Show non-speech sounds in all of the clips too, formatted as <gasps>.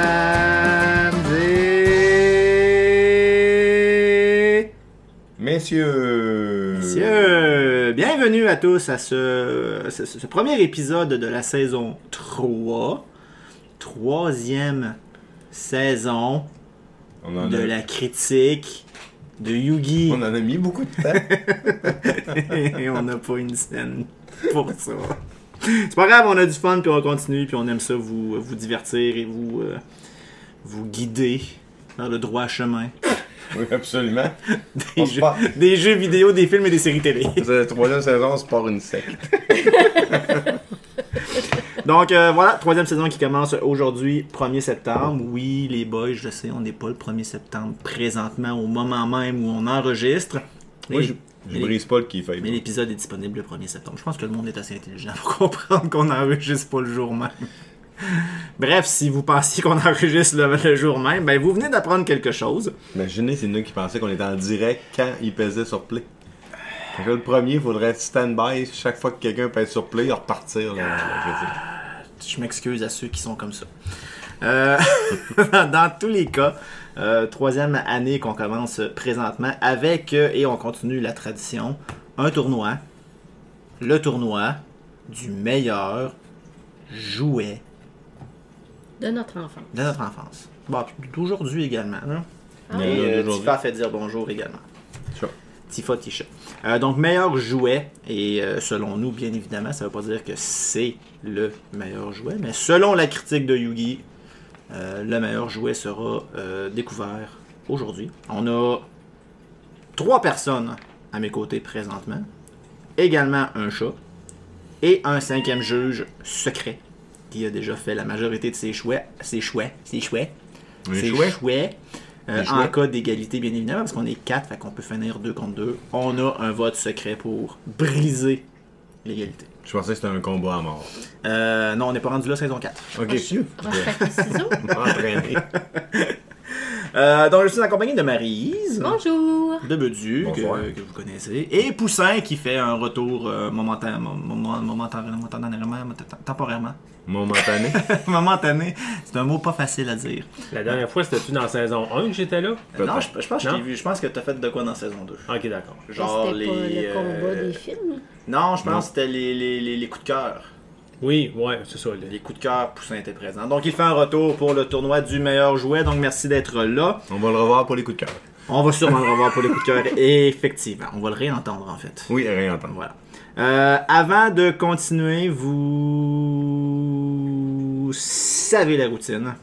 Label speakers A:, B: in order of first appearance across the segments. A: Mesdames et
B: Messieurs.
A: messieurs, bienvenue à tous à ce, ce- ce premier épisode de la saison 3, troisième saison
B: On en,
A: de
B: a,
A: la critique de Yugi.
B: on en a mis beaucoup de
A: <laughs>
B: temps.
A: Et on n'a pas une scène pour ça. C'est pas grave, on a du fun, puis on continue, puis on aime ça vous, vous divertir et vous, euh, vous guider dans le droit chemin
B: oui, absolument.
A: des,
B: On
A: jeux,
B: part.
A: des jeux vidéo, des films et des séries télé.
B: Cette troisième saison, c'est pas une secte.
A: Donc euh, voilà, troisième saison qui commence aujourd'hui, 1er septembre. Oui, les boys, je sais, on n'est pas le 1er septembre présentement, au moment même où on enregistre.
B: Moi,
A: Et-
B: je, je
A: et-
B: brise pas le kiff.
A: Mais l'épisode est disponible le 1er septembre. Je pense que le monde est assez intelligent pour <laughs> comprendre qu'on n'enregistre pas le jour même. Bref, si vous pensiez qu'on enregistre le, le jour même, ben vous venez d'apprendre quelque chose.
B: Imaginez, c'est nous qui pensaient qu'on était en direct quand ils pesaient sur play. Fait que là, le premier, il faudrait être stand-by chaque fois que quelqu'un pèse sur play, il repartir. Là,
A: Ah,
B: là,
A: Je m'excuse à ceux qui sont comme ça. Euh, <laughs> dans tous les cas, euh, troisième année qu'on commence présentement avec, euh, et on continue la tradition, un tournoi. Le tournoi du meilleur jouet
C: De notre enfant.
A: de notre enfance. Bon, puis d'aujourd'hui également. hein.
D: Ah
B: je sais.
A: Et
B: Mais là,
A: euh,
B: d'aujourd'hui-
A: Tifa fait dire bonjour également.
B: Sure.
A: Tifa Tisha. Euh, donc, meilleur jouet, et euh, selon nous, bien évidemment, ça ne veut pas dire que c'est le meilleur jouet, mais selon la critique de Yugi, euh, le meilleur jouet sera euh, découvert aujourd'hui. On a trois personnes à mes côtés présentement, également un chat, et un cinquième juge secret qui a déjà fait la majorité de ses chouets, ses chouets, ses chouets,
B: Les
A: ses
B: chouets.
A: chouets. Euh,
B: Les
A: en
B: chouets.
A: cas d'égalité, bien évidemment, parce qu'on est quatre, fait qu'on peut finir deux contre deux. On a un vote secret pour briser l'égalité.
B: Je pensais que c'était un combat à mort.
A: Euh, non, on n'est pas rendu là, saison 4.
B: Ok,
C: Roche-
B: sûr.
C: Roche, papier,
A: <laughs>
C: ciseaux.
B: Entraîné.
A: Euh, donc, je suis accompagné de Maryse.
C: Bonjour.
A: de Bedu,
B: Bonsoir.
A: que, que vous connaissez, et Poussin qui fait un retour euh, momenta- mo- mo- mo- momentanément, momentanément, temporairement. <laughs>
B: Momentané.
A: momentané, c'est un mot pas facile à dire.
E: La dernière fois, c'était-tu dans saison 1 que j'étais là?
A: Euh,
B: Peut-être.
A: Non, je, je pense que je
E: Non?
A: t'ai vu. Je pense que t'as fait de quoi dans saison 2.
E: Ok, d'accord.
D: Ah,
A: Genre
C: Ah, C'était
A: les.
C: pas le combat
A: euh,
C: des films.
A: Non, je pense que c'était les, les, les, les coups de cœur.
E: Oui, ouais, c'est ça. là.
A: Les coups de cœur, Poussin était présent. hein. Donc il fait un retour pour le tournoi du meilleur jouet, donc merci d'être là.
B: On va le revoir pour les coups de cœur.
A: On va sûrement le revoir pour les coups de
B: <laughs>
A: cœur, et effectivement. On va le réentendre en fait.
B: Oui, rien entendre.
A: Voilà. Euh, avant de continuer, vous savez la routine.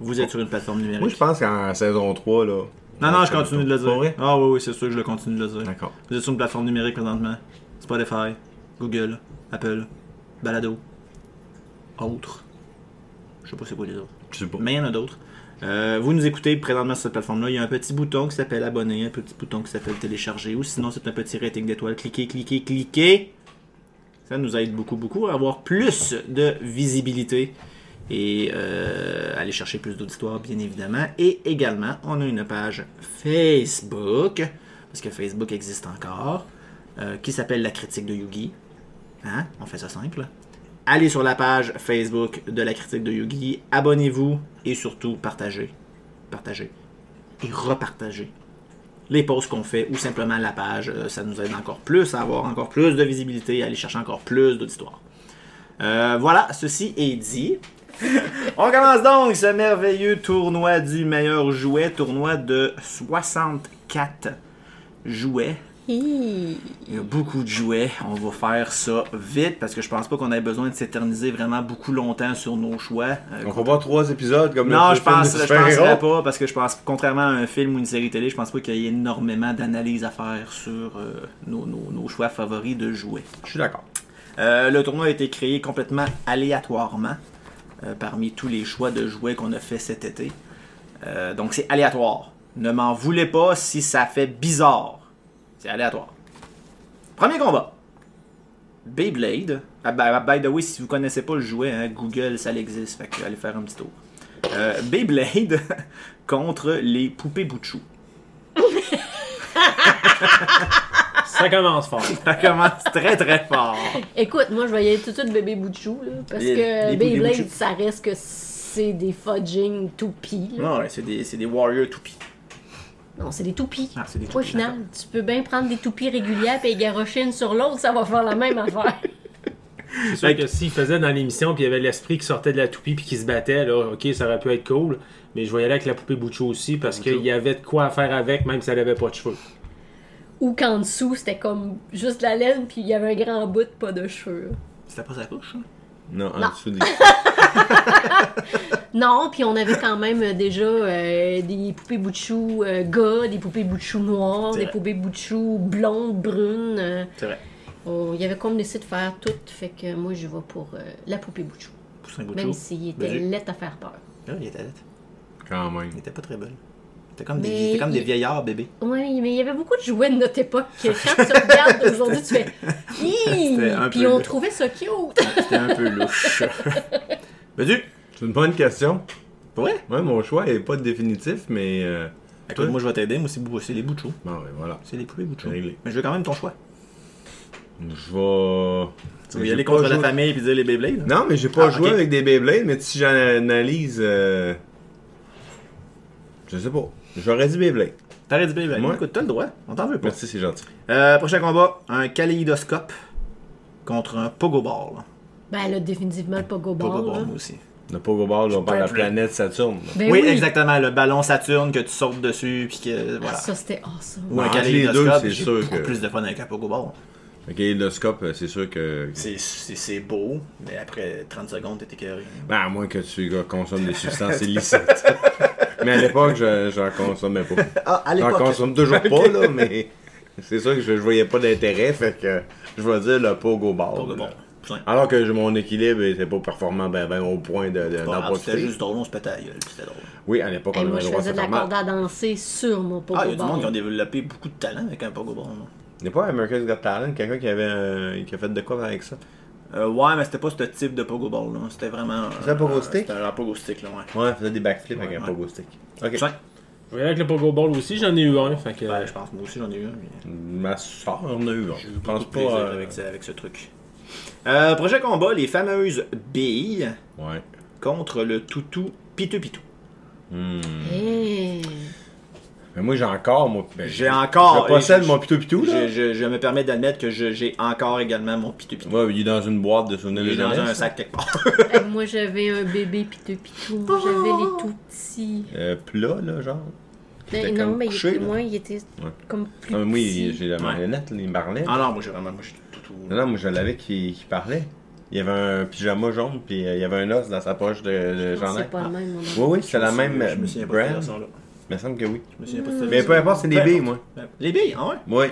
A: Vous êtes sur une plateforme numérique.
B: Oh. Moi, je pense qu'en saison 3, là.
A: Non, non, je continue de le
B: Pas
A: dire.
B: vrai?
A: Ah oui, oui, c'est sûr que je le continue de le dire.
B: D'accord.
A: Vous êtes sur une plateforme numérique présentement. Spotify, Google, Apple, Balado, autres. Je sais pas c'est quoi les autres.
B: Je sais pas.
A: Mais il y en a d'autres. Euh, vous nous écoutez présentement sur cette plateforme-là. Il y a un petit bouton qui s'appelle abonner, un petit bouton qui s'appelle télécharger, ou sinon c'est un petit rating d'étoiles. Cliquez, cliquez, cliquez. Ça nous aide beaucoup, beaucoup à avoir plus de visibilité et euh, aller chercher plus d'auditoires, bien évidemment. Et également, on a une page Facebook, parce que Facebook existe encore, euh, qui s'appelle La Critique de Yugi. Hein? On fait ça simple. Allez sur la page Facebook de la critique de Yugi, abonnez-vous et surtout partagez. Partagez. Et repartagez. Les posts qu'on fait ou simplement la page, euh, ça nous aide encore plus à avoir encore plus de visibilité, à aller chercher encore plus d'auditoires. Euh, voilà, ceci est dit. On commence donc ce merveilleux tournoi du meilleur jouet, tournoi de 64 jouets.
C: Hi.
A: Il y a beaucoup de jouets. On va faire ça vite parce que je pense pas qu'on ait besoin de s'éterniser vraiment beaucoup longtemps sur nos choix. Euh,
B: On va voir trois épisodes comme
A: non,
B: le
A: je
B: film
A: pense,
B: de
A: je
B: super-héros.
A: penserais pas parce que je pense, contrairement à un film ou une série télé, je pense pas qu'il y ait énormément d'analyses à faire sur euh, nos, nos- nos choix favoris de jouets.
B: Je suis d'accord.
A: Euh, le tournoi a été créé complètement aléatoirement euh, parmi tous les choix de jouets qu'on a fait cet été. Euh, donc c'est aléatoire. Ne m'en voulez pas si ça fait bizarre. C'est aléatoire. Premier combat. Beyblade. Ah, bah, by the way, si vous connaissez pas le jouet, hein, Google, ça l'existe. Fait que allez faire un petit tour. Euh, Beyblade <laughs> contre les poupées Bouchou.
E: Ça commence fort.
A: Ça commence très très fort.
D: Écoute, moi, je vais y aller tout de suite bébé bout de chou, là. Parce
A: Les-
D: que
A: les bouts- les bouts de chou.
D: Beyblade, ça reste que c'est des fudging toupies, là.
A: Non, Ah ouais, c'est des, c'est des warriors toupies.
D: Non, c'est des toupies.
A: Ah, c'est des
D: Au
A: toupies,
D: final, tu peux bien prendre des toupies régulières et garocher une sur l'autre, ça va faire la même <laughs> affaire.
E: C'est sûr
A: Fait
E: que s'il faisait dans l'émission puis il y avait l'esprit qui sortait de la toupie puis qui se battait, là, ok, ça aurait pu être cool. Mais je vais y aller avec la poupée Bouchou aussi parce qu'il y avait de quoi à faire avec, même si elle avait pas de cheveux.
D: Ou qu'en dessous, c'était comme juste la laine puis il y avait un grand bout de pas de cheveux.
A: C'était pas sa couche, hein? ça?
B: Non, hein, en
D: Non.
B: dessous des.
D: Non, puis on avait quand même euh, déjà euh, des poupées bout de chou euh, gars, des poupées bout de chou noires,
A: C'est
D: des
A: vrai.
D: poupées bout de chou blondes, brunes. euh,
A: C'est vrai.
D: on- Il y avait comme décidé de faire tout, fait que moi je vais pour euh, la poupée bout de chou.
A: Poussin bout de
D: Même
A: chou.
D: s'il était
A: Logique.
D: laid à faire peur.
A: Ah, il était laite.
B: <laughs> Quand même.
A: Il était pas très bonne. C'était comme, des,
D: Mais
A: il était comme des
D: il-
A: vieillards bébés.
D: Oui, mais il y avait beaucoup de jouets de notre époque. que
A: <laughs>
D: Quand tu regardes aujourd'hui, tu fais Hi!
A: C'était un
D: Puis
A: peu
D: on
A: le-
D: trouvait ça cute.
A: C'était un peu louche. Badu!
B: C'est une bonne question.
A: Ouais?
B: Ouais, mon choix est pas définitif, mais. euh,
A: Écoute, moi je vais t'aider, moi c'est bou- c'est les bouts de chou.
B: Bon, ouais, voilà.
A: C'est les poupées bouts de chou.
B: Réglé.
A: Mais je veux quand même ton choix.
B: Je vais.
A: Tu vas y
B: J'ai
A: aller
B: pas
A: contre la
B: joué-
A: famille puis dire les Beyblades? là?
B: Non, mais j'ai pas
A: Ah,
B: joué
A: ok.
B: avec des Beyblades, mais si j'analyse. euh, Je sais pas. J'aurais dit Beyblade.
A: T'arrêtes dit Beyblade.
B: Ouais.
A: Écoute, t'as le droit. On t'en veut pas.
B: Merci, c'est gentil.
A: Euh, prochain combat, un kaléidoscope contre un pogo ball.
D: Ben là, définitivement le Pogo Ball.
A: Pogo
D: là.
A: ball, moi aussi.
B: Le Pogo Ball, là, on parle de la
A: Très près.
B: planète Saturne. là.
D: hein? Ben
A: oui, exactement, le ballon Saturne que tu sautes dessus puis que voilà.
D: Ah,
A: Oh,
D: Ça, c'était awesome.
A: Ou un
B: Entre Ah, les deux,
A: kaléidoscope,
B: c'est
A: j'ai
B: sûr
A: beaucoup
B: que-
A: plus de fun avec un pogo ball.
B: Ok, le scope, euh, c'est sûr que.
A: C'est- C'est c'est beau, mais après 30 secondes, t'es écœuré.
B: Ben, à moins que tu euh, consommes des substances illicites. mais à l'époque, je- j'en consommais pas.
A: Ah, à
B: J'en
A: l'époque,
B: consomme toujours pas, là, mais c'est sûr que je, je voyais pas d'intérêt, fait que je vais dire le Pogo Ball.
A: pogo ball.
B: là.
A: Putain.
B: Alors que je- mon équilibre était pas performant ben, ben, au point de, de,
A: Bon,
B: d'en
A: alors, C'était
B: profiter.
A: juste drôle, on se pétait la gueule, puis c'était drôle.
B: Oui, à l'époque,
D: Hey,
B: on
D: moi,
B: avait
D: je
B: le droit de
D: faisais de la
B: faire
D: corde
B: mal.
D: à danser sur mon Pogo
A: Ah, il y a
D: Ball.
A: du monde qui ont développé beaucoup de talent avec un pogo ball. non?
B: N'est pas America's Got Talent, quelqu'un qui avait euh, qui a fait de quoi avec ça
A: Euh, ouais, mais c'était pas ce type de pogo ball. là. C'était vraiment. euh,
B: C'était un pogo stick?
A: C'était un pogo stick, là, ouais.
B: Ouais, il faisait des backflips avec
A: Ouais,
B: un
A: ouais.
B: pogo stick. Ok.
A: Putain.
E: Je vais y aller avec le Pogo Ball aussi, j'en ai eu un. Fait que,
A: Ouais, je pense, moi aussi j'en ai eu un. mais-
B: Ma soeur en a eu. un.
A: J'ai eu
B: Je
A: beaucoup
B: pense
A: de
B: pas.
A: plaisir
B: euh,
A: avec, ce, avec ce truc. Euh, prochain combat, les fameuses billes
B: Ouais.
A: contre le toutou Pitou Pitou.
B: Hmm.
D: Hey.
B: Mais moi, j'ai encore, moi. ben,
A: J'ai encore-
B: Je possède
A: et
B: mon pitou pitou, là.
A: Je, je- je me permets d'admettre que je- j'ai encore également mon Pitou Pitou.
B: Ouais, il est dans une boîte de souvenirs
A: Il
B: de
A: est dans un
B: jeunesse.
A: sac quelque part.
D: Hey, moi, j'avais un bébé pitou pitou. J'avais les tout petits.
B: Euh, plat, là, genre. était
D: Ben,
B: comme
D: non, mais il-
B: couché, là.
D: moi, il était comme plus
B: Ah, mais moi, il-
D: petit.
B: j'ai la marionnette, là, il parlait.
A: <laughs> Ah non, moi j'ai vraiment. Moi, je suis toutou.
B: Non, non, moi, je l'avais qui, qui parlait. Il y avait un pyjama jaune, puis euh, il y avait un os dans sa poche de, de
D: Non,
B: journal.
D: C'est pas le même, mon
B: Oui,
D: enfant.
B: oui, c'est la même
A: Je me souviens pas de cette
B: brand.
A: version-là.
B: Il me semble que oui.
A: Je me souviens pas de cette
B: Mais peu
A: version-là.
B: importe, c'est les
A: Peu
B: billes, moi.
A: importe. Les billes, ah ouais?
B: Oui.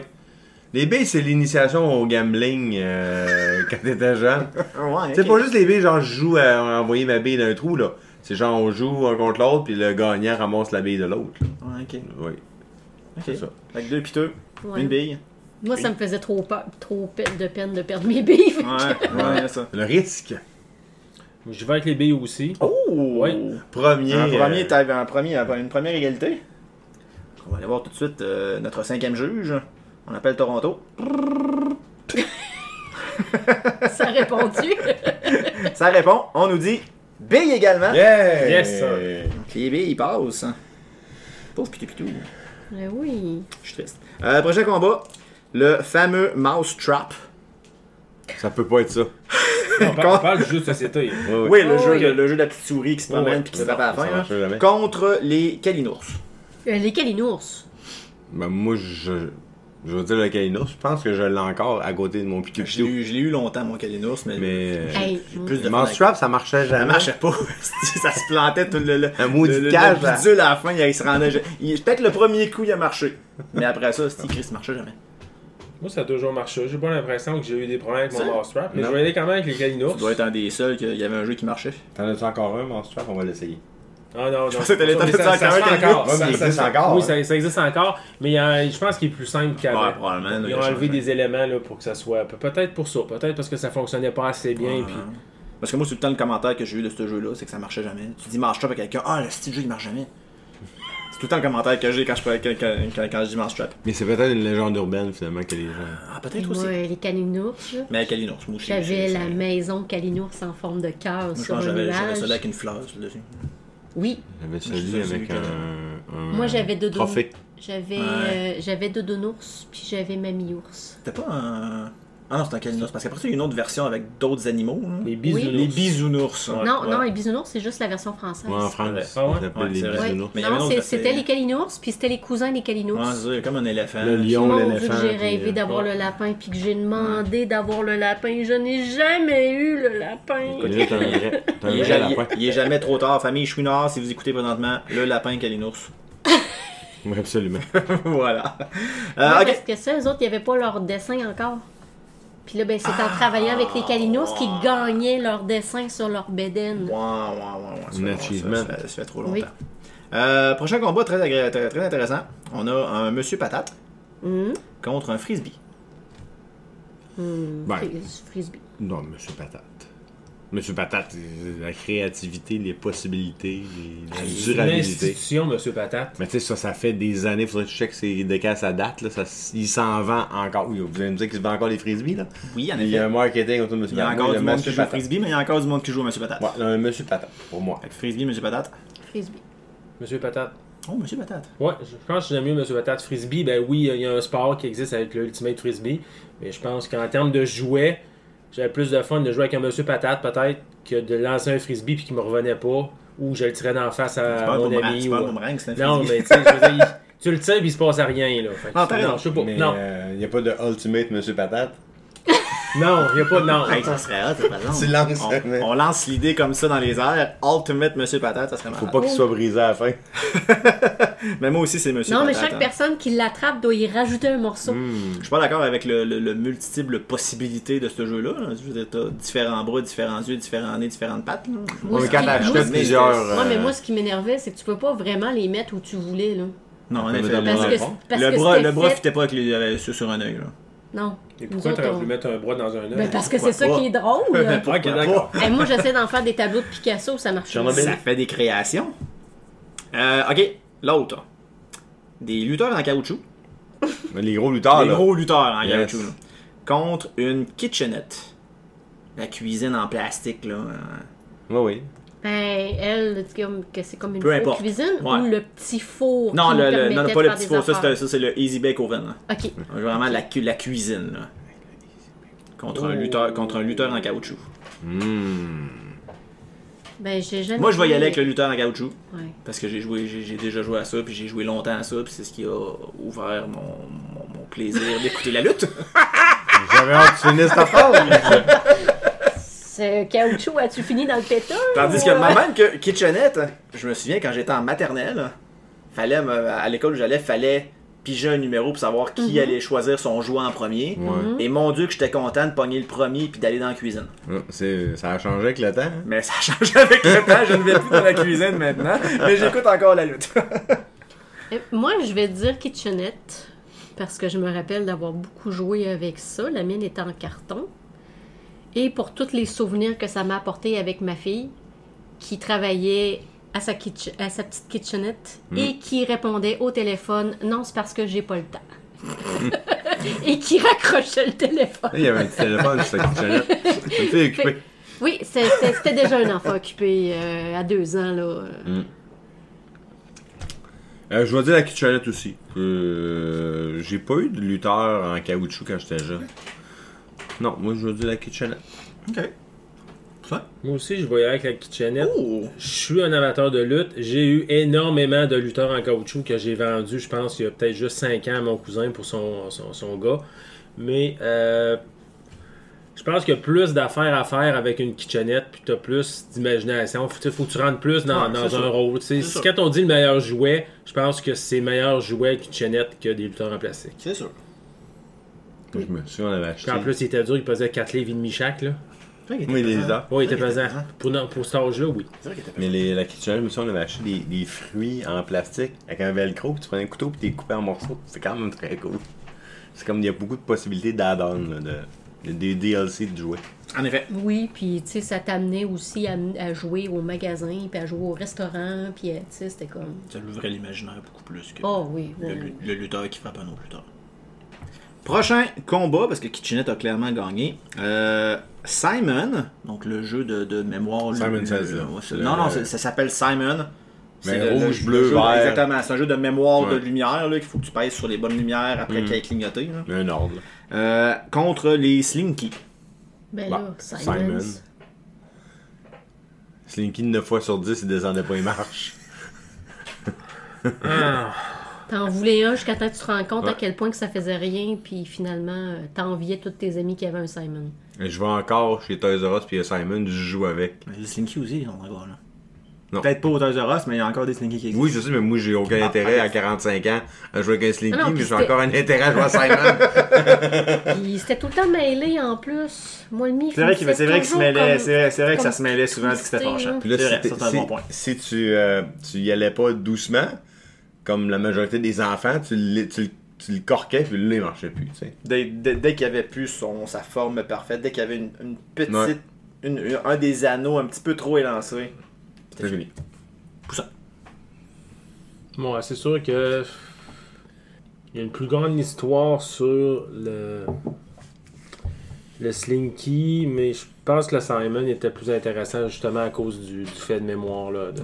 B: Les billes, c'est l'initiation au gambling euh, <laughs> quand t'étais jeune.
A: Ah Ouais,
B: C'est
A: ok.
B: pas juste les billes, genre je joue à envoyer ma bille dans un trou, là. C'est genre on joue un contre l'autre, puis le gagnant ramasse la bille de l'autre. là.
A: Ouais, ok.
B: Oui.
A: ok.
B: C'est ça.
A: Avec deux piteux,
D: Ouais.
A: une <laughs> bille.
D: Moi, ça me faisait trop peur, trop pe- de peine de perdre mes billes. fait que-
A: Ouais, ouais, ça.
B: Le risque.
E: Je vais avec les
A: <laughs>
E: billes aussi.
A: Oh!
E: Ouais.
B: Premier.
A: Un
B: euh,
A: premier, t'as- un premier, une première égalité. On va aller voir tout de suite euh, notre cinquième juge. On appelle Toronto.
D: <laughs> Ça répond-tu?
A: Ça répond. On nous dit Bill également.
B: Yeah!
E: Yes, sir.
A: Donc, Les billes, ils passent. Pauvre pitou pitou.
D: Ben oui.
A: Je suis triste. Euh, prochain combat. Le fameux mouse trap.
B: Ça peut pas être ça.
E: On parle, on parle du jeu de société.
B: Oui, oui.
A: Oui, Oh, le,
D: Oh,
A: jeu,
D: oui.
A: le, le jeu de la petite souris qui se promène
E: ouais.
A: puis qui se tape à la
B: Ça
A: fin.
B: marche
A: là.
B: jamais.
A: Contre les calinours.
D: Euh, les calinours.
B: Ben, moi, je. Je veux dire le Kainos, je pense que je l'ai encore à côté de mon pitou
A: Je l'ai
B: pitou.
A: eu- je l'ai eu longtemps, mon calinours, mais,
B: Mais.
D: Hey,
A: j'ai
D: mm.
A: plus de fun avec
B: Mousetrap, ça marchait
A: Ça
B: jamais.
A: marchait pas. <laughs> ça se plantait tout le. le
B: Un maudit
A: le- le-
B: cage, hein.
A: Le
B: là.
A: bidule à la fin, il se rendait. je- il- Peut-être le premier coup, il a marché. Mais après ça, Steve Chris marchait jamais.
E: Moi, ça a toujours marché. J'ai pas l'impression que j'ai eu des problèmes avec
A: Ça?
E: mon mouse trap. Mais
B: Non.
E: je vais y aller quand même avec les
A: Tu
E: Galinours.
A: dois être un des seuls qu'il y avait un jeu qui marchait.
B: T'en as-tu encore un, Mousetrap? On va l'essayer.
E: Ah non, non.
A: pensais que t'allais
E: Mais
A: t'en
E: ça- ça se
A: faire
E: fait
A: un
E: encore.
A: Galinours.
E: Ça-
B: Ça
E: ça-
B: existe
E: ça-
B: encore,
E: Oui,
B: hein?
E: ça, ça existe encore. Mais il y a- je pense qu'il est plus simple qu'avant.
A: Ouais, probablement, là,
E: Ils
A: il a
E: ont enlevé
A: changé.
E: des éléments là, pour que ça soit. Peut-être pour ça. Peut-être parce que ça fonctionnait pas assez bien.
A: Ouais.
E: puis-
A: Ah. Parce que moi, tout le temps, le commentaire que j'ai eu de ce jeu-là, c'est que ça marchait jamais. Tu dis, marche pas avec quelqu'un. Ah, le style jeu, il marche jamais. C'est tout le temps le commentaire que j'ai quand je, quand, quand, quand, quand je dis Mousetrap.
B: Mais c'est peut-être une légende urbaine finalement que les gens.
A: Ah, peut-être aussi.
D: Moi, les Calinours, là,
A: Mais avec Alinours, moi aussi.
D: j'avais
A: je-
D: la
A: je-
D: maison Calinours en forme de cœur
A: Moi, je
D: sur
A: pense que
D: un
A: j'avais j'avais celui
D: nuage.
A: avec une fleur sur le dessus.
D: Oui,
B: J'avais
A: sais,
B: celui
A: celui
B: avec
A: que
B: un, un-
D: Moi, j'avais deux
B: trophée.
D: j'avais
A: Ouais.
D: euh, j'avais Dodonours puis j'avais Mamie Ours.
A: C'était pas un. Ah non, c'était un Calinos. Parce qu'après ça, il y a une autre version avec d'autres animaux. là.
E: Les bisounours.
A: Les bisounours.
E: Ouais.
D: non,
A: ouais.
D: non, les bisounours, c'est juste la version française.
B: Moi en France,
E: Ah ouais?
B: ils appellent
A: Ouais,
B: les
A: c'est vrai.
D: Ouais.
B: bisounours.
A: Mais il y avait
D: non,
A: un autre
D: c'est-
A: côté.
D: c'était les Calinours, puis c'était les cousins des
A: Ouais,
D: Calinours.
A: c'est ça, comme un éléphant.
B: Le lion,
D: Mon Dieu,
B: l'éléphant.
D: que j'ai
B: puis,
D: rêvé
B: euh,
D: d'avoir
E: ouais.
D: le lapin, puis que j'ai demandé d'avoir le lapin. Je n'ai jamais eu le lapin.
B: Écoute, là, t'as un vrai, t'as un
A: Il est,
B: vrai
A: ja-
B: lapin.
A: il- il est jamais trop tard, famille Chouinard, si vous écoutez présentement, le lapin Calinours.
B: Oui, absolument.
A: <laughs> voilà.
D: Ouais,
A: Euh, ok.
D: Parce que ça, eux autres, il n'y avait pas leur dessin encore. Puis là, ben, c'est
A: Ah.
D: en travaillant avec les Calinours qu'ils gagnaient leur dessin sur leur bédaine.
A: Ouais, ouais, ouais, ouais, ça
B: Un
A: fait-
B: achievement.
A: Ça, fait- ça fait trop longtemps.
D: Oui.
A: Euh, prochain combat très, agré- très, très intéressant. On a un monsieur patate Hmm?
D: Hum,
A: contre un frisbee.
D: hum,
B: Ben.
D: fris- Frisbee.
B: Non, Monsieur Patate. Monsieur Patate, euh, la créativité, les possibilités, les-
A: Ah,
B: la durabilité.
E: L'institution, Monsieur Patate.
B: Mais tu sais, ça, ça fait des années, faudrait que tu checkes c'est- de quand ça date, là. Ça, s- il s'en vend encore. Oui, vous allez me dire qu'il se vend encore les frisbees, là.
A: Oui, en
B: Il y
A: effet.
B: a un marketing autour de Monsieur
A: Il y a
B: Patate.
A: encore
B: Oui,
A: du
B: le
A: monde qui
B: Monsieur
A: joue au
B: Patate.
A: frisbee, mais il y a encore du monde qui joue au monsieur patate.
B: Ouais, non, le Monsieur Patate, pour moi.
A: Fait que frisbee, monsieur patate.
D: Frisbee.
E: Monsieur Patate.
A: Oh, monsieur patate.
E: Ouais, je pense que j'aime mieux Monsieur Patate. Frisbee, ben oui, il y a un sport qui existe avec le Ultimate Frisbee. Mais je pense qu'en termes de jouets, j'avais plus de fun de jouer avec un Monsieur Patate, peut-être, que de lancer un Frisbee puis qu'il me revenait pas. Ou je le tirais d'en face
B: Euh,
A: C'est
E: à
A: pas un
E: mon
A: boomerang,
E: ami.
A: c'est pas un
E: ou-
A: boomerang, c'est un
E: Non, <laughs>
A: frisbee.
E: mais tu sais, je veux dire, il- tu le tires puis il se passe à rien, là. Fait que-
A: Non, t'as raison.
E: je sais pas.
B: Mais
E: Non,
B: euh, il n'y a pas de Ultimate Monsieur Patate.
E: non, il n'y a pas de. Non.
A: Hey, ça serait hot, ça, par exemple.
B: Tu lances,
A: on,
B: mais-
A: on lance l'idée comme ça dans les airs. Ultimate Monsieur Patate, ça serait
B: Faut
A: marrant.
B: pas qu'il soit brisé à la fin.
A: Mais moi aussi, c'est Monsieur
D: non, mais
A: Patate.
D: chaque
A: hein.
D: personne qui l'attrape doit y rajouter un morceau.
A: Je suis pas d'accord avec le, le, le multiple possibilité de ce jeu-là. là. Je veux dire, t'as différents bras, différents yeux, différents nez, différentes pattes. là.
D: Moi,
B: Mais
D: ce
B: quand
D: qui-
B: t'as
D: moi,
B: acheté
D: ce qui-
B: plusieurs.
D: Ouais, mais
B: euh,
D: moi, ce qui m'énervait, c'est que tu peux pas vraiment les mettre où tu voulais, là.
A: Non, en
B: Ça me
A: effet.
B: donne
A: Le,
D: Parce
B: Ouais,
D: que,
B: bon.
D: parce que
A: bras,
D: c'était
A: le bras
D: fait-
A: fitait pas avec les, euh, sur, sur un œil. là.
D: Non.
E: Et
D: Nous
E: pourquoi
D: autres,
E: t'aurais
D: on-
E: voulu mettre un bras dans un œil?
D: Ben,
E: <laughs>
D: parce que c'est ça
A: Euh, Pourquoi
D: qui est drôle.
A: <laughs> Pourquoi
E: Ok, d'accord.
A: pas?
D: Hey, moi, j'essaie d'en faire des tableaux de Picasso, ça marche pas.
A: Ça fait des créations. Euh, ok, l'autre. Des lutteurs en caoutchouc.
B: Les gros lutteurs,
A: des
B: Ah, là.
A: gros lutteurs en
B: Yes.
A: caoutchouc. là. Contre une kitchenette. La cuisine en plastique, là. euh,
B: Oui, oui.
D: Ben, elle, c'est comme- que c'est comme une
A: Peu
D: four
A: importe.
D: cuisine
A: Ouais.
D: ou le petit four
A: Non,
D: qui
A: le,
D: nous
A: le- non,
D: permettait
A: pas
D: de
A: le
D: faire
A: petit
D: des
A: four, ça c'est
D: affaires.
A: ça, c'est le Easy Bake Oven. là.
D: Ok. Oh.
A: Vraiment la, cu- la cuisine. là. Contre, un lutteur, contre un lutteur en caoutchouc.
D: Ben, j'ai jamais.
A: Moi, je vais y
D: joué-
A: aller avec le lutteur en caoutchouc.
D: Ouais.
A: Parce que j'ai joué, j'ai j'ai déjà joué à ça, puis j'ai joué longtemps à ça, puis c'est ce qui a ouvert mon, mon- mon plaisir d'écouter la lutte.
B: J'avais hâte que tu finisses ta phrase.
D: Ce caoutchouc, as-tu fini dans le péteux?
A: Tandis que
D: ou, euh,
A: même que Kitchenette, je me souviens quand j'étais en maternelle, fallait me- à l'école où j'allais, fallait piger un numéro pour savoir qui allait choisir son jouet en premier.
B: Ouais.
A: Et mon dieu que j'étais content de pogner le premier puis d'aller dans la cuisine.
B: C'est- Ça a changé avec le temps. hein.
A: Mais ça a changé avec le temps, je ne vais plus dans la cuisine maintenant, mais j'écoute encore la lutte.
D: euh, Moi, je vais dire kitchenette. Parce que je me rappelle d'avoir beaucoup joué avec ça. La mienne était en carton. Et pour tous les souvenirs que ça m'a apporté avec ma fille, qui travaillait à sa, kitch- à sa petite kitchenette et qui répondait au téléphone Non, c'est parce que j'ai pas le temps. <laughs> et qui raccrochait le téléphone.
B: Il y avait un petit téléphone sur sa kitchenette. Une fille occupée.
D: Oui, c'est- c'est- c'était déjà un enfant occupé euh, à deux ans, là.
B: Euh, je vais dire la kitchenette aussi. Euh, J'ai pas eu de lutteur en caoutchouc quand j'étais jeune. Non, moi je vais dire la kitchenette.
A: Ok. Ça?
E: Moi aussi, je voyais avec la kitchenette.
A: Oh!
E: Je suis un amateur de lutte. J'ai eu énormément de lutteurs en caoutchouc que j'ai vendu, je pense, il y a peut-être juste 5 ans à mon cousin pour son, son, son gars. Mais euh, je pense qu'il y a plus d'affaires à faire avec une kitchenette, puis tu as plus d'imagination. Faut, tu sais, faut que tu rentres plus dans,
A: Ouais,
E: dans un
A: c'est ça.
E: rôle. tu sais.
A: C'est ça.
E: Quand on dit le meilleur jouet, je pense que c'est meilleur jouet kitchenette que des lutteurs en plastique.
A: C'est sûr.
B: Moi, je me souviens, on avait acheté.
E: Puis en plus, il était dur, il pesait 4 livres et demi chaque. Là.
B: Oui, les lutteurs.
E: Oui, il
A: Ah,
E: était pesant. Pour, non, pour cet âge-là, oui.
B: Mais les- la kitchenette, je me souviens, on avait acheté des, des fruits en plastique avec un velcro. Puis tu prenais un couteau puis tu les coupais en morceaux. C'est quand même très cool. C'est comme il y a beaucoup de possibilités d'add-on. là, De... Des DLC de jouets.
A: En effet.
D: Oui, puis tu sais, ça t'amenait aussi à, à jouer au magasin, puis à jouer au restaurant, puis euh, tu sais, c'était comme.
A: Ça l'ouvrait l'imaginaire beaucoup plus que
D: Oh oui,
A: le,
D: oui.
A: lu- le lutteur qui frappe un autre lutteur. Prochain combat, parce que Kitchenette a clairement gagné. Euh, Simon, donc le jeu de, de mémoire. le-
B: Simon
A: le-
B: Says, là.
A: ouais, c'est-
B: Le-
A: non, non, c'est- ça s'appelle Simon. C'est
B: Mais rouge, bleu,
A: jeu-
B: vert.
A: Exactement, c'est un jeu de mémoire
B: Ouais. Mm.
A: de lumière là, qu'il faut que tu pèses sur les bonnes lumières après qu'elle ait clignoté. là.
B: Un ordre. là.
A: Euh, contre les Slinky.
D: Ben
B: Bah,
D: là, Simons.
B: Simons. Slinky, 9 fois sur 10, il descendait pas les marches.
A: Ah.
D: T'en voulais un jusqu'à temps que tu te rends compte à
B: Ouais.
D: quel point que ça faisait rien, puis finalement, euh, t'enviais tous tes amis qui avaient un Simon.
B: Et Je vais encore chez Toys R Us puis Simon, je joue avec.
A: Mais Les Slinky aussi, ils sont encore là.
B: Non.
A: Peut-être pas au Toys R Us, mais il y a encore des Slinky qui existent.
B: Oui, je sais, mais moi, j'ai aucun
A: Ah,
B: intérêt à
A: arrête.
B: 45 ans à jouer avec un Slinky,
D: Ah non,
B: mais
D: puis
B: j'ai
D: c'était-
B: encore un intérêt à jouer à
A: <laughs>
B: Simon.
D: Puis c'était tout le temps mêlé en plus. Moi, le mi,
A: C'est vrai qu'il c'est vrai qu'il se mêlait, c'est vrai, c'est vrai que ça
D: comme hein.
A: se mêlait souvent de ce qui
D: twisté,
A: s'était fâchant.
D: là.
B: Puis là,
A: C'est
B: si,
A: vrai,
B: t'es-
A: ça, c'est un
B: si-
A: bon point.
B: si tu, euh, tu y allais pas doucement, comme la majorité des enfants, tu, le- tu, le- tu le corquais, puis là, il marchait plus, tu sais.
A: Dès, dès- dès qu'il avait plus son, sa forme parfaite, dès qu'il avait une, une petite.
B: Ouais.
A: une- une- un des anneaux un petit peu trop élancé.
B: C'était fini.
E: Ouais, c'est sûr que. Il y a une plus grande histoire sur le. Le Slinky, mais je pense que le Simon était plus intéressant justement à cause du, du fait de mémoire, là. de-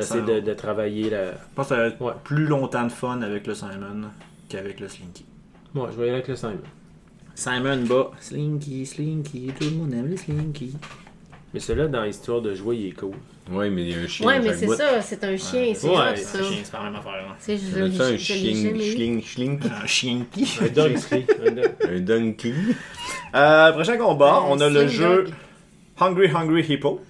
E: D'essayer de, de travailler la.
A: Je pense que ça avait
E: Ouais.
A: plus longtemps de fun avec le Simon qu'avec le Slinky.
E: Ouais, je vais y aller avec le Simon.
A: Simon bat. Slinky, Slinky, tout le monde aime les Slinky.
E: Mais celui-là, dans l'histoire de jouer, il est cool.
B: Oui, mais il y a un chien.
D: Ouais,
B: à
D: mais
B: chaque
D: c'est
B: bout.
D: ça, c'est un chien, c'est ça,
E: Ouais, c'est
D: ça.
A: un chien, c'est pas la même affaire. hein.
D: C'est
B: On appelle ça un chien, chling, chling,
A: Un Slinky.
E: Un dog Slinky. Un dog.
B: un donkey.
A: <laughs> Euh, prochain combat, on a
D: Un
A: le
D: sling
A: jeu
D: dog.
A: Hungry Hungry Hippo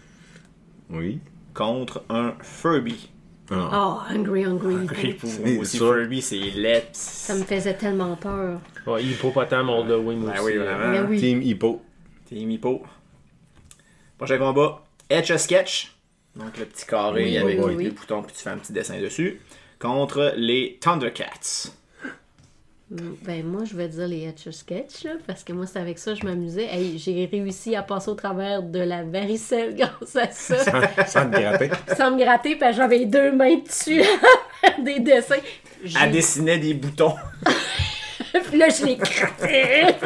B: Oui.
A: contre un Furby.
B: Ah.
D: Oh, hungry, hungry.
A: Hippo,
B: C'est
A: aussi
B: sûr.
A: Furby, c'est laid.
D: Ça me faisait tellement peur.
E: Ouais, hippopotame, on de Wim
A: Ben
E: aussi. hein.
A: oui,
E: là.
A: vraiment.
D: Mais oui.
B: Team Hippo.
A: Team Hippo. Prochain combat, Etch a Sketch. Donc le petit carré
B: Oui,
A: avec
B: oui,
A: les
D: oui.
A: deux boutons, puis tu fais un petit dessin dessus. Contre les Thundercats.
D: Ben moi, je vais dire les Etch Sketch, là, parce que moi, c'est avec ça que je m'amusais. Hey, j'ai réussi à passer au travers de la varicelle <laughs> grâce à
B: <laughs>
D: ça,
B: Sans te gratter.
D: sans me gratter, parce que j'avais les deux mains dessus des dessins.
A: Elle
D: J'ai-
A: dessinait des boutons. <laughs>
D: Puis là, je les crattais.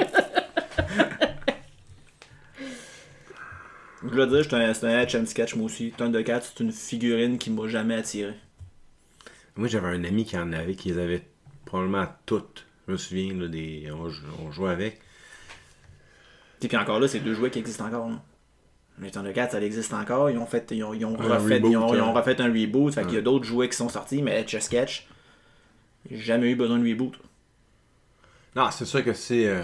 A: Je dois dire, c'est un, c'est un Etch and Sketch moi aussi. Thundercats, c'est une figurine qui m'a jamais attiré.
B: Moi, j'avais un ami qui en avait, qui les avait probablement toutes. Je me souviens, là, des... on, jou- on jouait avec.
A: Et puis encore là, c'est deux jouets qui existent encore. là. Les Thundercats, ça existe encore. Ils ont, fait, ils ont, ils ont refait,
B: reboot,
A: ils ont, ils
B: hein.
A: ont refait un reboot. Fait qu'il y a d'autres jouets qui sont sortis, mais Etch a Sketch, j'ai jamais eu besoin de reboot.
B: Non, c'est sûr que c'est. euh,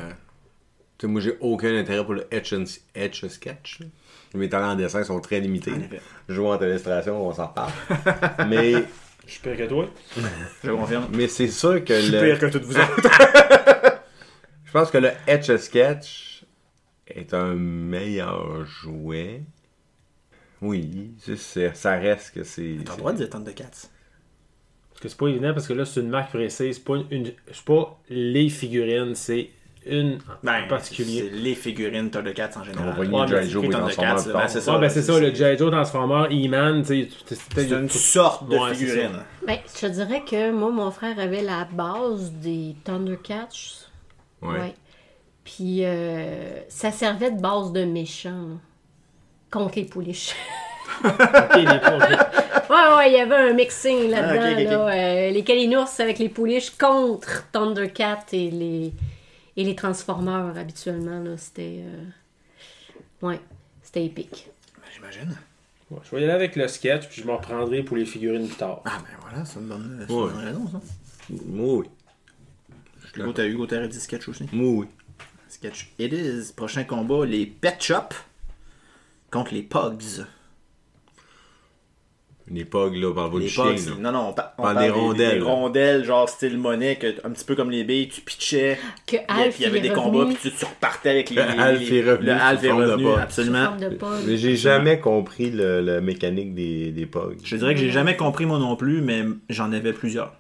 B: tu sais, moi, j'ai aucun intérêt pour le etch and etch a sketch. là. Mes talents en dessin sont très limités.
A: En effet.
B: Je joue en illustration, on s'en parle. <laughs> mais
E: Je suis pire que toi.
A: Je confirme.
B: mais c'est sûr que
A: Je suis
B: le.
A: pire que toutes vous autres.
B: Je pense que le etch a sketch est un meilleur jouet. Oui, c'est- c'est- ça reste que c'est.
A: <laughs> T'as
B: c'est-
A: le droit de dire Thundercats.
E: Parce que c'est pas évident parce que là, c'est une marque précise. C'est pas, une, une- c'est pas les figurines, c'est une en
A: Ben, C'est
E: particulier.
A: les figurines Thundercats en
B: On
A: général.
B: va
A: Ouais,
B: voir
A: mais
B: G.I. Joe
A: c'est
B: et
A: écrit Thundercats,
B: Transformers.
A: ben, c'est
E: Ouais,
A: ça.
E: ben c'est ça, le G.I. Joe Transformer, E-Man, tu sais, c'est-
A: C'est une
E: c'est-
A: sorte de
E: Ouais, c'est
A: figurine.
E: ça.
D: ben, je te dirais que moi, mon frère avait la base des Thundercats.
B: Ouais.
D: Ouais. Puis euh, ça servait de base de méchant là, contre les pouliches.
E: Ok, les pauvres.
D: ouais, ouais, il y avait un mixing là-dedans.
A: Ah, ok, ok,
D: là, euh, les Kalinours avec les pouliches contre Thundercat et les, et les Transformers habituellement. là, C'était. euh, Ouais, c'était épique.
A: Ben, J'imagine.
E: Ouais, je vais y aller avec le sketch, puis je m'en reprendrai pour les figurines plus tard.
A: Ah ben voilà, c'est une bonne, c'est
B: Ouais.
A: une bonne raison ça.
B: Oui, oui.
A: Hugo, t'as Hugo Terre dit sketch aussi.
B: Oui, oui.
A: Sketch it is. Prochain combat, les Pet Shop contre les Pugs.
B: Les pogs, là, par votre
A: les
B: chien.
A: Pugs, non
B: là.
A: non, on, pa- on
B: Parle des rondelles, là.
A: rondelles genre style monnaie, que- un petit peu comme les billes, tu pitchais.
D: Que
A: puis
D: Alf,
A: il y avait
D: il
A: des
D: est
A: combats,
D: revenu
A: puis tu, tu repartais avec les.
B: Le <laughs> Alf
A: les-
B: est revenu
A: Le
B: sous
A: Alf est
B: forme de
A: revenu,
B: Pugs.
A: absolument.
D: forme de pod.
B: Mais j'ai jamais compris le- la mécanique des, des pogs.
A: Je dirais que j'ai jamais compris moi non plus, mais j'en avais plusieurs.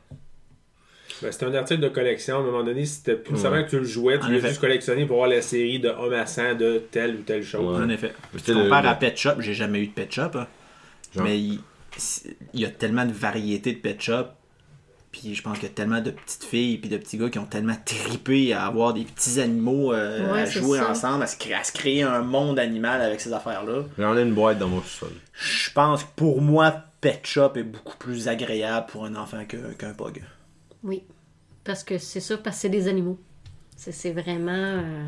E: Ben, c'était un article de collection. À un moment donné, c'était plus
B: Ouais.
E: seulement que tu le jouais, tu
A: En
E: l'as
A: effet.
E: juste collectionné pour voir la série de hommes à sang de telle ou telle chose.
B: Ouais.
A: En effet.
B: Mais
A: Tu
B: tu sais, le-
A: compares
B: le-
A: à Pet Shop, j'ai jamais eu de Pet Shop. hein.
B: Genre.
A: Mais il, c'est- il y a tellement de variétés de Pet Shop. Puis je pense qu'il y a tellement de petites filles et de petits gars qui ont tellement tripé à avoir des petits animaux euh,
D: Ouais,
A: à
D: c'est
A: jouer
D: ça.
A: ensemble, à se, cré- à se créer un monde animal avec ces affaires-là.
B: J'en ai une boîte dans mon sous-sol.
A: Je pense que pour moi, Pet Shop est beaucoup plus agréable pour un enfant que- qu'un Pog.
D: Oui. Parce que c'est ça, parce que c'est des animaux. C'est c'est vraiment. euh,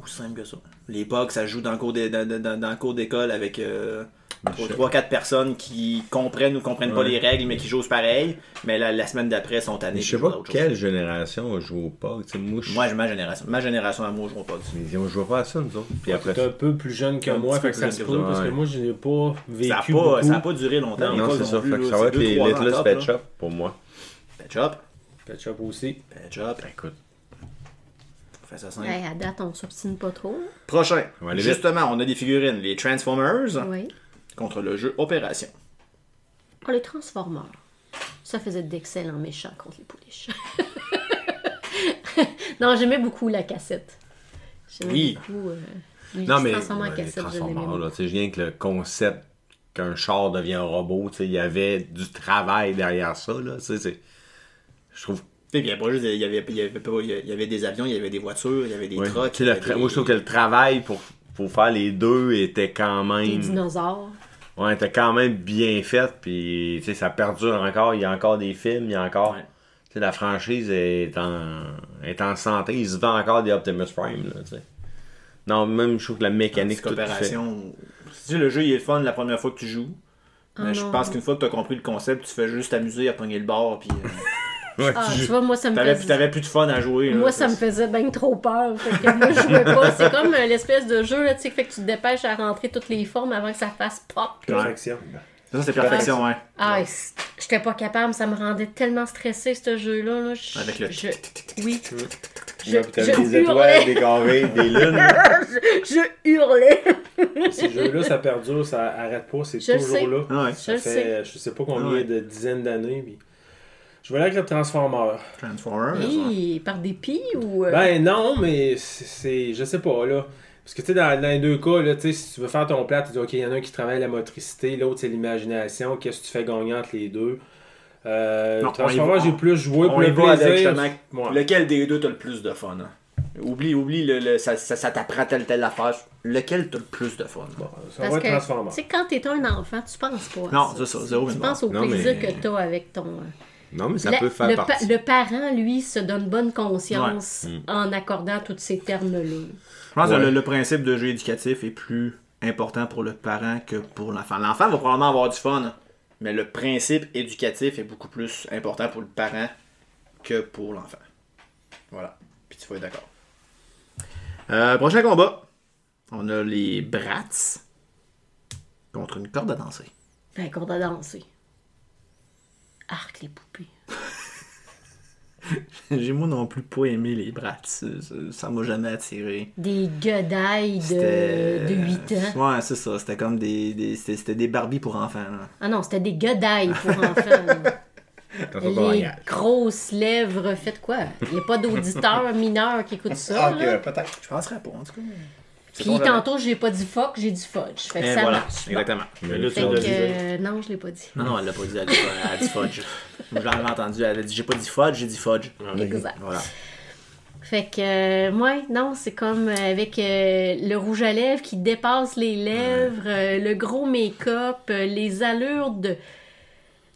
A: Aussi simple que ça. Les Pogs, ça joue dans le cours d'é- dans, dans- dans le cours d'école avec euh,
B: Michel.
A: 3-4 personnes qui comprennent ou comprennent pas
B: Ouais.
A: les règles, mais qui jouent pareil. Mais la, la semaine d'après, sont tannés.
B: Mais je sais
A: puis jouent
B: pas
A: à autre chose.
B: quelle génération a joué au POG. Tu sais, moi, je.
A: Moi, j'ai ma génération. Ma génération à moi, je joue aux Pogs.
B: Mais on jouait pas à ça, nous autres. Puis
E: T'es
B: après
E: un peu plus jeune que
A: Un
E: moi,
A: petit
E: fait
A: peu
E: que ça
A: plus
E: se
A: jeune que
E: peut,
B: ça,
E: parce que
B: ouais.
E: moi, je n'ai pas vécu
A: Ça a, pas,
E: beaucoup.
A: ça a pas duré longtemps.
B: Non, c'est ça. Fait que ça va être les Littlest Pet Shop pour moi.
A: Pet Shop.
E: Pet Shop aussi.
A: Pet Shop.
B: Écoute.
A: Fais ça simple.
D: hey, à date, on s'obstine pas trop.
A: Prochain.
B: On va aller vite.
A: Justement, on a des figurines. Les Transformers
D: Oui.
A: contre le jeu Opération.
D: Oh, les Transformers. Ça faisait d'excellents méchants contre les pouliches. <laughs> non, j'aimais beaucoup la cassette. J'aimais
A: Oui.
D: beaucoup. euh, lui qui
B: Non,
D: se
B: mais.
D: transformait en
B: ouais, les
D: cassette, je l'aimais
B: Transformers,
D: beaucoup.
B: là. Tu sais, je viens que le concept qu'un char devient un robot, tu sais, il y avait du travail derrière ça, là. Tu sais, c'est. Je trouve
A: Et puis, il y a pas juste des- il y avait, il y avait pas- il y avait des avions, il y avait des voitures, il y avait des
B: Ouais.
A: trucks.
B: Tu sais,
A: il
B: le
A: y avait
B: tra-
A: des-
B: Moi, je trouve que le travail pour, pour faire les deux était quand
D: Les
B: même.
D: dinosaures.
B: Ouais, était quand même bien fait. Puis, tu sais, ça perdure encore. Il y a encore des films, il y a encore.
A: Ouais.
B: Tu sais, la franchise est en, est en santé. Ils se vendent encore des Optimus Prime, là, tu sais. Non, même, je trouve que la mécanique.
A: Tandis
B: Tout fait.
A: coopération. Tu sais, le jeu, il est le fun la première fois que tu joues. Mais
D: Ah
A: je
D: non.
A: pense qu'une fois que tu as compris le concept, tu fais juste t'amuser à pogner le bord. Puis euh,
D: <laughs>
B: Ouais,
D: Ah,
B: tu
D: tu
B: joues.
D: vois, moi, ça me
A: t'avais,
D: faisait-
A: t'avais plus de fun à jouer. là.
D: Moi, ça me faisait bien trop peur. Fait que moi, je jouais pas. C'est comme euh, l'espèce de jeu, là, tu sais, fait que tu te dépêches à rentrer toutes les formes avant que ça fasse pop.
A: Ouais.
E: Perfection.
A: Ça, c'est perfection, hein.
D: Ah, c- j'étais pas capable, ça me rendait tellement stressée, ce jeu-là. là. Je-
A: Avec le
D: je- Oui. Je,
B: Ouais, puis t'avais
D: je
B: des étoiles,
D: hurlais.
B: des carrés, des lunes.
D: je hurlais.
E: Ces jeux-là, ça perdure, ça arrête pas, c'est
D: Je le
E: toujours
D: sais.
E: là.
A: Ah ouais.
E: Ça
D: Je le
E: fait,
D: sais.
E: je sais pas combien
A: Ouais.
E: de dizaines d'années. puis Je vais aller avec le Transformer.
A: Transformers. ouais.
D: Hi, par dépit ou. euh,
E: Ben non, mais c'est- c'est. Je sais pas, là. Parce que, tu sais, dans, dans les deux cas, là, tu sais, si tu veux faire ton plat, tu dis, OK, il y en a un qui travaille la motricité, l'autre, c'est l'imagination. Qu'est-ce que tu fais gagnant entre les deux? Euh,
A: Non, on y
E: Transformers,
A: va-
E: j'ai plus joué pour
A: On y
E: le
A: va
E: plaisir.
A: avec justement
E: Ouais.
A: lequel des deux t'as le plus de fun. hein. Oublie, oublie, le, le- ça, ça, ça t'apprend telle telle affaire. Lequel t'as le plus de fun.
E: Bon, ça
D: parce
E: va être
D: que,
E: Transformers.
D: tu sais, quand t'es un enfant, tu penses pas. à
A: Non, c'est ça, zéro
D: Tu
A: une
D: penses au
B: Non,
D: plaisir
B: mais-
D: que t'as avec ton. euh,
B: Non, mais ça
D: La-
B: peut faire
D: le, pa-
B: partie.
D: le parent, lui, se donne bonne conscience en accordant tous ces termes-là.
A: Je pense que
B: Ouais.
A: le, le principe de jeu éducatif est plus important pour le parent que pour l'enfant. L'enfant va probablement avoir du fun, mais le principe éducatif est beaucoup plus important pour le parent que pour l'enfant. Voilà. Puis tu vas être d'accord. Euh, prochain combat. On a les brats contre une corde à danser.
D: Fait Ben, qu'on a dansé. Arc les poupées.
A: <laughs> J'ai moi non plus pas aimé les brats. Ça- ça- Ça m'a jamais attiré.
D: Des guedailles de, de 8 ans.
A: Ouais, c'est ça. C'était comme des, des- c'était c'était des Barbie pour enfants. là.
D: Ah non, c'était des guedailles pour enfants. là.
B: Attention, ton
D: les
B: langage.
D: grosses lèvres, faites quoi? Il n'y a pas d'auditeurs mineurs qui écoutent ça.
B: Ah, ok,
D: là.
B: peut-être.
A: Je penserais pas, en tout cas. C'est
D: Puis
A: pas
D: tantôt, j'ai pas dit fuck, j'ai dit fudge. Fait que
A: Et
D: ça
A: voilà,
D: marche. Bon.
A: exactement.
B: Mais
E: là,
B: là,
E: tu
D: Fait
E: l'as
D: que,
E: dit.
D: euh, non, je l'ai pas dit.
A: Non, non, elle l'a pas dit, elle a dit, elle a dit fudge. Moi, Je l'avais entendu, elle a dit j'ai pas dit fudge, j'ai dit fudge.
D: Exact.
A: Voilà.
D: Fait que, euh, ouais, non, c'est comme euh, avec euh, le rouge à lèvres qui dépasse les lèvres, euh, le gros make-up, euh, les allures de,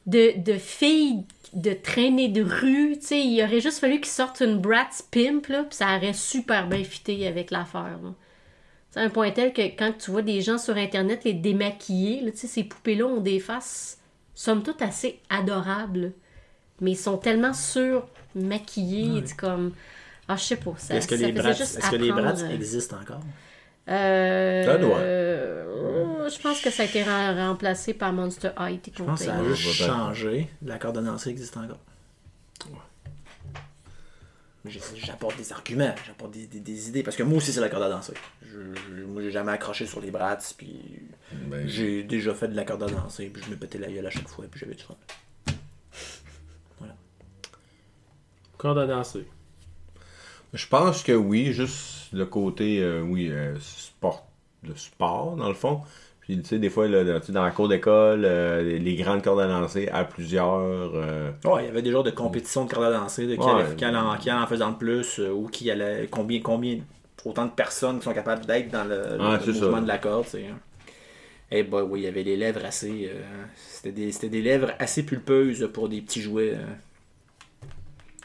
D: de, de filles de traînée de rue. Tu sais, il aurait juste fallu qu'ils sortent une Bratz Pimp, là, puis ça aurait super bien fité avec l'affaire. là. C'est un point tel que quand tu vois des gens sur Internet les démaquiller, là, tu sais, ces poupées-là ont des faces, somme toute, assez adorables. Mais ils sont tellement surmaquillés, c'est comme... Ah, je sais pas, ça,
A: Est-ce que,
D: ça
A: les
D: faisait
A: brats,
D: juste
A: est-ce que les
D: apprendre.
A: brats existent encore
D: Euh,
B: Ça doit.
D: euh, je pense que ça a été re- remplacé par Monster High, t'es
A: Je pense que ça a
B: Ouais,
A: juste
B: peut-être.
A: changé. La corde à danser existe encore. Mais j'ai- J'apporte des arguments, j'apporte des, des- des idées, parce que moi aussi c'est la corde à danser. Je, je- moi j'ai jamais accroché sur les brats, puis
B: Ben,
A: J'ai déjà fait de la corde à danser, puis je me pétais la gueule à chaque fois, puis j'avais du fun. Voilà.
E: Corde à danser.
B: Je pense que oui, juste le côté, euh, oui, euh, sport, le sport, dans le fond. Puis, tu sais, des fois, là, là, tu sais, dans la cour d'école, euh, les- les grandes cordes à lancer à plusieurs. euh,
A: Ouais, il y avait des genres de compétitions de corde à danser, de qui,
B: Ouais.
A: allait, qui allait en, qui allait en faisant le plus, euh, ou qui allait, combien, combien, autant de personnes qui sont capables d'être dans le,
B: Ouais,
A: le
B: c'est
A: mouvement
B: ça.
A: de la corde, c'est. Eh ben oui, il y avait les lèvres assez, euh, c'était des, c'était des lèvres assez pulpeuses pour des petits jouets. euh.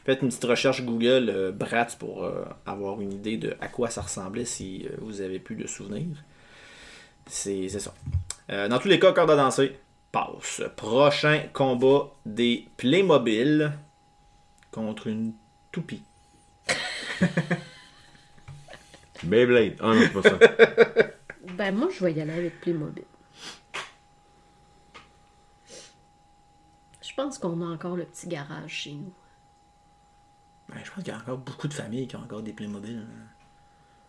A: Faites une petite recherche Google euh, Bratz pour euh, avoir une idée de à quoi ça ressemblait si euh, vous avez plus de souvenirs. C'est c'est ça. Euh, dans tous les cas, corde à danser, passe. Prochain combat des Playmobil contre une toupie.
B: Beyblade. Ah non, c'est <laughs> pas ça.
D: Ben, moi, je vais y aller avec Playmobil. Je pense qu'on a encore le petit garage chez nous.
A: Ben, je pense qu'il y a encore beaucoup de familles qui ont encore des Playmobil. hein.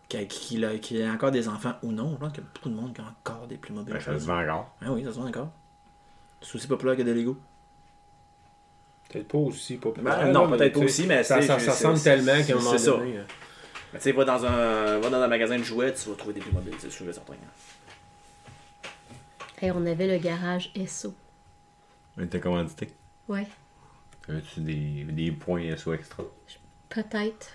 A: Qui, qui, là, qui aient encore des enfants ou non. Je pense qu'il y a beaucoup de monde qui a encore des Playmobil.
B: Ben, ça se vend encore.
A: Ah oui, ça se vend encore. C'est aussi populaire que des Lego.
E: Peut-être pas aussi populaire.
A: Ben, non,
E: là,
A: peut-être pas
E: tu sais,
A: aussi, mais
E: ça,
A: c'est-
E: ça,
A: c'est-
E: ça ressemble
A: c'est-
E: tellement qu'à un
A: c'est
E: moment
A: ça.
E: donné. euh,
A: Ben, Tu sais, va dans, un, va dans un magasin de jouets, tu vas trouver des Playmobil, c'est sûr et certain. hein.
D: Et on avait le garage SO.
B: Mais t'es commandité.
D: Ouais,
B: Avais-tu des, des points SO extra?
D: peut-être.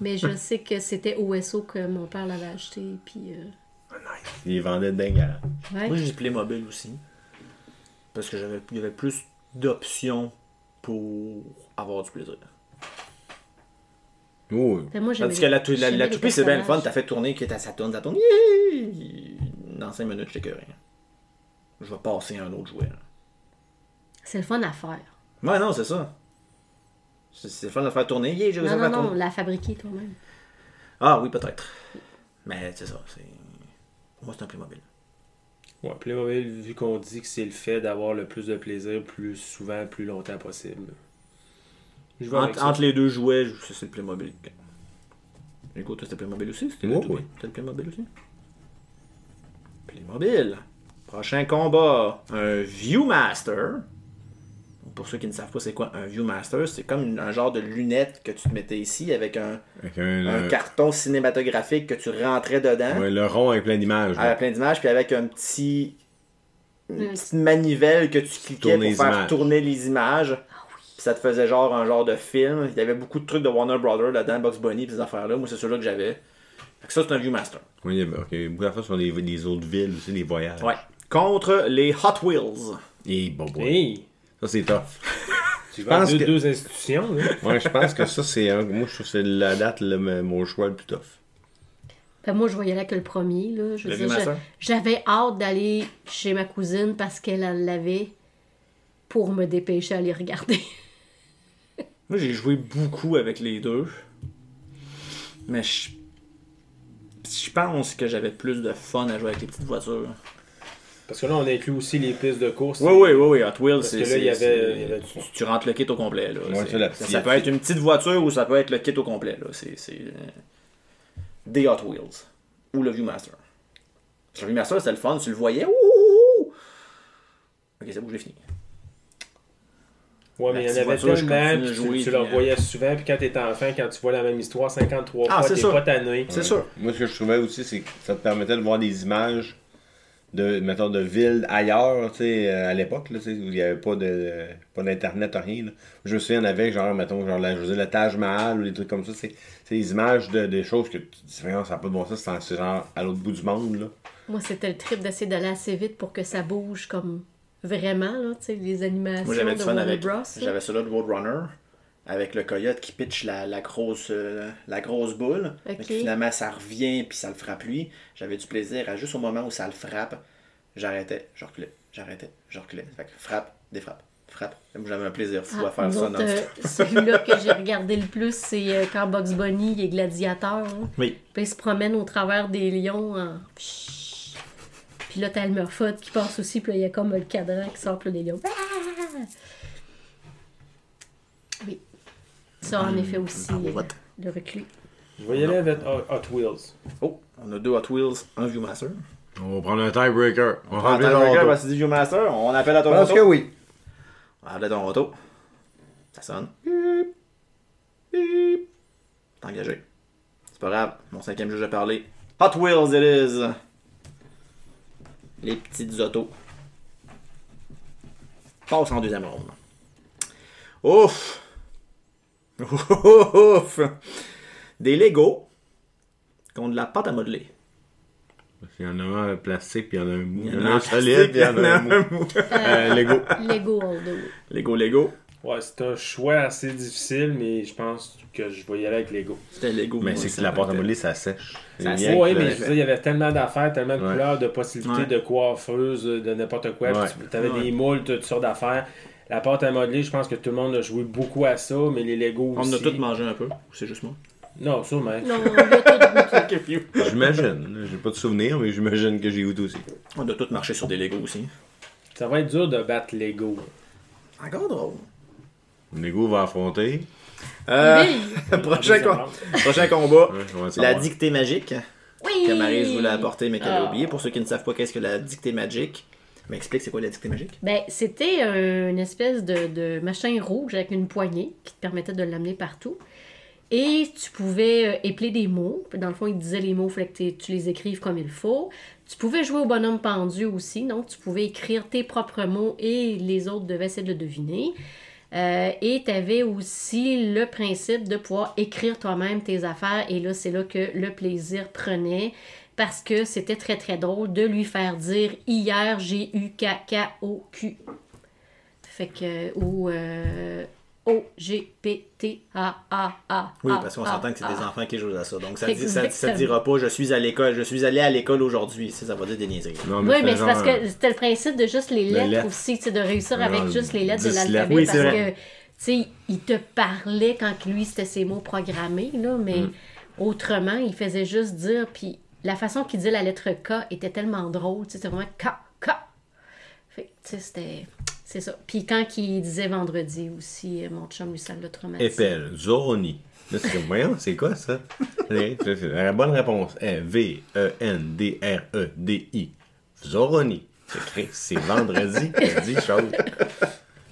D: Mais je sais que c'était au SO que mon père l'avait acheté. Puis, euh,
B: Ils vendaient dingue à
D: ouais.
A: Moi, j'ai des Playmobil aussi. Parce que j'avais il y avait plus d'options pour avoir du plaisir.
B: Oh,
D: Ben, moi, j'aimais
A: Tandis que la,
D: les-
A: tou- la,
D: j'aimais
A: la
D: les
A: toupie, c'est bien le fun,
D: personnages.
A: t'as fait tourner, que t'as- ça tourne, ça tourne. Hihi! Dans 5 minutes, j'étais curé. Je vais passer à un autre jouet. là.
D: C'est le fun à faire.
A: Ouais, non, c'est ça. C'est c'est le fun de le faire tourner. Yay, j'ai réussi
D: Non,
A: à
D: non,
A: faire
D: non,
A: tourner.
D: la fabriquer toi-même.
A: Ah oui, peut-être. Mais c'est ça, c'est. Pour moi, c'est un Playmobil.
E: Ouais, Playmobil, vu qu'on dit que c'est le fait d'avoir le plus de plaisir plus souvent, plus longtemps possible. Je vais avec
A: Entre,
E: ça.
A: entre les deux jouets, je- c'est c'est le Playmobil. Hugo, toi, c'était Playmobil aussi? C'était
B: Oui,
A: le
B: oui.
A: C'était le Playmobil aussi? Playmobil. Prochain combat. Un Viewmaster. Pour ceux qui ne savent pas c'est quoi un Viewmaster, c'est comme une- un genre de lunette que tu te mettais ici avec un,
B: Avec un,
A: un
B: euh,
A: carton cinématographique que tu rentrais dedans
B: ouais, le rond avec plein d'images.
A: à
B: là.
A: plein d'images, puis avec un petit une
D: Mm.
A: petite manivelle que tu cliquais
B: Tourner
A: pour faire
B: les images.
A: tourner les images. Puis ça te faisait genre un genre de film. Il y avait beaucoup de trucs de Warner Brothers là-dedans, Box Bunny, puis ces affaires-là. Moi, c'est ceux-là que j'avais. Fait que ça, c'est un Viewmaster.
B: Oui, il y a- ok, il y a beaucoup d'affaires sur les, les autres villes aussi, les voyages.
A: Ouais. Contre les Hot Wheels.
B: Et bon, bon.
E: Hey!
B: Ça, c'est tough.
E: Tu
B: pense
E: vas deux,
B: que-
E: deux institutions, là.
B: Ouais, je pense que ça, c'est un. Moi, je trouve que c'est la date, le- mon choix le plus tough.
D: Ben, moi, je voyais là que le premier. Là. Je
A: Le
D: veux dire,
A: Viewmaster?
D: je- j'avais hâte d'aller chez ma cousine parce qu'elle en l'avait pour me dépêcher à les regarder.
A: Moi, j'ai joué beaucoup avec les deux. Mais je. Je pense que j'avais plus de fun à jouer avec les petites voitures.
E: Parce que là, on inclut aussi les pistes de course.
A: Oui, oui, oui, oui, Hot Wheels,
E: Parce
A: c'est.
E: que là, il y
A: c'est-
E: avait-
A: c'est-
E: il y avait-
A: tu, tu rentres le kit au complet. Là.
B: Ouais,
A: C'est-
B: ça, la
A: ça,
B: petite-
A: ça peut être une petite voiture ou ça peut être le kit au complet. Là. C'est, c'est, euh, des Hot Wheels ou le Viewmaster. Sur le Viewmaster, c'était le fun, tu le voyais. Ouh, ouh, ouh. Ok, c'est bon, j'ai fini.
E: Ouais, mais il y en
A: La
E: avait
A: petite voiture, je
E: tellement,
A: continue de
E: puis
A: jouer,
E: tu, tu
A: puis,
E: leur
A: euh,
E: voyais souvent, puis quand t'es enfant, quand tu vois la même histoire 53
A: Ah,
E: fois,
A: c'est
E: t'es
A: ça.
E: pas tanné.
A: C'est sûr.
B: Moi, ce que je trouvais aussi, c'est que ça te permettait de voir des images de, mettons, de villes ailleurs, tu sais, euh, à l'époque, là, tu sais, où il n'y avait pas de pas d'internet, rien. là. Je me souviens, il y en avait, genre, mettons, genre, la, je veux dire, le Taj Mahal ou des trucs comme ça, c'est c'est des images de, des choses que tu te dis, Voyons, ça n'a pas de bon sens, c'est en- c'est genre à l'autre bout du monde, là.
D: Moi, c'était le trip d'essayer d'aller assez vite pour que ça bouge comme vraiment, là, tu sais, les animations
A: Moi, j'avais
D: de
A: du fun
D: Warner
A: avec.
D: Bros. là.
A: J'avais celui de Roadrunner avec le coyote qui pitch la, la grosse, euh, la grosse boule.
D: Ok.
A: Mais qui, finalement, ça revient puis ça le frappe lui. J'avais du plaisir à juste au moment où ça le frappe, j'arrêtais, je reculais, j'arrêtais, je reculais. Fait que frappe, défrappe, frappe. Moi, J'avais un plaisir fou à
D: Ah,
A: faire
D: nous
A: ça
D: autres,
A: non-stop.
D: euh, Celui-là que j'ai regardé le plus, c'est euh, quand Bugs Bunny il est gladiateur. hein.
A: Oui.
D: Puis il se promène au travers des lions en. Pshhh. Puis là, t'as le Murphy qui passe aussi, puis là, il y a comme le cadran qui sort, puis là, les lions. Ah! Oui. Ça, en effet, aussi,
A: bravo,
D: euh,
A: vote.
D: le reclus.
E: Je vais y aller avec Hot Hot Wheels.
A: Oh, on a deux Hot Wheels, un Viewmaster.
B: On va prendre un tiebreaker. On va
A: Attends, Roger, parce que c'est du Viewmaster, on appelle à Toronto.
B: Parce que oui.
A: On appelle à Toronto. Ça sonne. Bip. T'es engagé. C'est pas grave, mon cinquième jeu, j'ai parlé. Hot Wheels it is! Les petites autos. Passe en deuxième ronde. Ouf! <laughs> Ouf! Des Lego contre de la pâte à modeler.
B: Il y en a un plastique, puis il y en a un mou.
A: Il y en
B: Il y en
A: a
B: a un solide, puis il y en a un mou. Euh, Lego.
D: Lego all the way.
A: Lego, Lego.
E: Ouais, c'est un choix assez difficile, mais je pense que je vais y aller avec Lego.
A: C'était Lego.
B: Mais
A: moi,
B: c'est que
A: ça,
B: la porte à
A: peut-être.
B: modeler, ça sèche.
A: Ça
B: C'est
A: sèche.
B: bien que
E: Oui,
B: le-
E: mais je veux dire, il y avait tellement d'affaires, tellement de
B: Ouais.
E: couleurs, de possibilités,
A: Ouais.
E: de coiffeuses, de n'importe quoi.
B: Ouais.
E: Tu avais
A: Ouais.
E: des moules, toutes sortes d'affaires. La pâte à modeler, je pense que tout le monde a joué beaucoup à ça, mais les Lego
A: On
E: aussi.
A: a tous mangé un peu, ou c'est juste moi?
E: Non, sûrement.
D: Non, on l'a tout goûté.
B: J'imagine. là, J'ai pas de souvenir, mais j'imagine que j'ai goûté aussi.
A: On a tous marché sur des Lego aussi.
E: Ça va être dur de battre Lego.
A: Encore drôle.
B: Lego va affronter.
A: Euh, <laughs> prochain,
E: Deuxième
A: com-
E: round.
A: prochain combat.
B: Ouais, on va le
A: La
B: savoir.
A: dictée magique.
D: Oui!
A: Que Maryse voulait apporter, mais qu'elle a
D: Ah.
A: oublié. Pour ceux qui ne savent pas qu'est-ce que la dictée magique, mais explique c'est quoi la dictée magique.
D: Ben, c'était un- une espèce de, de machin rouge avec une poignée qui te permettait de l'amener partout. Et tu pouvais euh, épeler des mots. Dans le fond, il disait les mots, il fallait que t'es- tu les écrives comme il faut. Tu pouvais jouer au bonhomme pendu aussi, donc tu pouvais écrire tes propres mots et les autres devaient essayer de le deviner. Euh, et tu avais aussi le principe de pouvoir écrire toi-même tes affaires. Et là, c'est là que le plaisir prenait parce que c'était très très drôle de lui faire dire hier j'ai eu caca au cul. Fait que ou euh, O G P T A A A.
A: Oui,
D: A,
A: parce qu'on
D: A,
A: s'entend que c'est des
D: A.
A: enfants qui jouent à ça. Donc ça dit- ça- ça
D: ah, Exactement.
A: ne dira pas je suis à l'école, je suis allé à l'école aujourd'hui. Ça, ça va dire des niaiseries.
B: Non,
D: Oui, mais
B: c'était
D: c'est parce
B: genre-
D: que c'était le principe de juste les lettres,
B: lettres.
D: aussi, tu sais, de réussir
B: Ouais,
D: avec
B: ouais,
D: juste les lettres de
B: dix
D: l'alphabet
B: lettres. Oui,
D: parce
B: c'est
D: que, tu sais, il te parlait quand que lui, c'était ses mots programmés, là, mais autrement, il faisait juste dire, puis la façon qu'il disait la lettre K était tellement drôle, tu sais, c'était vraiment K, K. Fait que, tu sais, c'était... C'est ça. Puis quand il disait vendredi aussi, euh, mon chum, lui, ça l'a traumatisé.
B: Épelle, Zoroni. Là, c'est comme, voyons, c'est quoi ça? <laughs> Allez, c'est- c'est La bonne réponse est E V-E-N-D-R-E-D-I. Zoroni. C'est écrit, C'est vendredi, t'as dit
A: <laughs>
B: chose.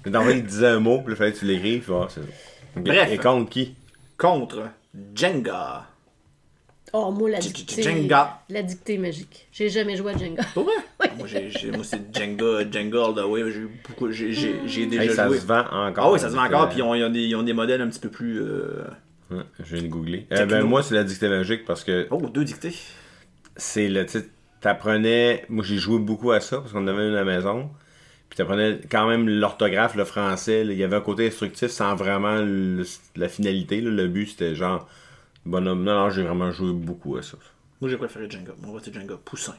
B: Mais dans le fond, il disait un mot, puis il fallait que tu l'écrives, puis voilà, c'est ça.
A: Bref.
B: Et contre qui?
A: Contre Jenga.
D: Oh, moi, la
A: J- J-
D: dictée...
A: Jenga.
D: La dictée magique. J'ai jamais joué à Jenga.
A: Pour vrai? Moi, j'ai- j'ai- moi, c'est Jenga, Jenga all the way. J'ai eu beaucoup- j'ai- J'ai j'ai déjà
B: Hey, ça
A: joué.
B: se vend encore.
A: Ah oui, ça se vend encore,
B: Euh,
A: puis ils ont, ils ont des, ils ont des modèles un petit peu plus. euh,
B: ouais, Je viens de googler. Euh,
A: Techno.
B: ben, moi, c'est la dictée magique parce que
A: Oh, deux dictées.
B: c'est le tu sais, t'apprenais moi j'ai joué beaucoup à ça parce qu'on en avait une à la maison puis t'apprenais quand même l'orthographe le français là. il y avait un côté instructif sans vraiment le- la finalité là. le but c'était genre bonhomme non non j'ai vraiment joué beaucoup à ça
A: Moi, j'ai préféré Jenga. On va dire Jenga Poussin.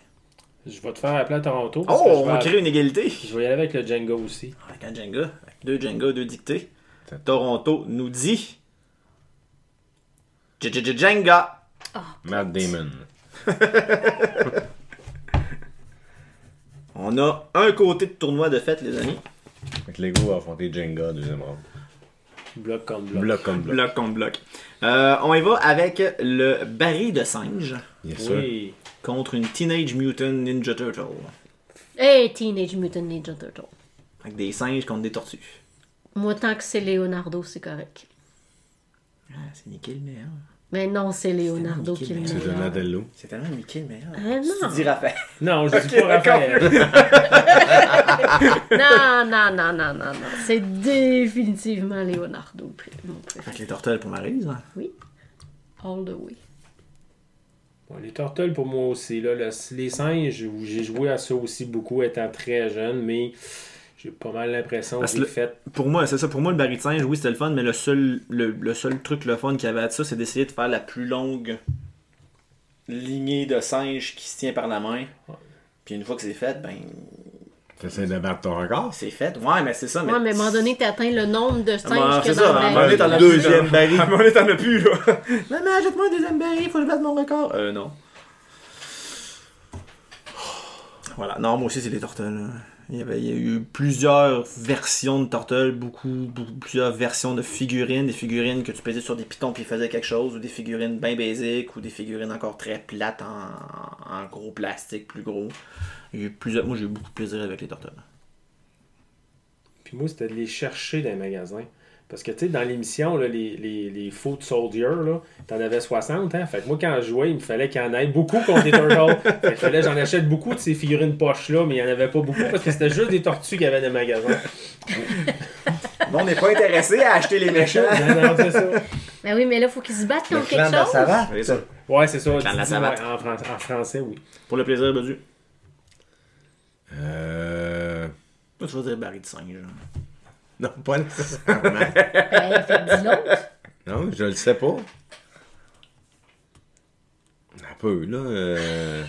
E: Je vais te faire appeler à Toronto. parce
A: Oh,
E: que je
A: on
E: vais
A: va
E: appeler-
A: créer une égalité.
E: Je vais y aller avec le Jenga aussi.
A: Avec un Jenga, avec deux Jenga, deux dictées. Toronto nous dit. J- J- J- Jenga!
B: Matt Damon
A: On a un côté de tournoi de fête, les amis.
B: avec Lego a affronté Jenga deuxième round
E: Bloc comme bloc.
B: bloc comme bloc
A: Mmh. Bloc contre bloc. Euh, on y va avec le baril de singe
B: bien sûr
E: Oui.
A: contre une Teenage Mutant Ninja Turtle.
D: <laughs> Hey, Teenage Mutant Ninja Turtle.
A: Avec des singes contre des tortues.
D: Moi, tant que c'est Leonardo, c'est correct.
A: Ah, c'est nickel, mais. hein.
D: Mais non, c'est Leonardo qui le
A: C'est
B: c'est
D: meilleur.
B: Donatello
A: C'est tellement Mickey le meilleur.
D: Ah, non.
A: Tu dis Raphaël.
E: Non, je dis pas <laughs> Raphaël.
D: <laughs> Non, non, non, non, non, non. C'est définitivement Leonardo, pr- mon préféré.
A: Avec les tortelles pour Maryse. hein.
D: Oui. All the way.
E: Bon, les Turtles, pour moi aussi. Là, le- les singes, où j'ai joué à ça aussi beaucoup étant très jeune, mais j'ai pas mal l'impression que
A: Parce
E: j'ai
A: le-
E: fait.
A: Pour moi, c'est ça. Pour moi, le baril de singe, oui, c'était le fun, mais le seul, le, le seul truc, le fun qu'il y avait à ça, c'est d'essayer de faire la plus longue lignée de singe qui se tient par la main. Puis une fois que c'est fait, ben, ah,
B: t'essaies de battre ton record
A: c'est fait. Ouais, mais c'est ça. Mais...
D: Ouais, mais à un moment donné, t'atteins le nombre de
A: Ah, bah,
D: singes
A: c'est
D: que
A: ça,
D: dans
A: à un
D: la
A: moment donné, t'en as plus,
B: Deuxième
A: là. <laughs>
B: baril.
A: À un moment donné, t'en as plus, là. Maman, achète-moi un deuxième baril, faut que je batte mon record. Euh, non. Voilà. Non, moi aussi, c'est les tortelles. hein. Il y, avait, il y a eu plusieurs versions de tortelles, beaucoup, beaucoup- plusieurs versions de figurines, des figurines que tu pesais sur des pitons puis ils faisaient quelque chose, ou des figurines bien basiques, ou des figurines encore très plates en, en gros plastique plus gros. Il y a eu plusieurs... Moi, j'ai eu beaucoup de plaisir avec les tortelles.
E: Puis moi, c'était de les chercher dans les magasins. Parce que, tu sais, dans l'émission, là, les, les, les Foot Soldiers, là, t'en avais 60, hein? Fait que moi, quand je jouais, il me fallait qu'il y en ait beaucoup contre
A: <laughs>
E: les Turtles. fait que fallait que j'en achète beaucoup de ces figurines poches-là, mais il n'y en avait pas beaucoup parce que c'était juste des tortues qu'il y avait dans le magasin.
A: <laughs>
F: Bon, on n'est pas intéressé à acheter les
A: <laughs>
F: méchants.
E: Non, non, c'est ça.
D: Ben oui, mais là, faut qu'ils se battent
B: Le
D: contre
B: clan
D: quelque
B: de la
D: chose.
B: savate.
A: C'est ça.
E: Ouais, c'est ça.
A: clan de la
E: Dis- dis-
A: savate.
E: ouais, en, fran- en français, oui.
A: Pour le plaisir, Badu.
B: Euh...
A: Moi, je vais dire Barry de singe. hein.
B: Non, pas nécessairement.
A: <laughs>
D: Ben, fait que dis l'autre.
B: non, je le sais pas. Un peu, là. Euh...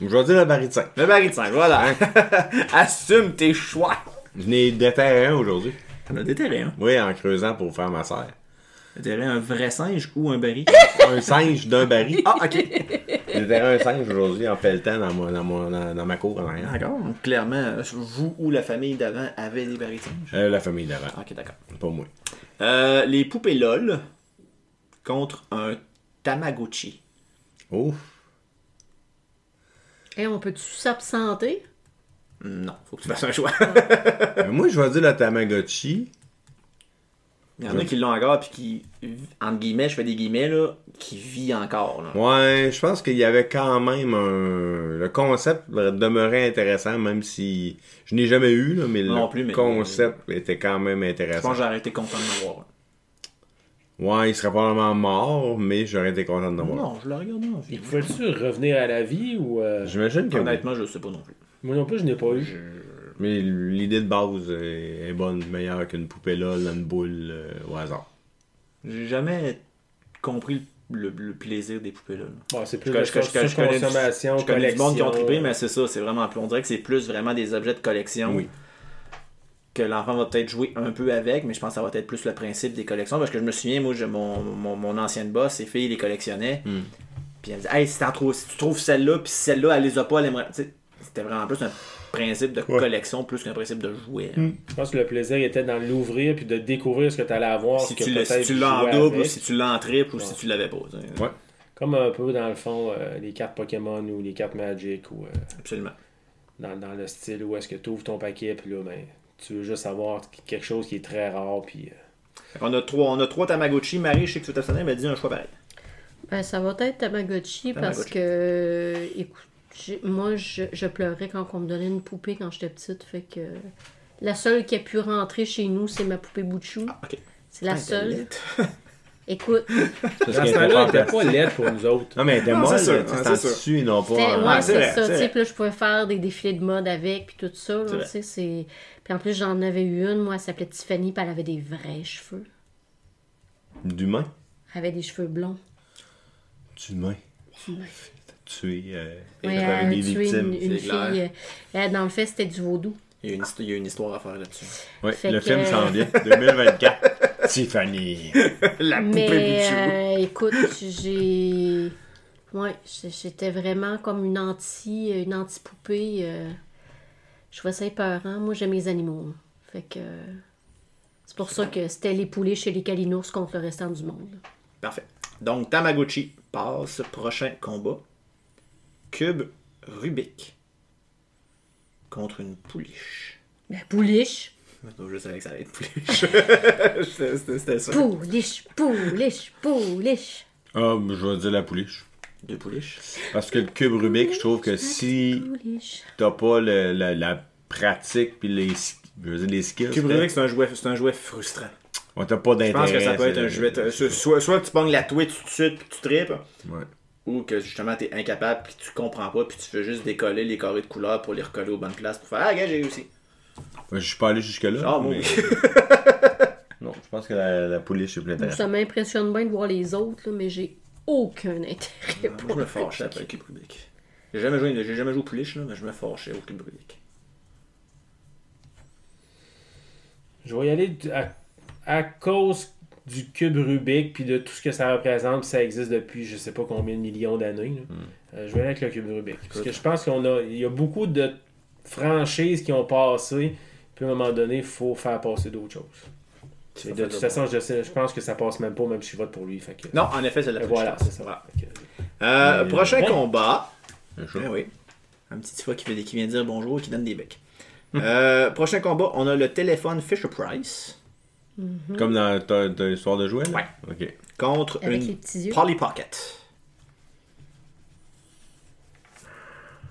B: Je vais dire le baritin.
A: Le Barry de singe, voilà. <laughs> Assume tes choix.
B: Je n'ai déterré un aujourd'hui.
A: T'en as déterré, hein?
B: Oui, en creusant pour faire ma serre.
A: Déterré un vrai singe ou un Barry?
B: Un singe d'un baril.
A: ah, ok.
B: <laughs> J'ai déterré un singe aujourd'hui en pelletant dans, mon, dans, mon, dans, dans ma cour en arrière.
A: D'accord. Donc, clairement, euh, vous ou la famille d'avant avez des Barry de singe.
B: Euh, la famille d'avant,
A: Ok, d'accord.
B: pas moi.
A: Euh, les poupées LOL contre un Tamagotchi.
B: Ouf.
D: Et Eh, on peut-tu s'absenter?
A: Non, faut que tu fasses un <laughs> choix.
B: Euh, moi, je vais dire le Tamagotchi.
A: Il y en a qui l'ont encore, puis qui, entre guillemets, je fais des guillemets, là, qui vit encore. Là.
B: Ouais, je pense qu'il y avait quand même un... Le concept demeurait intéressant, même si... Je n'ai jamais eu, là, mais
A: Non
B: le
A: plus, mais-
B: concept était quand même
A: Je pense
B: intéressant.
A: que j'aurais été content de le voir.
B: Ouais, il serait probablement mort, mais j'aurais été content de le voir.
A: Non, je le regarde en vie.
E: Et pouvais-tu revenir à la vie ou. euh,
B: J'imagine que... oui.
A: Honnêtement, je sais pas non plus.
E: Moi non plus, je n'ai pas eu.
B: Mais l'idée de base est est bonne, meilleure qu'une poupée là, dans une boule euh, au hasard.
A: J'ai jamais compris le, le plaisir des poupées là.
E: Bon, c'est plus
A: Je,
E: la
A: connais- je, connais- je connais du-
E: consommation,
A: je connais du monde qui ont
E: collection,
A: trippé, mais c'est ça, c'est vraiment plus. On dirait que c'est plus vraiment des objets de collection.
B: Oui.
A: Que l'enfant va peut-être jouer un peu avec, mais je pense que ça va être plus le principe des collections. Parce que je me souviens, moi, j'ai mon, mon, mon ancienne boss, ses filles les collectionnaient.
B: Hmm.
A: Puis elle me dit Hey, si, t'en trouves- si tu trouves celle-là, puis celle-là, elle les a pas, elle aimerait. Tu sais, C'était vraiment plus un principe de
B: Ouais.
A: collection plus qu'un principe de jouet.
E: Je pense que le plaisir était dans l'ouvrir puis de découvrir ce que tu allais avoir.
A: Si
E: ce que
A: tu, le- si
E: peut-être
A: tu l'as en
E: jouer
A: double, ou
E: avec.
A: si tu l'as en triple, ou si tu l'avais pas. tu sais.
B: Ouais.
E: Comme un peu dans le fond, euh, les cartes Pokémon ou les cartes Magic ou euh,
A: Absolument.
E: dans, dans le style où est-ce que tu ouvres ton paquet puis là, ben, tu veux juste avoir quelque chose qui est très rare puis. euh,
A: On a trois, on a trois Tamagotchi. Marie, je sais que tu veux t'abstenir, mais dis un choix pareil.
D: Ben, ça va être Tamagotchi, parce
A: Tamagotchi.
D: que, euh, écoute, j'ai- moi, je, je pleurais quand on me donnait une poupée quand j'étais petite. Fait que euh, la seule qui a pu rentrer chez nous, c'est ma poupée Bouchou.
A: ok.
D: C'est
A: Ah,
D: la seule.
A: Internet.
D: Écoute,
B: C'est ce
E: Dans
B: qui est
E: ce temps-là,
B: fort
E: il était
B: plastique.
E: pas laid pour nous autres.
B: Non, mais elle était
A: Non,
B: molle,
A: c'est sûr,
B: là, tu sais,
A: hein,
B: c'est en
A: c'est sûr. Ah,
B: tissu, non pas
D: C'était-
B: en...
A: c'est
D: ouais, c'est
A: vrai,
D: ça.
A: c'est
D: tu sais,
A: vrai.
D: Puis là, je pouvais faire des défilés de mode avec, puis tout ça. là,
A: C'est vrai.
D: tu sais, c'est- Puis en plus, j'en avais eu une, moi, elle s'appelait Tiffany, puis elle avait des vrais cheveux.
B: D'humain.
D: Elle avait des cheveux blonds.
B: D'humain. Tuer. Euh,
D: Ouais,
B: faire
D: elle
B: des
D: a tué une,
B: victimes.
D: une
A: c'est clair.
D: fille. euh, euh, dans le fait, c'était du vaudou.
A: Il y, a une, histo- il y a une histoire à faire là-dessus.
B: Ouais,
D: Fait
B: le
D: que-
B: film s'en
D: <laughs>
B: vient. 2024. Tiffany.
A: La
D: Mais euh, écoute, j'ai. Ouais, j- j'étais vraiment comme une anti, une anti-poupée. euh, Je trouvais ça épeurant. Moi, j'aime les animaux. hein. Fait que. euh, C'est pour ça que c'était les poulets chez les Calinours contre le restant du monde.
A: Parfait. Donc, Tamagotchi passe. Prochain combat. Cube Rubik contre une pouliche.
D: Ben, pouliche!
A: Donc, je savais que ça allait être pouliche. <laughs> C'était- C'était c'était ça.
D: Pouliche! Pouliche! Pouliche!
B: Ah, je vais dire la pouliche.
A: Deux pouliches.
B: Parce que le cube Rubik, je trouve que si
D: Pouliche!
B: t'as pas le- la, la pratique puis les, sk- je veux dire, les skills,
A: Cube
B: t'as-
A: Rubik, c'est un jouet, c'est un jouet frustrant.
B: ouais, t'as pas
A: Je
B: d'intérêt. euh,
A: pense que ça peut être un
B: c'est-
A: jouet. euh, Soit, soit tu pognes la Twitch tout de suite puis tu tripes,
B: Ouais.
A: ou que justement t'es incapable puis tu comprends pas puis tu fais juste décoller les carrés de couleur pour les recoller aux bonnes places pour faire Ah, gars, j'ai réussi.
B: Ouais, Ben, Je suis pas allé jusque-là.
A: Ah, moi,
B: mais- non, je pense que la, la pouliche est plus intéressante.
D: Ça m'impressionne bien de voir les autres, là, mais j'ai aucun intérêt
A: Ah, Moi,
D: pour
A: je me fâchais après le cube Rubik. J'ai jamais joué, j'ai jamais joué au pouliche, là, mais je me fâchais au cube Rubik.
E: Je vais y aller du- à, à cause du cube Rubik puis de tout ce que ça représente, puis ça existe depuis je sais pas combien de millions d'années. là. Euh, je vais aller avec le cube Rubik. Parce que je pense qu'on a, il y a beaucoup de franchises qui ont passé, puis à un moment donné, il faut faire passer d'autres choses. Et de toute façon, je, sais- je pense que ça passe même pas, même si je vote pour lui. Fait que,
A: Non, en effet, c'est de la
E: Et
A: pouliche.
E: voilà,
A: je
E: c'est
A: pense.
E: ça.
A: Voilà.
E: Fait que-
A: Euh,
B: Mais-
A: prochain
E: Ouais.
A: combat.
B: Un chat.
A: Eh oui. Un petit fois qui, fait- qui vient dire bonjour et qui donne des becs. Euh, prochain combat, on a le téléphone Fisher Price
B: Comme dans ta, ta histoire de jouet, là?
A: Ouais.
B: Ok.
A: Contre
D: Avec les
A: une
D: petits yeux.
A: Polly Pocket.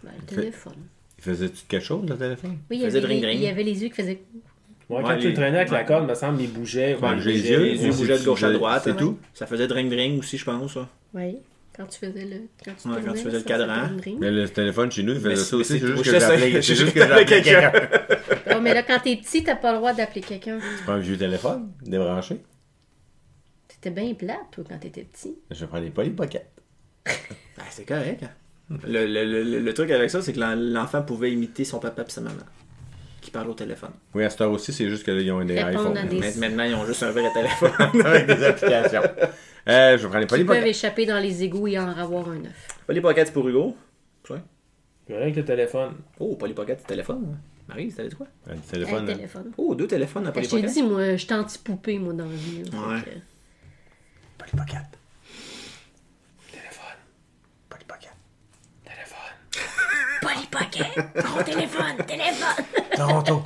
D: Ben, le téléphone.
B: Il Faisait-tu quelque chose, le téléphone?
D: Oui, il y,
A: Faisait
D: avait les,
A: dring, dring.
D: il y avait les yeux qui faisaient.
E: Ouais, quand
A: Ouais,
E: tu
A: les-
E: le traînais avec la
A: ouais.
E: corde, me semble, il bougeait.
A: Ouais,
E: Ouais,
B: j'ai
A: les
B: les
A: yeux,
B: yeux,
A: les yeux
B: on
A: bougeaient de
B: s'est-
A: gauche à
B: c'est
A: droite.
B: tout?
A: Ça faisait dring-dring aussi, je pense. ça.
D: Oui. Quand tu faisais le. Quand tu,
A: Ouais, quand
D: tournais,
A: tu faisais le
D: ça
A: cadran.
D: faisait dring, dring.
B: Mais le téléphone chez nous, il
A: Mais
B: faisait
A: c'est-
B: ça aussi.
A: mais
B: C'est
A: c'est-
B: juste
A: oui,
B: que
A: je sais,
B: j'appelais
A: je
B: c'est
A: sais
B: juste que <laughs>
A: que
B: j'appelais
A: j'appelais
B: quelqu'un.
D: Ouais, mais là, quand t'es petit, t'as pas le droit d'appeler quelqu'un.
B: Je prends un vieux téléphone, débranché.
D: T'étais bien plate, toi, quand t'étais petit.
B: Je vais prendre les polypockets.
A: Ah, c'est correct. hein. Le, le- le- le- le truc avec ça, c'est que l'en- l'enfant pouvait imiter son papa et sa maman qui parle au téléphone.
B: Oui, à cette heure aussi, c'est juste que là, ils ont des
D: Répondre
B: iPhones. <laughs>
D: à des-
A: Mais Maintenant, ils ont juste un vrai téléphone. <laughs>
B: Avec des applications. Euh, je vais prendre les
D: Ils peuvent
B: polypockets.
D: échapper dans les égouts et en avoir un œuf.
A: Polly Pocket, c'est pour Hugo. Ouais.
E: Rien avec le téléphone.
A: Oh, Polly Pocket, c'est téléphone. hein. Marie, t'avais dit quoi?
B: Un
D: Avec
B: téléphone. hein.
D: le
B: là.
D: téléphone.
A: Oh, deux téléphones à
D: Ben,
A: Polly
D: je t'ai
A: Pocket.
D: dit, moi, je suis anti-poupée, moi, dans la vie. là.
A: Ouais.
D: Fait que-
B: Polypocket.
E: Téléphone.
B: Polypocket.
E: Téléphone.
D: Polly Pocket! Ton téléphone! Téléphone!
B: Toronto.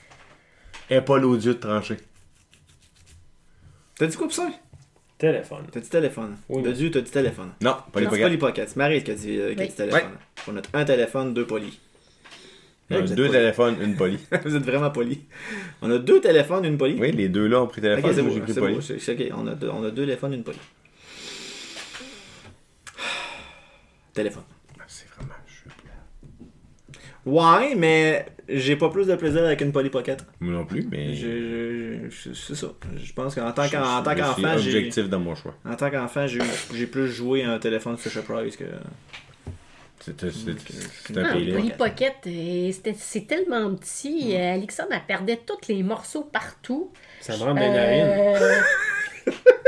B: <laughs> Et pas l'odieux de trancher.
A: T'as dit quoi pour ça?
E: Téléphone.
A: T'as dit téléphone.
E: Oui.
A: De Dieu, t'as dit téléphone.
B: Non,
A: Non, c'est pas les
B: polypocket.
A: pockets. C'est Marie qui a dit, euh, qui a
D: Oui.
A: dit téléphone. On a un téléphone, deux polis.
B: Non,
A: Vous êtes
B: Deux
A: poli.
B: téléphones, une poly.
A: <laughs> Vous êtes vraiment polis. On a deux téléphones, une polie.
B: Oui, les deux là ont pris
A: Ok,
B: téléphone,
A: c'est
B: moi
A: beau,
B: j'ai pris
A: c'est beau,
B: poly.
A: c'est- c'est ok. On a deux, on a deux téléphones, une polie. <sighs> téléphone.
B: C'est vraiment chou.
A: Ouais, mais j'ai pas plus de plaisir avec une poly pocket.
B: Moi non plus, mais.
A: Je- je- je- C'est ça. Je pense qu'en tant
B: je- je-
A: qu'en- en tant
B: je suis
A: qu'enfant, j'ai...
B: objectif dans mon choix.
A: En tant qu'enfant, j'ai j'ai plus joué à un téléphone Fisher Price que. <laughs>
B: C'est c'est- c'est- c'est
D: Ah,
B: un pays Mm.
D: Polly
B: libre.
D: Pocket, euh, c'était- c'est tellement petit. euh, Alexandre, elle perdait tous les morceaux partout.
E: Ça me rend des narines.
D: Euh,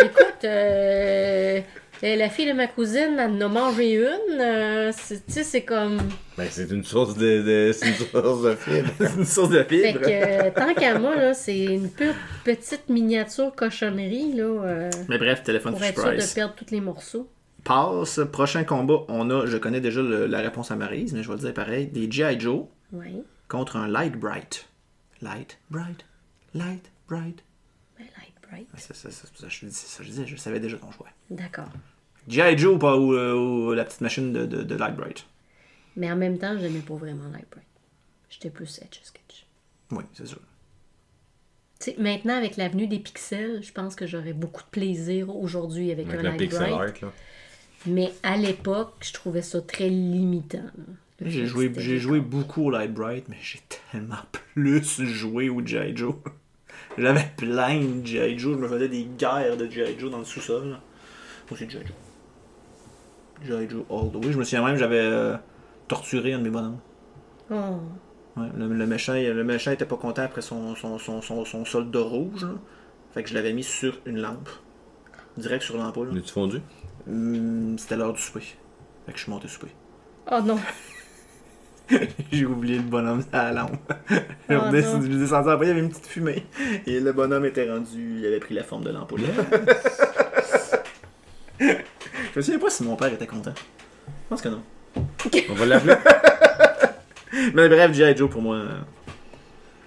D: Écoute, euh, euh, la fille de ma cousine, elle en a mangé une. euh, c'est- tu sais, c'est comme.
B: Ben, c'est une source de, de- c'est une source de fibre.
A: C'est une source de
D: Fait
A: fibre.
D: que, euh, tant qu'à moi, là, c'est une pure petite miniature cochonnerie, là, euh,
A: Mais bref, téléphone
D: pour
A: Fisher
D: être sûr
A: Price.
D: de perdre tous les morceaux.
A: Passe. Prochain combat, on a. Je connais déjà le- la réponse à Maryse, mais je vais le dire pareil. Des G.I. Joe
D: Oui.
A: contre un Light Bright. Light Bright. Light Bright.
D: Ben, Light Bright.
A: C'est ça, c'est ça, que je dis- c'est ça que je disais, je savais déjà ton choix.
D: D'accord.
A: G.I. Joe ou, pas, ou, euh, ou la petite machine de, de, de Light Bright.
D: Mais en même temps, j'aimais pas vraiment Light Bright. J'étais plus Edge Sketch.
A: Oui, c'est sûr.
D: Tu sais, maintenant, avec l'avenue des pixels, je pense que j'aurais beaucoup de plaisir aujourd'hui avec,
B: Avec
D: un
B: le
D: Light
B: pixel
D: Bright.
B: art, là.
D: Mais à l'époque, je trouvais ça très limitant. là. Le
A: J'ai
D: fait
A: joué,
D: que c'était-
A: j'ai joué beaucoup au Light Bright, mais j'ai <laughs> tellement plus joué au G.I. Joe. <laughs> J'avais plein de G.I. Joe, je me faisais des guerres de G.I. Joe dans le sous-sol. Moi, c'est G.I. Joe. G.I. Joe all the way. Je me souviens même, j'avais euh, torturé un de mes bonhommes.
D: Oh,
A: Ouais, le, le méchant, le méchant était pas content après son, son, son, son, son soldat rouge. là. Fait que je l'avais mis sur une lampe. Direct sur l'ampoule. là.
B: L'as-tu fondu?
A: Hum, C'était l'heure du souper. Fait que je suis monté souper.
D: Oh non!
A: J'ai oublié le bonhomme à la lampe.
D: <laughs> Oh
A: On est-
D: non.
A: je descendais après, il y avait une petite fumée. Et le bonhomme était rendu, il avait pris la forme de
D: <laughs>
A: l'ampoule. je me souviens pas si mon père était content. Je pense que non.
B: On va l'appeler?
A: Mais bref, G.I. Joe pour moi. euh,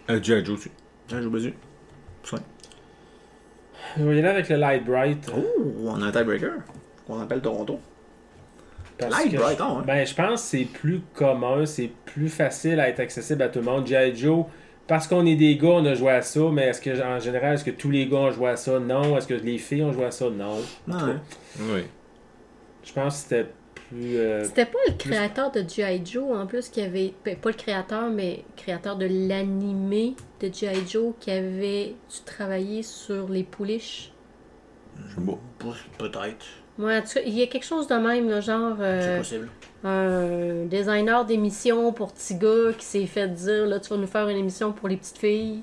B: euh, G.I. Joe, tu.
A: G.I. Joe Basu.
E: Je vais y aller avec le Light Bright. euh,
A: Oh, on a un tiebreaker. Qu'on appelle Toronto.
E: parce
A: Light
E: que-
A: Bright, hein, ouais.
E: Ben, je pense que c'est plus commun, c'est plus facile à être accessible à tout le monde. G.I. Joe, parce qu'on est des gars, on a joué à ça, mais est-ce que, en général, est-ce que tous les gars ont joué à ça? Non. Est-ce que les filles ont joué à ça? Non.
A: Non, hein.
B: Oui.
E: Je pense que c'était plus. euh,
D: C'était pas le créateur de G.I. Joe en plus qui avait. ben, Pas le créateur, mais le créateur de l'animé de G.I. Joe qui avait travaillé sur les pouliches.
B: Je suis beau.
A: Pe- Peut-être.
D: Moi, en tout cas, il y a quelque chose de même, là, genre. euh,
A: C'est possible.
D: un designer d'émission pour petits gars qui s'est fait dire là tu vas nous faire une émission pour les petites filles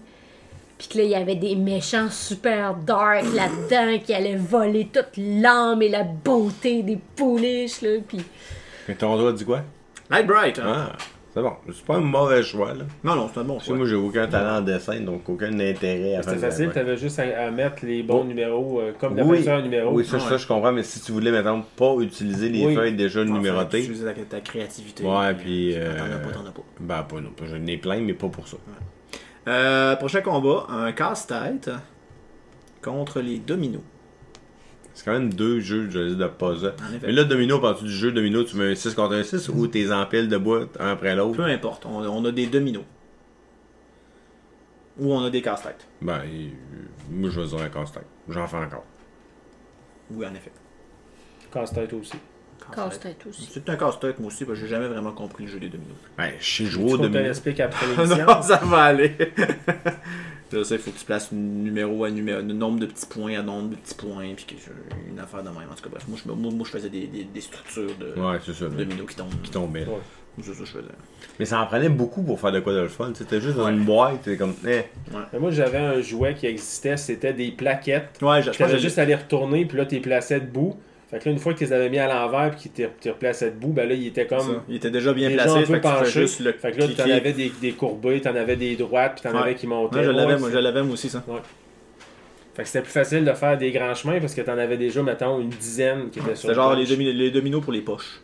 D: puis que là il y avait des méchants super dark là-dedans qui allaient voler toute l'âme et la beauté des pouliches là puis
B: Mais ton doigt dit quoi?
A: Light Bright. hein.
B: Ah, c'est bon. C'est pas un mauvais choix, là.
A: Non, non, c'est un bon
B: Tu sais,
A: choix.
B: moi, j'ai aucun talent en dessin, donc aucun intérêt à faire
E: C'était
B: de
E: facile,
B: dessin.
E: t'avais juste à, à mettre les
A: Oh.
E: bons numéros, euh, comme t'appelles
B: Oui,
E: ça un numéro. Ah
B: oui ça,
A: Ouais.
B: ça, je comprends, mais si tu voulais, mettons, pas utiliser les
E: Oui. Ah,
B: feuilles déjà
A: Enfin,
B: numérotées,
A: utiliser ta, ta créativité.
B: Ouais, puis,
A: T'en as
B: euh,
A: pas, t'en as pas.
B: ben, pas non, pas- j'en ai plein, mais pas pour ça.
A: Euh, prochain combat, un casse-tête contre les dominos.
B: C'est quand même deux jeux je veux dire, de puzzle.
A: En effet.
B: Mais là, domino, par-dessus du jeu domino, tu mets un 6 contre un 6 ou t'es en pile de boîtes un après l'autre.
A: Peu importe, on, on a des dominos. Ou on a des casse-têtes.
B: Ben, euh, moi, je vais dire un constat. J'en fais encore.
A: Oui, en effet.
E: Casse-tête aussi.
D: Casse-tête aussi.
A: C'est un casse-tête, moi aussi, parce que j'ai jamais vraiment compris le jeu des dominos.
B: Ben, je suis
E: Tu
B: joué au
E: qu'on te
B: domino.
A: <laughs>
E: l'explique après l'émission.
A: Oh, Ah non, ça va <laughs> aller. Là, ça, il faut que tu places numéro à numéro, nombre de petits points à nombre de petits points, puis que je- une affaire de même. En tout cas, bref, moi, je, me- moi, moi, je faisais des, des- des structures de
B: Ouais, c'est ça. là,
A: dominos qui tombent.
B: Qui tombait. là.
E: Ouais.
A: C'est ça que je faisais.
B: Mais ça en prenait beaucoup pour faire de quoi de le fun. C'était juste dans une boîte, t'es comme, eh,
E: Mais moi, j'avais un jouet qui existait, c'était des plaquettes.
A: Ouais, je, je
E: Tu
A: pense que
E: avais
A: j'ai
E: juste à les retourner, puis là, tu les plaçais debout. Fait que là, une fois que tu les avais mis à l'envers, puis qu'ils te replaçaient debout, ben là, il était
A: ça.
E: comme.
A: Il était déjà bien
E: les
A: placé,
E: gens
A: fait
E: un peu
A: que tu fais
E: penchés.
A: juste le
E: Fait que là, tu en
A: cliquer.
E: avais des, des courbés, tu en avais des droites, puis tu en
A: Ouais.
E: avais qui montaient.
A: Ouais, je l'avais,
E: Ouais,
A: moi,
E: c'est-
A: je l'avais, moi aussi, ça.
E: Fait que c'était plus facile de faire des grands chemins parce que t'en avais déjà, mettons, une dizaine qui étaient sur
A: C'était genre
E: le
A: les,
E: punch.
A: domi- les dominos pour les poches.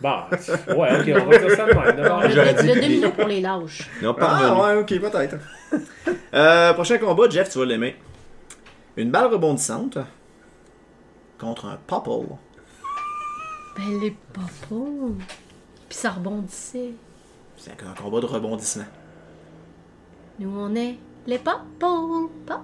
E: Bah, ouais, ok, on va dire ça de
A: <laughs>
E: même. D'abord,
B: J'aurais
D: Le,
B: dit
D: le
B: des-
D: domino pour les lâches.
B: non, pas revenu.
A: Ah, ouais, ok, peut-être. <laughs> Euh, prochain combat, Jeff, tu vas l'aimer. Une balle rebondissante contre un popple.
D: Ben, les papas. Puis ça rebondissait.
A: C'est un combat de rebondissement.
D: Nous, on est les papas. Pop, pop,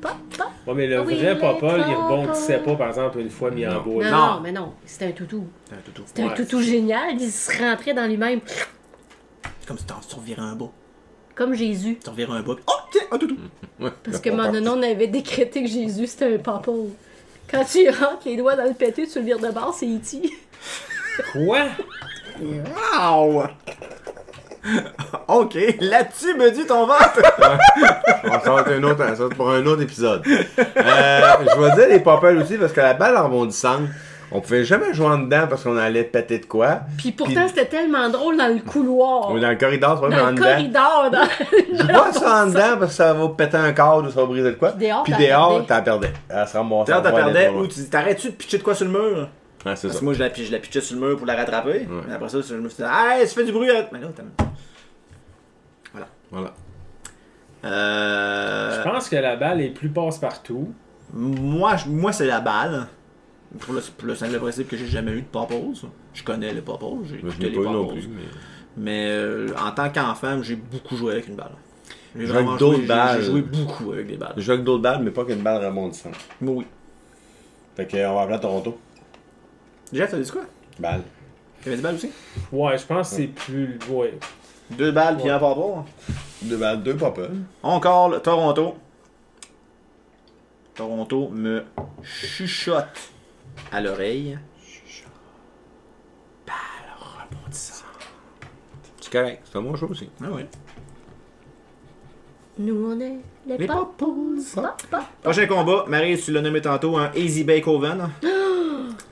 D: pop, pop.
E: Ouais, mais le
D: Ah Oui,
E: vrai
D: les
E: papa, il
D: papas.
E: rebondissait pas, par exemple, une fois mis en
B: Non.
E: boule.
D: Non,
A: Non.
D: non, mais non. C'était un toutou.
A: T'as un toutou.
D: C'était
E: Ouais.
D: un toutou génial. Il se rentrait dans lui-même.
A: C'est comme si t'en tu revirais un bas.
D: Comme Jésus.
A: Tu revirais un bas. puis- Oh, tiens, un toutou.
E: Hmm.
D: Parce que Mandanon avait décrété que Jésus, c'était un papa. Quand tu y rentres les doigts dans le pété, tu le vires de bord, c'est E iti.
E: Quoi?
A: Wow! <laughs> ok, là-dessus, me dit ton
E: <laughs>
A: ventre.
B: On sort un autre, ça va être pour un autre <laughs> épisode. Euh, je vais dire les poppers aussi parce que la balle en rebondissante, on pouvait jamais jouer en dedans parce qu'on allait péter de quoi.
D: Puis pourtant, c'était tellement drôle dans le couloir.
B: Ou dans le corridor, c'est pas
D: dans
B: mais en
D: le
B: dedans.
D: corridor. Dans... <laughs>
B: Je vois ça en dedans parce que ça va péter un cadre ou ça va briser de quoi.
D: Puis dehors,
B: Puis
D: t'en
B: dehors, Ah,
D: perdais.
B: t'en perdais. Elle se ramassait.
A: T'as
B: en trois
A: perdais
B: lettres,
A: ou tu t'arrêtes-tu de pitcher de quoi sur le mur?
B: Ouais, Ah, c'est
A: Parce
B: ça.
A: que moi, je la, je la pitchais sur le mur pour la rattraper. Mais après ça, je me suis dit, hey, ça fait du bruit. hein. Mais là, t'as.
B: Voilà.
E: Je
A: Euh.
E: pense que la balle est plus passe-partout.
A: Moi, je- moi c'est la balle. Pour le, pour le simple principe que j'ai jamais eu de popos. Je connais le popos, j'ai
B: Moi, je
A: écouté
B: l'ai
A: les
B: pas eu non
A: popos.
B: plus. mais-
A: Mais euh, en tant qu'enfant, j'ai beaucoup joué avec une balle. J'ai
B: Jouer
A: vraiment
B: avec d'autres
A: joué- j'ai-
B: balles.
A: J'ai joué beaucoup avec des balles.
B: Je joue avec d'autres balles, mais pas qu'une balle rebondissante.
A: Moi, oui.
B: Fait qu'on va appeler à Toronto.
A: Jeff, t'as dit quoi
B: Balle.
A: T'avais des balles aussi
E: Ouais, je pense que c'est plus. Ouais.
A: Deux balles, puis
E: Ouais.
A: un popos.
B: Deux balles, deux poppers.
A: Encore le Toronto. Toronto me chuchote à l'oreille. Balle rebondissante.
B: C'est correct. C'est un bon jeu aussi.
A: Ah oui.
D: Nous, on est les,
A: Les
D: papas. Papas.
A: Prochain combat, Marie, tu l'as nommé tantôt, un Easy Bake Oven. <gasps>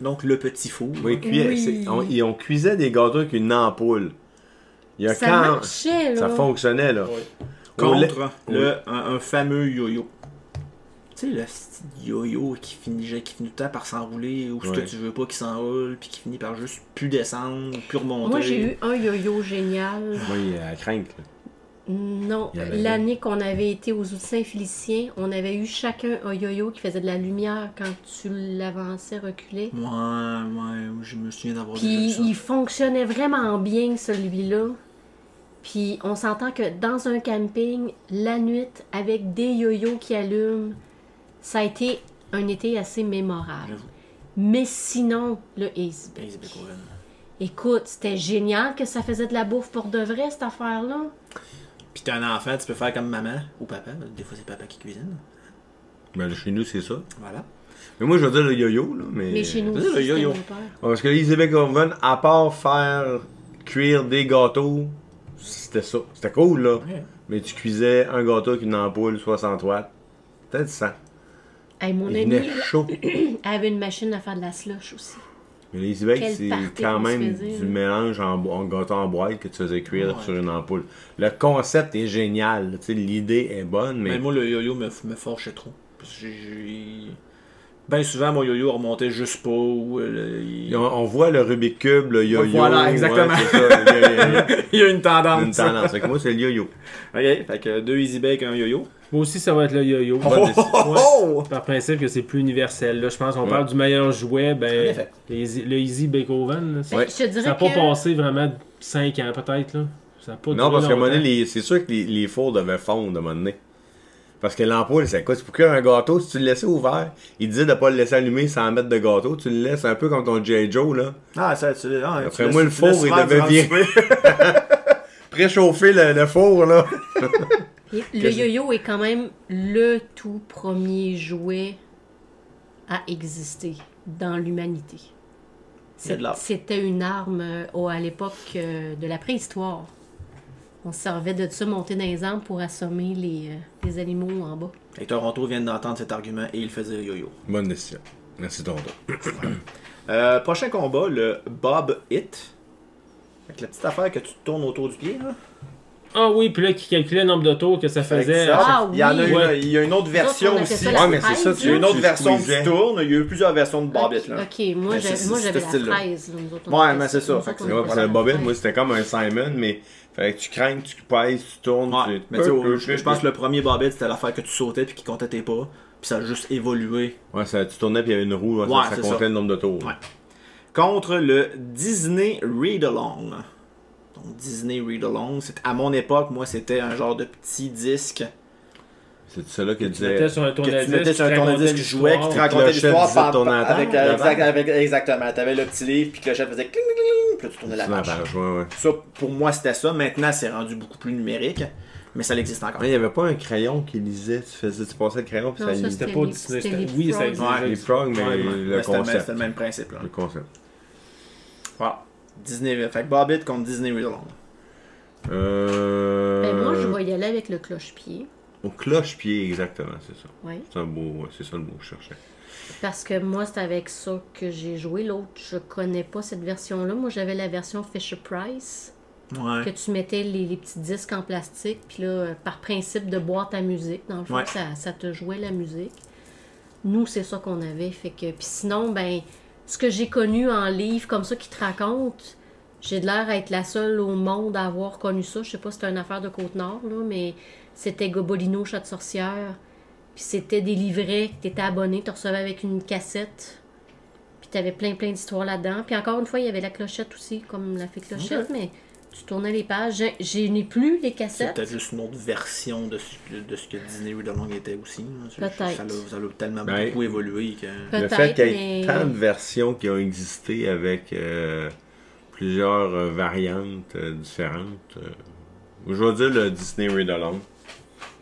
A: Donc le petit four.
B: Oui, cuis-
D: Oui.
B: c'est- on, et on cuisait des gâteaux avec une ampoule. Il y a
D: Ça
B: quand
D: marchait, là.
B: ça fonctionnait là.
E: Ouais.
B: On l'a-
A: hein, Contre le, un, un fameux yo-yo. Tu sais, le petit yo-yo qui finit, qui finit tout le temps par s'enrouler, ou ce que
B: Ouais.
A: tu veux pas qui s'enroule, puis qui finit par juste plus descendre, plus remonter.
D: Moi, j'ai eu un yo-yo génial.
B: Oui, à crainte. là.
D: Non,
B: Il y avait-
D: l'année qu'on avait été aux outils Saint-Félicien, on avait eu chacun un yo-yo qui faisait de la lumière quand tu l'avançais, reculais.
A: Ouais, ouais, je me souviens d'avoir
D: Puis
A: déjà eu
D: il
A: ça.
D: fonctionnait vraiment bien, celui-là. Puis on s'entend que dans un camping, la nuit, avec des yo-yo qui allument, ça a été un été assez mémorable.
A: J'avoue.
D: Mais sinon, le Easy Bake.
A: Easy Bake Oven.
D: Écoute, c'était génial que ça faisait de la bouffe pour de vrai, cette affaire-là.
A: Puis t'es un enfant, tu peux faire comme maman ou papa. Des fois, c'est papa qui cuisine.
B: Ben, chez nous, c'est ça.
A: Voilà.
B: Mais moi, je veux dire le yo-yo, là. Mais,
D: Mais chez nous,
A: c'est le
D: c'était
A: yo-yo.
D: mon père.
B: Parce que l'Isabelle Oven, à part faire cuire des gâteaux, c'était ça. C'était cool, là.
A: Ouais.
B: Mais tu cuisais un gâteau avec une ampoule 60 watts. Peut-être 100.
D: Hey, mon
B: Il
D: ami
B: venait chaud.
D: avait une machine à faire de la slush aussi.
B: Mais les Ibec,
D: Quelle
B: c'est
D: partie
B: quand
D: qu'on se
B: même
D: faisait,
B: du
D: là.
B: mélange en, bo- en gâteau en boîte que tu faisais cuire sur une ampoule. Le concept est génial. là. Tu sais, L'idée est bonne, mais.
A: Mais moi, le yo-yo me, me forchait trop. Parce que j'ai- j'ai- Ben souvent, mon yo-yo remontait juste pas. Ou, euh, il...
B: On, on voit le Rubik's Cube, le yo-yo.
A: Voilà,
B: ouais,
A: exactement.
B: c'est ça, il y a- il y a-
A: il y a une <laughs>
B: il y a une
A: tendance.
B: tendance. Fait que moi, c'est le yo-yo.
A: Ok, fait que deux Easy Bake et un yo-yo.
E: Moi aussi, ça va être le yo-yo.
B: Bonne
A: Oh,
B: décision.
A: oh, oh!
E: Par principe que c'est plus universel. Là, je pense qu'on
B: Ouais.
E: parle du meilleur jouet,
G: En
E: ben
G: effet.
E: les- le Easy Beethoven, là, ça
B: Ouais.
D: Ben, Je te dirais
E: n'a pas
D: que-
E: passé vraiment 5 ans peut-être là. Ça a pas
B: Non,
E: duré
B: parce qu'à un moment donné,
E: longtemps.
B: les- c'est sûr que les, les fours devaient fondre à un moment donné. Parce que l'ampoule, c'est quoi? Tu procures un gâteau, si tu le laissais ouvert, il disait de pas le laisser allumer sans mettre de gâteau. Tu le laisses un peu comme ton J. Joe, là.
A: Ah, ça, tu l'as. ah,
B: Après
A: tu
B: moi,
A: l'as-
B: le
A: tu l'as
B: four, il
A: souffert
B: devait
A: durant le <laughs>
B: virer.
A: souper.
B: Préchauffer le, le four, là.
D: Le yo-yo est quand même le tout premier jouet à exister dans l'humanité.
A: Il y a de l'art.
D: C'était une arme euh, au- à l'époque euh, de la préhistoire. On se servait de ça monter dans les arbres pour assommer les, euh, les animaux en bas.
A: Et Toronto vient d'entendre cet argument et il faisait le yo-yo.
B: Bonne décision. Merci, Toronto.
A: Euh, prochain combat, le Bob Hit. Avec la petite affaire que tu tournes autour du pied. Là.
E: Ah oui, puis là qui calculait le nombre de tours que ça
A: Fait
E: faisait.
A: que ça,
D: Ah
A: il y en a
D: oui.
A: une,
E: Ouais.
A: il y a une autre version
D: Nous autres, on
A: aussi.
D: appelait ça la
B: Ouais, mais c'est ça,
D: fraise,
A: Il y a une
D: là.
A: autre
B: Tu
A: version
B: squeezais.
A: qui tourne. Il y a eu plusieurs versions de Bob It.
D: Ok,
A: Là.
D: ok, moi
A: Mais c'est-
D: j'ai- moi,
A: c'est
D: j'avais
A: ce
D: la
A: style-là.
D: fraise. là, nous autres, on
A: Ouais,
D: appelait
A: mais c'est ça,
D: nous
A: fait
D: autres,
A: que
D: on
A: c'est-
B: Ouais,
D: appelait
B: parce que
D: ça
B: le
D: la
B: bobine,
D: fraise.
B: moi, c'était comme un Simon, mais fallait que tu craignes, tu pèses, tu tournes,
A: Ouais,
B: tu...
A: mais tu sais, au- je, je pense que le premier Bob It, c'était l'affaire que tu sautais puis qui comptait tes pas. Puis ça a juste évolué.
B: Ouais, ça, tu tournais puis il y avait une roue, ouais, ça-
A: Ouais,
B: ça,
A: c'est
B: comptait
A: ça.
B: le nombre de tours.
A: Ouais. Contre le Disney Read Along. Donc Disney Read Along, c'est- à mon époque, moi, c'était un genre de petit disque
B: C'est celui-là qui
E: Tu mettais
B: disait...
E: sur un
A: que
E: tourne-disque.
A: tu mettais sur un
E: qui
A: tourne-disque,
E: racontait
A: qui jouait, qui te
E: l'histoire.
A: racontait
B: Clochette
A: l'histoire
B: disait
A: par-
B: ton
A: par-
B: entente,
A: avec, euh,
B: l'avant.
A: exact- avec- exactement. T'avais le petit livre, puis Clochette faisait cling, cling, cling, puis là, tu tournais la
B: sur la
A: page.
B: page, ouais, ouais.
A: Ça, pour moi, c'était ça. Maintenant, c'est rendu beaucoup plus numérique, mais ça existe encore.
B: Ouais, Il n'y avait pas un crayon qui lisait, tu faisais, tu passais le crayon puis
D: Non,
B: ça
D: ça,
B: lisait.
E: C'était pas
D: les-
E: Disney.
D: c'était
E: c'était-
D: les
E: Oui, ça
D: Frozen.
E: existait.
B: Les frogs, mais
A: Ouais, ouais.
B: le
A: Mais c'était le même-
B: concept.
A: c'était le même principe. Là.
B: Le concept.
A: Voilà. Disney, fait que Bobbit contre Disney Real Long.
B: Euh...
D: Ben, moi,
A: euh,
D: je vais y aller avec le cloche-pied.
B: Au cloche-pied, exactement, c'est ça.
D: Ouais.
B: C'est un beau, ouais, c'est ça le mot que je cherchais.
D: Parce que moi, c'est avec ça que j'ai joué. L'autre, je connais pas cette version-là. Moi, j'avais la version Fisher-Price, que
A: Ouais.
D: tu mettais les, les petits disques en plastique. Puis là, euh, par principe de boîte à musique, dans le fond,
A: Ouais.
D: ça, ça te jouait la musique. Nous, c'est ça qu'on avait. Fait que... Puis sinon, ben, ce que j'ai connu en livre comme ça qui te raconte, j'ai de l'air à être la seule au monde à avoir connu ça. Je sais pas si c'était une affaire de Côte-Nord, là, mais c'était Gobolino, chat de sorcière. Puis c'était des livrets que t'étais abonné, tu recevais avec une cassette. Puis t'avais plein, plein d'histoires là-dedans. Puis encore une fois, il y avait la clochette aussi, comme la fée clochette, mais tu tournais les pages. J'ai- J'ai n'ai plus les
A: C'est
D: cassettes.
A: peut-être juste une autre version de ce, que- de ce que Disney Read Along était aussi. là. C'est-
D: Peut-être.
A: Ça l'a- ça l'a tellement
B: Ben,
A: beaucoup évolué que.
B: Le
D: Peut-être,
B: fait qu'il y ait
D: mais-
B: tant de versions qui ont existé avec euh, plusieurs euh, variantes euh, différentes. euh, je vais dire le Disney Read Along.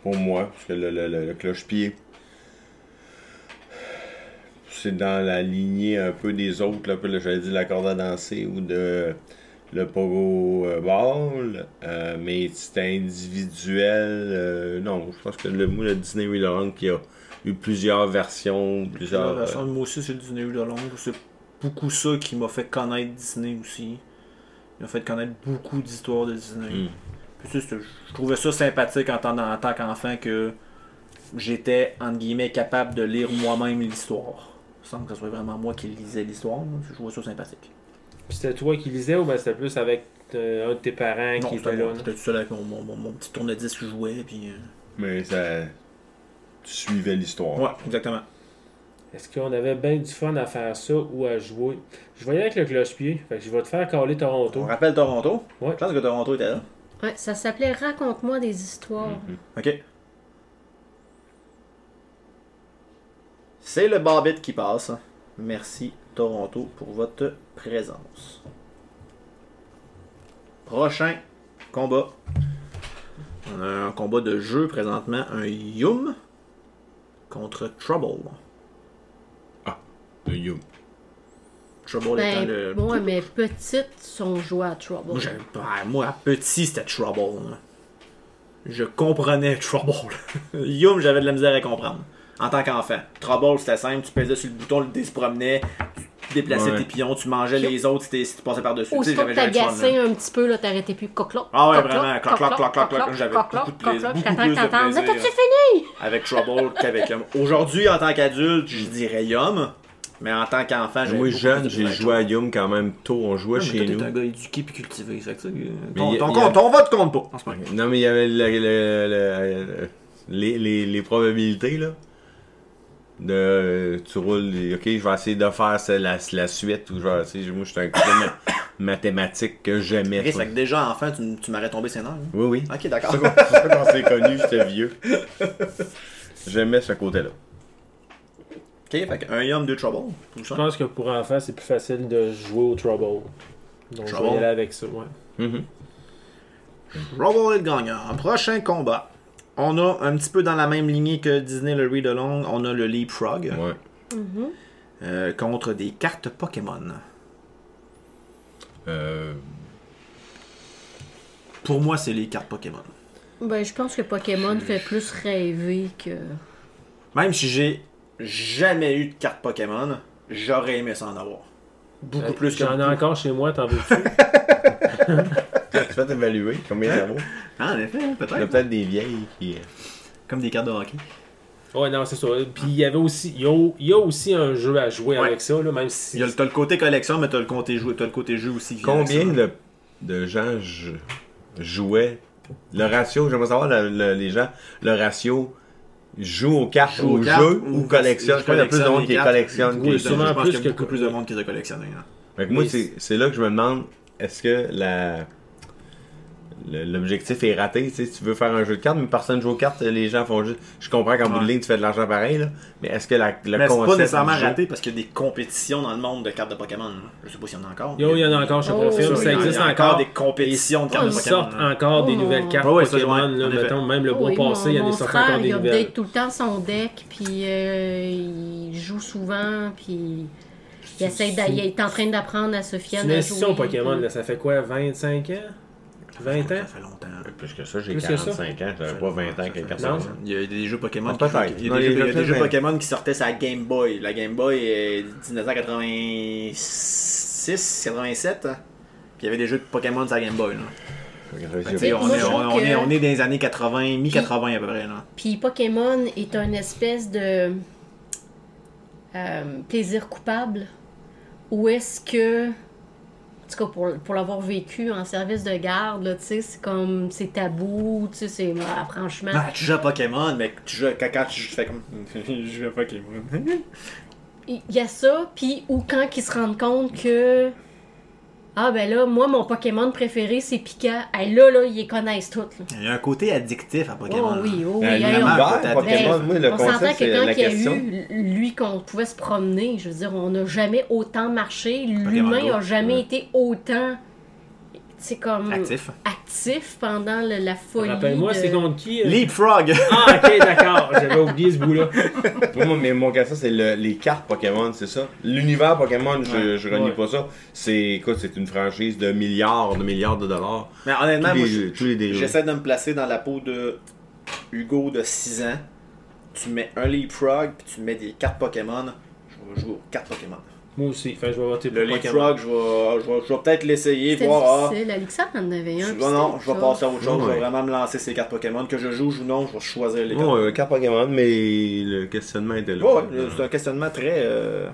B: Pour moi, parce que le, le- le- le cloche-pied, c'est dans la lignée un peu des autres. Là, un peu, là, j'avais dit la corde à danser ou de le pogo euh, ball. euh, mais c'est individuel. euh, non, je pense que le mot, le Disney Read Along, qui a eu plusieurs versions, plusieurs.
A: La version
B: euh,
A: de moi aussi, c'est Disney Read Along. C'est beaucoup ça qui m'a fait connaître Disney aussi. Il m'a fait connaître beaucoup d'histoires de Disney.
B: Mm.
A: Puis tu sais, c'était- je trouvais ça sympathique en tant, en tant qu'enfant que j'étais, entre guillemets, capable de lire moi-même l'histoire. Sans que ce soit vraiment moi qui lisais l'histoire. là. Je trouvais ça sympathique.
E: Puis c'était toi qui lisais ou ben c'était plus avec euh, un de tes parents
A: Non,
E: qui
A: c'était
E: était là.
A: moi.
E: non?
A: J'étais tout seul avec mon, mon, mon, mon petit tourne-disque que je jouais. Puis, euh,
B: Mais ça. Tu suivais l'histoire.
A: Ouais, exactement.
E: Est-ce qu'on avait bien du fun à faire ça ou à jouer? Je voyais avec le cloche-pied. Fait que je vais te faire caler
A: On
E: Toronto.
A: rappelle Toronto.
E: Ouais.
A: Je pense que Toronto était là.
D: Ouais, ça s'appelait Raconte-moi des histoires.
A: Mhm. Ok. C'est le Barbit qui passe. Merci Toronto pour votre présence. Prochain combat. On a un combat de jeu présentement, un Yum contre Trouble.
B: Le Yum.
A: Trouble étant le.
D: Ben, moi, mes petites sont jouées à Trouble.
A: Moi, j'aime pas- moi, à petit, c'était Trouble. là. Je comprenais Trouble. <laughs> Yum, j'avais de la misère à comprendre. En tant qu'enfant. Trouble, c'était simple. Tu pesais sur le bouton, le dé se promenait. Tu déplaçais
B: Ouais.
A: tes pions, tu mangeais les autres si, t'es- si tu passais par-dessus. Tu sais,
D: Aussitôt que
A: j'avais jamais de fun,
D: t'agacais
A: là.
D: un petit peu, là, t'arrêtais plus. Cocloc.
A: Ah ouais,
D: cocloc,
A: vraiment, cloc, cloc, cloc, cloc, cloc, j'avais
D: cocloc,
A: beaucoup de plaisir.
D: cocloc,
A: Beaucoup
D: J'attends
A: plus
D: que
A: de
D: t'entendes.
A: plaisir.
D: Là, t'as-tu fini?
A: Avec Trouble qu'avec Yum. Aujourd'hui, en tant qu'adulte, je dirais Yum, mais en tant qu'enfant, j'ai.
B: Moi, jeune, j'ai joué à Yum quand même tôt. On jouait chez nous.
A: un gars éduqué puis cultivé. Fait que ça, euh,
B: il
A: ton,
B: y a-
A: ton
B: il y a- Ah,
A: compte, ton vote compte pas. en ce moment.
B: Non, mais il y avait le- le- le- le- les, les, les probabilités, là. De, euh, tu roules, ok, je vais essayer de faire ça, la, la suite, ou je vais essayer, moi, je suis un coup de ma- mathématique que j'aimais.
A: Chris,
B: ça.
A: fait que déjà enfant, tu, m- tu m'aurais tombé ses nerfs. hein.
B: Oui, oui.
A: Ok, d'accord.
B: C'est ça qu'on- c'est ça qu'on s'est connus, j'étais vieux. J'aimais ce côté-là.
A: Ok, fait qu'un Yum, deux Trouble. tout
E: Je
A: ça.
E: pense que pour enfants, c'est plus facile de jouer au Trouble. Donc, je vais y
A: Trouble.
E: aller avec ça, ouais.
B: Mm-hmm.
A: Trouble est le gagnant. Prochain combat. On a un petit peu dans la même lignée que Disney le Read Along, on a le Leapfrog
B: Ouais.
A: euh, contre des cartes Pokémon.
B: Euh,
A: Pour moi, c'est les cartes Pokémon.
D: Ben, je pense que Pokémon fait plus rêver que.
A: Même si j'ai jamais eu de carte Pokémon, j'aurais aimé ça en avoir. Beaucoup
E: Hey,
A: plus que.
E: Euh, J'en ai encore chez moi, t'en veux-tu?
A: <laughs>
B: tu vas t'évaluer combien ça vaut.
A: Ah, en effet,
B: Il y a
A: peut-être.
B: peut-être des vieilles qui. euh,
A: Comme des cartes de hockey.
E: ouais, non, c'est ça. Puis il y avait aussi, il y a, il y a aussi un jeu à jouer
A: Ouais.
E: avec ça, là, même si.
A: Il y a le- T'as le côté collection, mais t'as le côté jeu, t'as le côté jeu aussi. qui vient avec
B: Combien
A: euh, ça.
B: de, de gens j- jouaient Le ratio, j'aimerais savoir le- le- les gens, le ratio joue aux cartes,
A: Joue aux
B: au
A: cartes,
B: jeu
A: ou
B: ou collectionne. Je crois qu'il y a plus de
A: collectionne
B: monde
A: les
B: qui les
A: cartes.
B: collectionne.
E: Oui,
A: Je
B: que-
E: sûrement
A: pense
E: plus
A: qu'il y a
E: que-
A: beaucoup plus de monde qui les a collectionnés. hein.
B: Fait que moi,
E: Mais
B: c'est c'est là que je me demande est-ce que la. le- L'objectif est raté, tu sais, si tu veux faire un jeu de cartes, mais personne joue aux cartes, les gens font juste. Je comprends qu'en bout de
A: Ouais.
B: ligne, tu fais de l'argent pareil, là, mais est-ce que la, le
A: Mais c'est
B: concept.
A: pas nécessairement
B: du jeu-
A: raté parce qu'il y a des compétitions dans le monde de cartes de Pokémon. hein. Je sais pas s'il y en a encore.
E: Yo, il y en a encore, je te
D: Oh,
E: confirme.
D: oui.
E: Ça
A: Il y en a
E: existe
A: encore
E: encore.
A: des compétitions de cartes
E: Ils
A: de
E: sortent
A: Pokémon. hein.
E: encore des
D: Oh.
E: nouvelles cartes
A: Ouais, ouais, ça,
E: Pokémon,
A: ouais,
E: là,
A: en effet.
E: mettons, même le mois
D: Oui, mon-
E: passé, il y en
D: mon
E: a sorti
D: frère,
E: encore des
D: il
E: nouvelles.
D: update tout le temps son deck, puis euh, il joue souvent, puis il, essaie d'a- il est en train d'apprendre à
E: C'est
D: Sofiane
E: une
D: à
E: institution
D: jouer.
E: Pokémon,
D: puis-
E: là, ça fait quoi, 25 ans 20 ans
A: Ça fait longtemps. là.
B: Plus que ça, j'ai
E: Plus que ça.
B: 45 ans, j'avais pas 20 ans que personne.
E: Non.
A: Il y a des jeux Pokémon.
B: Ah,
A: qui jouent-
B: peut-être.
A: Il y a
B: Non,
A: des jeux-
B: il y a
A: il y a
B: peut-être
A: des jeux
B: bien.
A: Pokémon qui sortaient sur la Game Boy. La Game Boy est 1986, 87. hein. Puis il y avait des jeux de Pokémon sur la Game Boy. là. Tu sais,
D: Mais
A: on,
D: moi,
A: est,
D: je
A: on,
D: trouve
A: on
D: que-
A: est, on est dans les années 80, mi-80 à peu près. Là.
D: Puis Pokémon est un espèce de euh, plaisir coupable où est-ce que, en tout cas pour, pour l'avoir vécu en service de garde, là, tu sais, c'est comme c'est tabou, tu sais, c'est ah, franchement.
A: Ah, tu joues à Pokémon, mais tu joues, quand, quand tu joues, tu fais comme. <laughs> je joue à Pokémon.
D: Il y a ça, puis ou quand ils se rendent compte que. Ah ben là, moi mon Pokémon préféré c'est Pika. Hey, là, là, ils les connaissent toutes. là.
A: Il y a un côté addictif à Pokémon.
D: Oh oui, oh oui.
B: Euh,
D: hey, on-
B: L'univers
A: Ben,
B: Pokémon, moi, le
D: on s'entend
B: concept,
D: que
B: c'est
D: quand
B: la
D: il y a
B: question.
D: eu lui qu'on pouvait se promener, je veux dire, on n'a jamais autant marché,
A: Go.
D: l'humain n'a jamais
B: Ouais.
D: été autant, tu sais, comme
A: Actif.
D: actif pendant le- la folie.
E: Rappelle-moi,
D: de-
E: c'est contre qui euh?
A: Leapfrog!
E: Ah, ok, d'accord, j'avais oublié ce bout-là.
B: Pour moi, mais mon question, c'est le- les cartes Pokémon, c'est ça. L'univers Pokémon, je, je renie
E: Ouais.
B: pas ça. C'est écoute, c'est une franchise de milliards, de milliards de dollars.
A: Mais honnêtement,
B: Tous
A: moi,
B: les
A: je-
B: jeux, tous les dés-
A: j'essaie de me placer dans la peau de Hugo de 6 ans. Tu mets un Leapfrog, puis tu mets des cartes Pokémon. Je vais jouer aux cartes Pokémon.
E: Moi aussi, enfin, je vais voter pour
A: Le
E: Pokémon.
A: Leapfrog, je vais, je vais, je vais peut-être l'essayer,
D: C'était
A: voir. ah,
D: difficile. Alexandre en avait un.
A: je-
D: puis
A: non, non,
D: c'était
A: je vais
D: ça.
A: passer à autre chose. Je vais
B: Ouais.
A: vraiment me lancer ces cartes Pokémon. Que je joue ou non, je vais choisir les cartes.
B: Non, euh, cartes Pokémon, mais le questionnement était là.
A: Ouais, ouais, c'est un questionnement très. euh,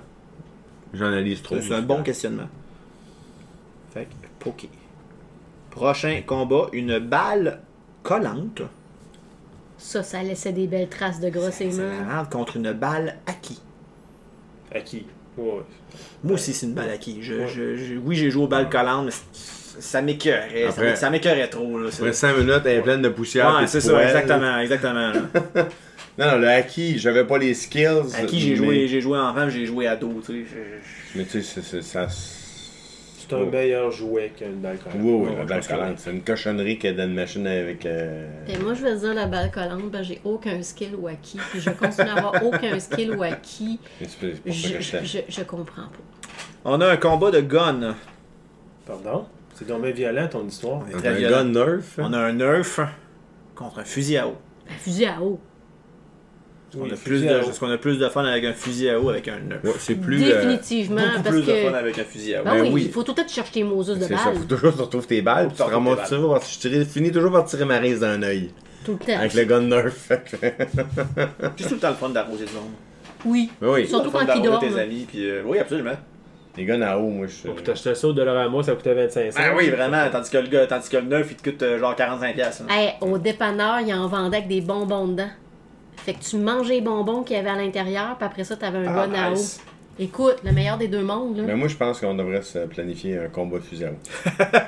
B: J'analyse trop.
A: C'est un bon questionnement. Fait que, poké. Prochain combat, une balle collante.
D: Ça, ça laissait des belles traces de grosses
A: C'est la
D: aimants.
A: marde contre une balle acquis.
E: À qui Ouais, ouais.
A: Moi aussi, c'est une balle acquis. Je,
E: Ouais.
A: je- je- oui, j'ai joué aux balles collantes, mais c- ça m'écœurait. Ça
B: Après-
A: m'é- Ça m'écœurait trop. Là, c'est-
B: Après 5 minutes, elle est pleine de poussière.
A: Ouais,
B: puis
A: c'est
B: de
A: ça,
B: poils.
A: exactement. exactement là.
B: <laughs> Non, non, le acquis, j'avais pas les skills.
A: Acquis, j'ai
B: mais-
A: joué, j'ai joué enfant, j'ai joué ado. Tu sais, Je- je-
B: Mais tu sais, c'est- c'est- ça.
E: C'est un meilleur jouet qu'une balle quand
B: Oui, oui,
E: même. Ouais,
B: la
E: je
B: blague
E: pense que
B: collante. C'est une cochonnerie qu'il y a dans une machine avec. euh,
D: Et moi, je vais dire la balle collante, ben, j'ai aucun skill ou acquis, puis je continue à avoir aucun skill ou acquis.
B: C'est pour ça que
D: Je,
B: je t'aime.
D: je, je comprends pas.
A: On a un combat de gun.
E: Pardon C'est donc bien violent ton histoire.
A: On est très
B: Un
A: violent.
B: gun nerf. hein?
A: On a un nerf contre un fusil à eau.
D: Un fusil à eau.
A: On
B: Oui,
A: a
B: fusil
A: plus
B: à
A: de,
B: eau.
A: parce qu'on a plus de fun avec un fusil à eau avec un œuf.
B: Ouais, c'est plus. euh,
D: Définitivement,
A: Beaucoup
D: parce
A: plus de
D: que.
A: fun avec un fusil à eau.
D: Ben
B: Ben
D: oui,
B: oui.
D: il faut tout le temps te chercher tes moses de
B: c'est ça, faut
D: balles.
B: toujours que tu retrouves tes balles, puis tu
A: Faut que tu
B: ramasses
A: retrouves tes
B: toujours, parce que je tirais- finis toujours par tirer ma race d'un œil.
D: Tout le temps.
B: Avec le gun nerf. <laughs> Fait que-
A: C'est tout le temps le fun d'arroser des ondes.
D: Oui.
B: Ben oui,
D: Surtout
A: Le fun
D: quand ils
A: d'arroser
D: dorment.
A: tes amis, puis euh, oui, absolument.
B: les guns à eau, moi, je suis.
E: Oh, puis t'achetais ça au dollar à moi, ça coûtait 25 cents.
A: Ah oui, vraiment, tandis que le gars, tandis que le neuf, il te coûte euh, genre 45$. piastres, hein.
D: Hey, au dépanneur, ils en vendaient avec des bonbons dedans. Fait que tu mangeais les bonbons qu'il y avait à l'intérieur, puis après ça, t'avais un
A: Ah,
D: bon à eau.
A: nice.
D: Écoute, le meilleur des deux mondes, là.
B: Mais moi, je pense qu'on devrait se planifier un combat de fusil à eau.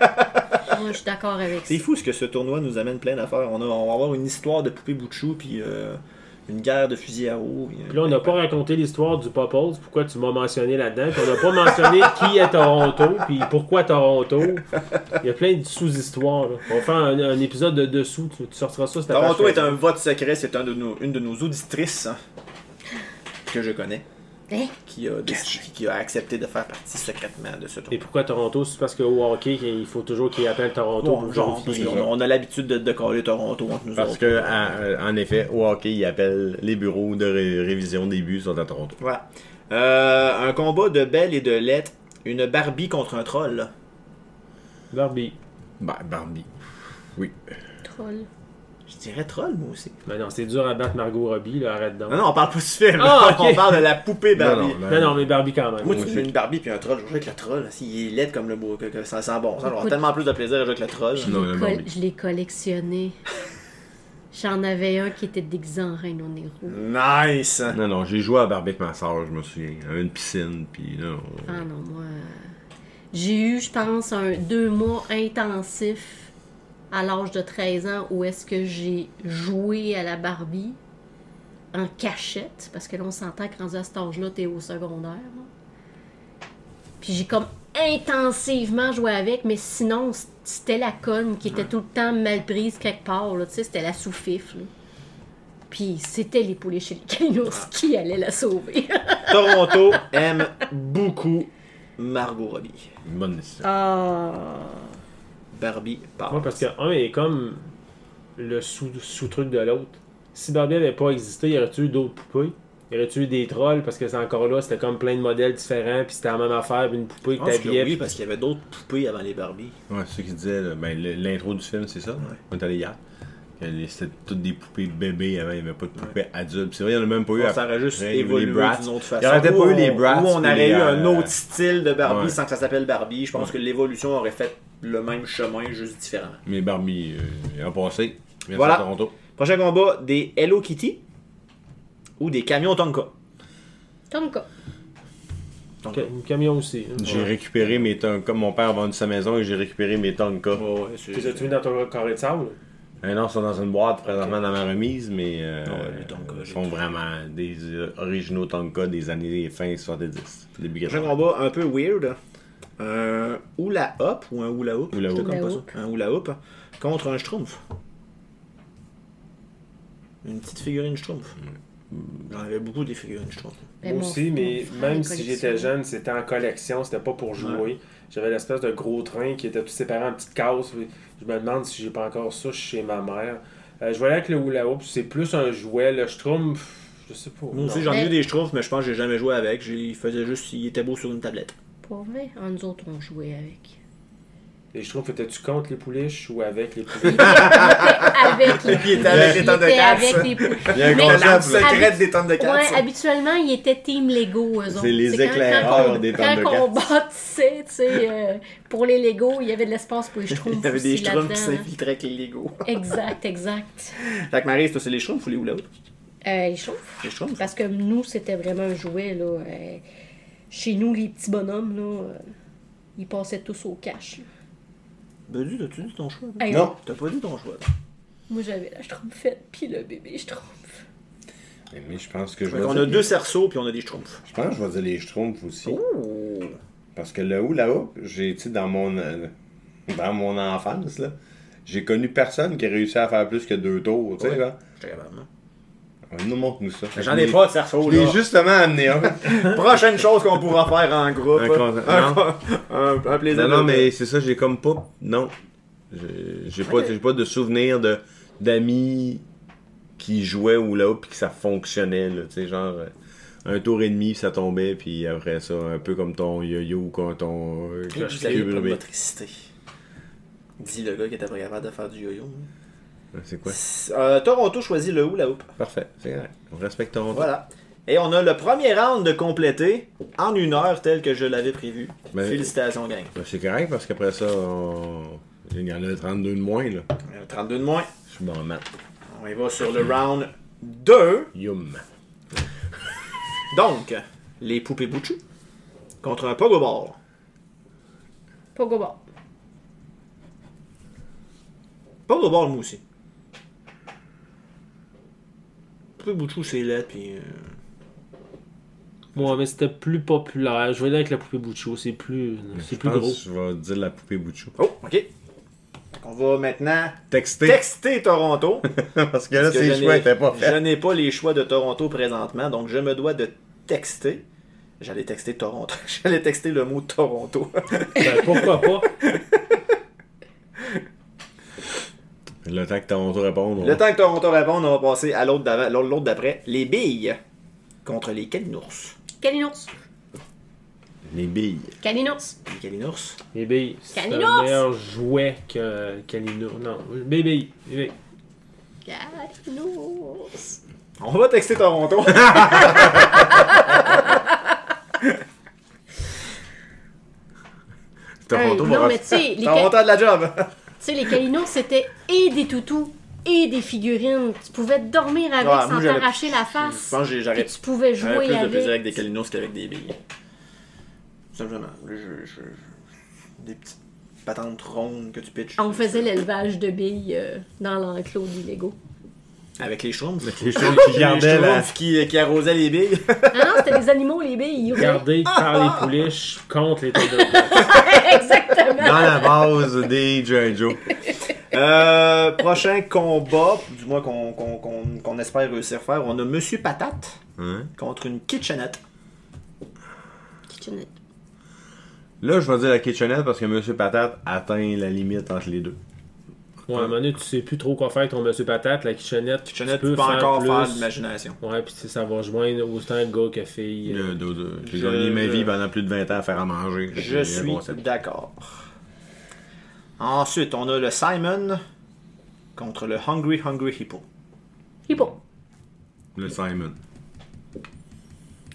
D: Moi, je suis d'accord avec ça.
A: C'est fou ce que ce tournoi nous amène plein d'affaires. On, a- on va avoir une histoire de poupée bout de chou, puis euh, une guerre de fusil à eau. puis, euh,
E: Puis là, on n'a pas raconté l'histoire du Popples, pourquoi tu m'as mentionné là-dedans. Puis on n'a pas mentionné qui est Toronto, puis pourquoi Toronto. Il y a plein de sous-histoires. là. On va faire un, un épisode de dessous, tu, tu sortiras ça. sur ta page
A: Toronto est un
E: Facebook.
A: vote secret, c'est un de nos- une de nos auditrices hein, que je connais.
D: Hein?
A: Qui a, décidé- qui a accepté de faire partie secrètement de ce
E: Et
A: tournoi.
E: pourquoi Toronto C'est parce qu'au hockey, il faut toujours qu'il appelle Toronto
A: Bon,
E: pour
A: genre,
E: vérifier.
A: parce qu'on- on, a l'habitude de, de coller Toronto entre nous
B: Parce
A: autres.
B: que, euh, en, en effet, au hockey, ils appellent les bureaux de ré- révision des buts sont à Toronto.
A: Voilà. Euh, un combat de Belle et de Lette. Une Barbie contre un troll.
E: Barbie.
B: Bah, Barbie.
D: Troll.
A: Je dirais troll, moi aussi.
E: Mais Ben non, c'est dur à battre Margot Robbie, là, arrête donc.
A: Non, non, on parle pas du film.
E: Ah, ok.
A: <laughs> On parle de la poupée Barbie.
B: non,
E: Non, non, mais Barbie quand même.
A: Moi, tu me mets une Barbie puis un troll, je joue avec le troll. S'il est laid comme le beau, que, que ça sent bon. Ça, j'aurai
D: Écoute.
A: tellement plus de plaisir à jouer avec le troll.
B: Non,
D: Je
B: la
D: l'ai
B: Barbie.
D: coll- Je l'ai collectionné. J'en avais un qui était déguisé en reine au nez rouge.
A: Nice!
B: Non, non, j'ai joué à Barbie avec ma soeur, je me souviens. À une piscine, puis là. on-
D: Ah non, moi. euh, J'ai eu, je pense, un deux mois intensif à l'âge de 13 ans où est-ce que j'ai joué à la Barbie en cachette, parce que là, on s'entend que rendu à cet âge-là, t'es au secondaire. là. Puis j'ai comme intensivement joué avec, mais sinon, c'était la conne qui était tout le temps mal prise quelque part, là, tu sais, c'était la sous-fif, là. Puis c'était les poulets chez les caninours qui allaient la sauver.
A: Toronto aime beaucoup Margot Robbie.
B: Une bonne décision.
D: Ah...
A: Barbie part.
E: Moi, Ah, parce que un est comme le sous- sous-truc de l'autre. Si Barbie n'avait pas existé, il aurait eu d'autres poupées. Il aurait eu des trolls parce que c'est encore là, c'était comme plein de modèles différents, puis c'était la même affaire, puis une poupée
A: Je
E: que
A: pense que
E: t'habillais.
A: oui,
E: puis-
A: Ah, parce qu'il y avait d'autres poupées avant les Barbies.
B: Ouais, c'est ce qu'ils disaient, là, ben, le- l'intro du film, c'est ça. On est allé hier. Que les- C'était toutes des poupées bébés avant, il n'y avait pas de poupées adultes. C'est vrai, il n'y en a même pas eu
A: On
B: après.
A: s'aurait juste
B: il y a eu
A: évolué
B: les Bratz.
A: d'une autre façon.
B: Il y aurait peut-être
A: Ou
B: pas eu
A: on-
B: les Bratz,
A: Ou on
B: puis
A: aurait
B: les,
A: eu un
B: euh,
A: autre style de Barbie
B: ouais.
A: sans que ça s'appelle Barbie. Je pense
B: Ouais.
A: que l'évolution aurait fait le même chemin, juste différemment.
B: Mais Barbie, euh, en passé, vient
A: Voilà.
B: de Toronto.
A: Prochain combat, des Hello Kitty ou des camions Tonka.
D: Tonka.
A: Tonka.
E: Ca- Camion aussi. hein.
B: J'ai
E: Ouais.
B: récupéré mes tonkas. Comme mon père a vendu sa maison et j'ai récupéré mes tonkas.
A: Ouais, ouais, c'est-
E: Les as-tu mis dans ton carré de sable?
B: Eh non, ils sont dans une boîte présentement dans ma remise, mais euh,
A: Ouais, les Tonka,
B: ils
A: j'ai
B: sont
A: tout.
B: vraiment des euh, originaux Tonka des années fin 70, début
A: Prochain
B: 80.
A: combat un peu weird. Un hula hop ou un hula hoop.
B: Hula
A: je te
B: hoop.
A: compte pas
D: Hula
A: ça.
D: hoop.
A: Un hula hoop contre un schtroumpf. Une petite figurine schtroumpf. J'en avais beaucoup des figurines schtroumpf.
D: Ben,
E: Moi
D: mon-
E: aussi, mais
D: mon frère
E: même
D: est
E: si
D: collectionneur.
E: j'étais jeune, c'était en collection, c'était pas pour jouer. J'avais l'espèce de gros train qui était tout séparé en petites cases. Je me demande si j'ai pas encore ça chez ma mère. Euh, je voyais avec le hula hoop, c'est plus un jouet. Le schtroumpf, je sais pas.
A: Moi aussi
E: Non.
A: j'en ai
D: Mais-
A: eu des schtroumpfs, mais je pense que j'ai jamais joué avec. J'ai- Il faisait juste, il était beau sur une tablette.
D: Pour vrai, ah, nous autres, on jouait avec.
E: Les schtroumpfs, étais-tu contre les pouliches ou avec les pouliches?
D: avec les
A: Il était avec les temps de
D: Il était
A: casse.
D: avec les poules.
B: Il y a un
D: Mais-
B: concept, là.
D: Habi-
A: Secrète des tentes de cartes.
D: Ouais, habituellement, ils étaient team Lego, eux autres.
B: les
D: C'est quand-
B: éclaireurs
D: quand on-
B: des temps de
D: Quand on
B: cartes.
D: bâtissait, tu sais, euh, pour les Lego, il y avait de l'espace pour les schtroumpfs
A: <laughs> Il y avait des
D: aussi
A: schtroumpfs qui
D: là-dedans, hein.
A: s'infiltraient avec les Lego.
D: Exact, exact.
A: Fait que Marie, toi c'est les schtroumpfs ou les hula hoop?
D: Euh, les schtroumpfs.
A: Les schtroumpfs.
D: Parce que nous, c'était vraiment un jouet, là. euh, chez nous, les petits bonhommes, là, euh, ils passaient tous au cash. là.
A: Bedu, t'as-tu dit ton choix?
D: Hey,
B: Non.
A: T'as pas dit ton choix.
D: Moi, j'avais la schtroumpfette, puis le bébé schtroumpf.
B: Mais, mais je pense que je
A: Fait
B: vais
A: qu'on
B: dire-
A: a deux cerceaux puis on a des schtroumpfs.
B: Je pense que je vais dire les schtroumpfs aussi.
A: Ouh!
B: Parce que le hula hoop, j'ai été dans mon euh, dans mon enfance là, j'ai connu personne qui a réussi à faire plus que deux tours, tu sais
A: Ouais.
B: là.
A: J'étais capable, hein.
B: Nous montre nous ça.
A: J'en ai pas de cerceau,
B: Je l'ai
A: là.
B: justement amené un.
A: <laughs> Prochaine chose qu'on pourra faire en groupe.
B: Un con-
A: Un,
B: non.
A: con- un- un plaisir.
B: <laughs> non, non,
A: de-
B: mais c'est ça, j'ai comme pas. Non. J'ai j'ai pas, j'ai pas de souvenir de d'amis qui jouaient ou là, puis que ça fonctionnait, là, tu sais, genre euh, un tour et demi, puis ça tombait, puis après ça, un peu comme ton yo-yo ou quoi, ton euh,
G: Vous
B: cloche
G: avez
B: cube,
G: pas de
B: là, mais-
G: motricité. Dis le gars qui était pas capable de faire du yo-yo.
B: C'est quoi?
A: Euh, Toronto choisit le ou la houpe.
B: Parfait, c'est vrai. On respecte ton
A: Voilà. Et on a le premier round de compléter en une heure tel que je l'avais prévu.
B: Mais-
A: Félicitations, gang.
B: Ben, c'est correct parce qu'après ça, on- il y en a 32 de moins, là.
A: Euh, 32 de moins.
B: Je suis bon en maths.
A: On y va sur le round 2.
B: Yum.
A: Donc, les poupées Bouchou contre un Pogoball.
D: Pogoball.
A: Pogoball, moi aussi. Poupée Bouchou, c'est laid, puis... euh,
E: Moi, mais c'était plus populaire. Je vais aller avec la poupée Bouchou, c'est plus, c'est
B: Je
E: plus
B: pense
E: gros.
B: que Je vais dire la poupée Bouchou.
A: Oh, OK. On va maintenant
B: Texté.
A: texter Toronto.
B: <laughs> parce que là,
A: Parce que
B: ses
A: je
B: choix
A: n'ai-
B: n'étaient pas
A: Je
B: faits.
A: n'ai pas les choix de Toronto présentement, donc je me dois de texter. J'allais texter Toronto. <laughs> J'allais texter le mot Toronto.
E: Ben, pourquoi pas?
B: Le temps que ton tour répondre.
A: Le temps que Toronto réponde, on va passer à l'autre d'avant, l'autre l'autre d'après. Les billes contre les calinours.
D: Calinours.
B: Les billes.
D: Calinours.
A: Les calinours.
E: Bébé, Eh ben, c'est le
D: Calinours!
E: meilleur jouet que Calinours. Non, eh ben, bébé, bébé.
D: Calinours.
A: On va texter Toronto.
B: Toronto
D: Hey,
B: va
D: Euh, non, mais
B: ref-
A: <laughs>
D: tu sais, les, ca-
A: Toronto a de la job.
D: tu sais, les Calinours, c'était et des toutous et des figurines. Tu pouvais dormir avec
A: Ouais, moi,
D: sans
A: j'avais-
D: t'arracher la
A: Je
D: face.
A: pense que j'ai-
D: Puis
A: j'aurais
D: tu pouvais
A: j'aurais plus
D: jouer
A: de plaisir
D: avec.
A: avec des calinours qu'avec des billes. Simplement. Je- je- je- des petites patentes rondes que tu pitches.
D: On faisait l'élevage de billes euh, dans l'enclos du Lego.
A: Avec les schtroumpfs. Avec
B: les schtroumpfs qui gardaient
E: hein.
B: la-
A: qui, qui arrosaient les billes.
D: Ah non, c'était des animaux, les billes. ils roulaient.
E: Gardé par les pouliches contre les têtes de
D: <laughs> Exactement.
B: Dans la base des G.I. Joe.
A: Euh, prochain combat, du moins qu'on qu'on- qu'on- qu'on espère réussir à faire, on a Monsieur Patate
B: Hein?
A: contre une kitchenette.
D: Kitchenette.
B: Là, je vais dire la kitchenette parce que Monsieur Patate atteint la limite entre les deux.
E: Ouais, à un moment donné, tu sais plus trop quoi faire avec ton monsieur patate, la kitchenette.
A: Kitchenette, tu peux encore
E: plus.
A: faire de l'imagination.
E: Ouais, puis tu sais, ça va rejoindre autant gars que filles.
B: Le dodo. J'ai
A: Je-
B: gagné ma
A: je-
B: vie pendant plus de 20 ans à faire à manger.
A: Je
B: C'est un
A: suis
B: bon set.
A: d'accord. Ensuite, on a le Simon contre le Hungry Hungry Hippo.
D: Hippo.
B: Le Simon.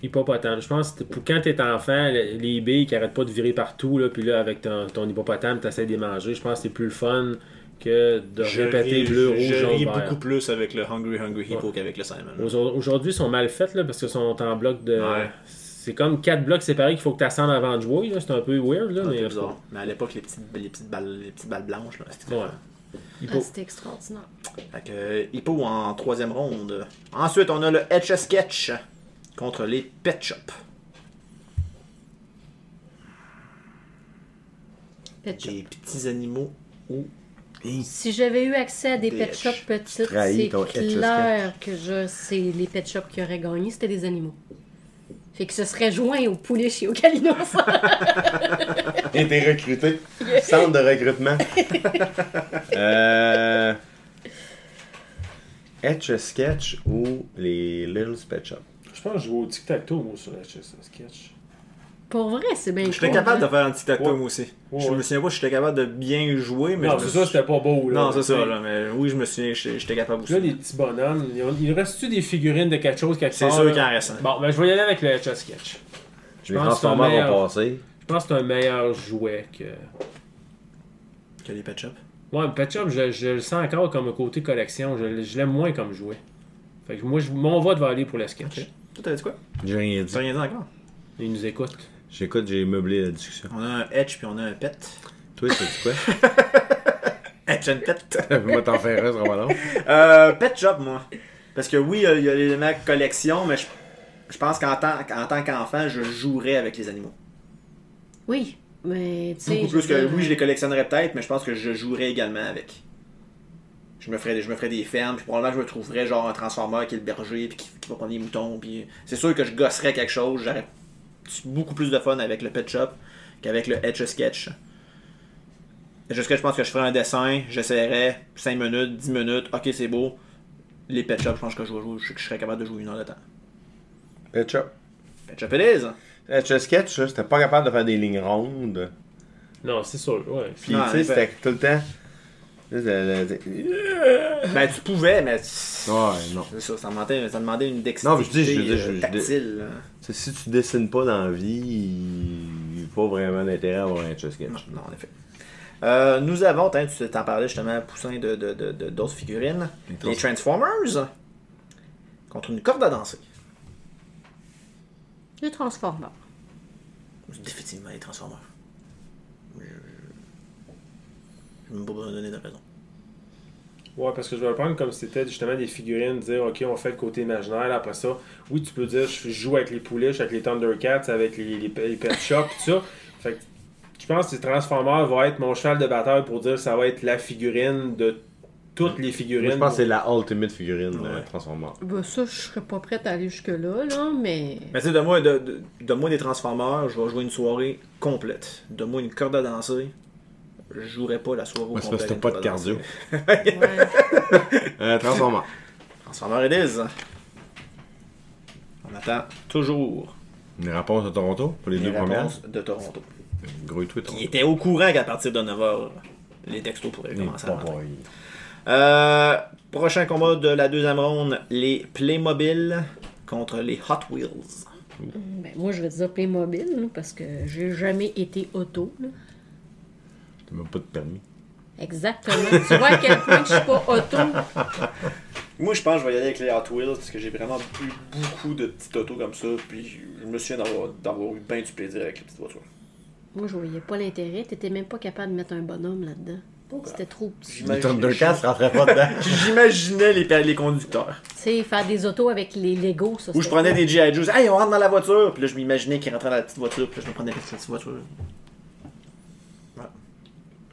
E: Hippopotame. Je pense que c'était pour quand t'es enfant, le- les billes qui arrêtent pas de virer partout, là, puis là, avec ton, ton hippopotame, t'essaies de les manger. Je pense que c'est plus le fun que de répéter bleu, rouge,
A: je
E: jaune,
A: ris
E: vert.
A: beaucoup plus avec le Hungry Hungry Hippo qu'avec le Simon.
E: Aujourd- Aujourd'hui, ils sont mal faites là, parce qu'ils sont en bloc de.
A: Ouais.
E: C'est comme quatre blocs séparés qu'il faut que tu assembles avant de jouer. là. C'est un peu weird. Là,
A: C'est
E: mais...
A: bizarre. Mais à l'époque, les petites, les, petites balles, les petites balles blanches, là, c'était
E: Ouais.
D: Ah, c'était extraordinaire.
A: Fait que euh, Hippo en troisième ronde. Ensuite, on a le Etch a Sketch contre les Pet Shop.
D: Pet Shop.
A: Des petits animaux ou.
D: Si j'avais eu accès à des
A: Des
D: pet shops petites,
B: trahis
D: c'est
B: ton Etch-a-Sketch.
D: clair que je c'est les pet shops qui auraient gagné, c'était des animaux. Fait que ce serait joint aux pouliches et aux <laughs> calinos.
B: Et t'es recruté. Centre de recrutement. euh... Etch a Sketch ou les Little Pet Shop.
E: Je pense que je joue au tic-tac-toe, moi, sur la sketch.
D: Pour vrai, c'est bien
A: J'étais
D: cool,
A: capable
D: hein.
A: de faire un petit tacto
E: Ouais.
A: moi aussi.
E: Ouais,
A: je
E: ouais.
A: me souviens pas si j'étais capable de bien jouer, mais.
E: Non,
A: je
E: c'est
A: me
E: ça,
A: suis-
E: c'était pas beau. Là,
A: Non, c'est ça,
E: T'sais,
A: là, mais oui, je me souviens, j'étais j'étais capable aussi.
E: Là, les petits bonhommes, ils ont- il reste-tu des figurines de quelque chose quelque
A: C'est
E: part,
A: sûr
E: là?
A: qu'il en reste un.
E: Bon, ben, je vais y aller avec le Hatchet Sketch.
B: Je vais
E: pense
B: transformer
E: que c'est
B: à
E: meilleur.
B: mon passé.
E: Je pense que c'est un meilleur jouet que.
A: Que les Pet Shop.
E: Ouais, le Pet Shop, je, je le sens encore comme un côté collection. Je, l- je l'aime moins comme jouet. Fait que moi, je- mon vote va aller pour le sketch.
A: Ok. Toi, t'avais dit quoi
B: J'ai rien dit.
A: T'as rien dit encore.
E: Il nous écoute.
B: J'écoute, j'ai meublé la discussion.
A: On a un Etch puis on a un Pet.
B: Toi, c'est du quoi?
A: Etch and Pet.
B: <laughs> Moi, t'en ferais, ça sera pas long.
A: <laughs> Euh, pet Shop, moi. Parce que oui, il y a- il y a l'élément collection, mais je, je pense qu'en tant, qu'en tant qu'enfant, je jouerais avec les animaux.
D: Oui, mais tu sais.
A: Beaucoup
D: je
A: plus
D: veux
A: que
D: dire,
A: oui, je les collectionnerais peut-être, mais je pense que je jouerais également avec. Je me ferais, je me ferais des fermes, puis probablement je me trouverais genre un transformeur qui est le berger, puis qui, qui va prendre les moutons, puis c'est sûr que je gosserais quelque chose. J'aurais beaucoup plus de fun avec le Pet Shop qu'avec le Etch a Sketch. Etch a Sketch, je pense que je ferais un dessin, j'essaierais 5 minutes, 10 minutes, ok c'est beau. les Pet Shop, je pense que je, vais jouer- je- je serais capable de jouer une heure de temps.
B: Pet Shop.
A: Pet Shop it is!
B: Euh, Tu sketch, là, c'était pas capable de faire des lignes rondes.
E: Non, c'est sûr, ouais.
B: Puis,
A: Ouais, ben-
B: tu sais, c'était tout le temps. Tu sais, le- le-
A: Ben, tu pouvais, mais. C'est
B: Ouais, non.
A: ça, ça demandait, ça demandait une dextérité
B: Non, mais je dis- je dis- je-
A: euh,
B: je dis-
A: tactile. hein.
B: Tu sais, si tu dessines pas dans la vie, il n'y a pas vraiment d'intérêt à avoir un chess sketch.
A: Non, non, en effet. Euh, nous avons, t'en- tu t'en parlais justement, Poussin, de, de, de- de- d'autres figurines.
B: Les
A: Les Transformers contre une corde à danser.
D: Le transformer.
A: Définitivement les Transformers. Je- Je ne pas besoin de donner de raison.
E: Ouais, parce que je vais le prendre comme si c'était justement des figurines, dire ok, on fait le côté imaginaire, là, après ça, oui, tu peux dire je joue avec les pouliches, avec les Thundercats, avec les, les, les Pet Shop, tout ça. Fait que je pense que Transformer va être mon cheval de bataille pour dire ça va être la figurine de toutes les
B: Moi,
E: figurines.
B: je pense que c'est la ultimate figurine euh,
A: Ouais.
B: Transformers.
D: Ben ça, je serais pas prête à aller jusque-là, là, mais...
A: Mais tu sais, donne-moi de, de, donne-moi des Transformers, je vais jouer une soirée complète. Donne-moi une corde à danser, je jouerai pas la soirée au
B: Ouais, c'est parce
A: complète.
B: que t'as
A: avec
B: pas
A: une corde
B: de
A: à danser.
B: cardio.
D: Ouais.
B: Euh, Transformers.
A: Transformers it is. On attend toujours
B: Une réponse de Toronto pour les,
A: les
B: deux premières.
A: réponses de Toronto.
B: Gros tweet.
A: Qui était au courant qu'à partir de 9h, les textos pourraient commencer à rentrer.
B: Popeye.
A: Euh, prochain combat de la deuxième ronde, les Playmobil contre les Hot Wheels.
D: Ben, moi, je vais dire Playmobil, là, parce que j'ai jamais été auto. là.
B: T'as même pas de permis.
D: Exactement. tu vois à quel point que je suis pas auto.
A: Moi, je pense que je vais y aller avec les Hot Wheels parce que j'ai vraiment eu beaucoup de petites autos comme ça. Puis je me souviens d'avoir, d'avoir eu bien du plaisir avec les petites voitures.
D: Moi, je voyais pas l'intérêt. T'étais même pas capable de mettre un bonhomme là-dedans. C'était trop petit.
B: Les
A: J'imagine-
B: Thundercats rentraient pas dedans. <laughs>
A: J'imaginais les, pa- les conducteurs.
D: Tu sais, faire des autos avec les Legos, ça,
A: Ou je
D: c'était-
A: prenais des G.I. Joe's. Hey, on rentre dans la voiture. Puis là, je m'imaginais qu'ils rentraient dans la petite voiture. Puis là, je me prenais la petite voiture.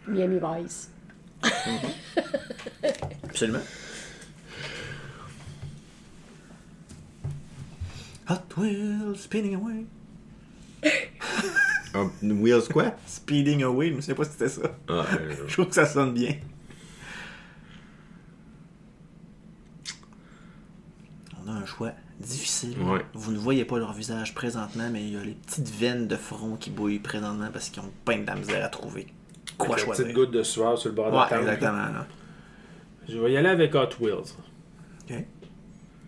D: Miami Vice.
A: Absolument. Hot Wheels spinning away.
B: Un Wheels quoi?
A: Speeding away, je ne sais pas si c'était ça.
B: Ah,
A: Je trouve que ça sonne bien. On a un choix difficile.
B: Ouais.
A: Vous ne voyez pas leur visage présentement, mais il y a les petites veines de front qui bouillent présentement parce qu'ils ont peine de la misère à trouver quoi
E: Avec la
A: choisir.
E: petite goutte de sueur sur le bord de
A: Ouais,
E: la table.
A: exactement. là.
E: Je vais y aller avec Hot Wheels.
A: Ok.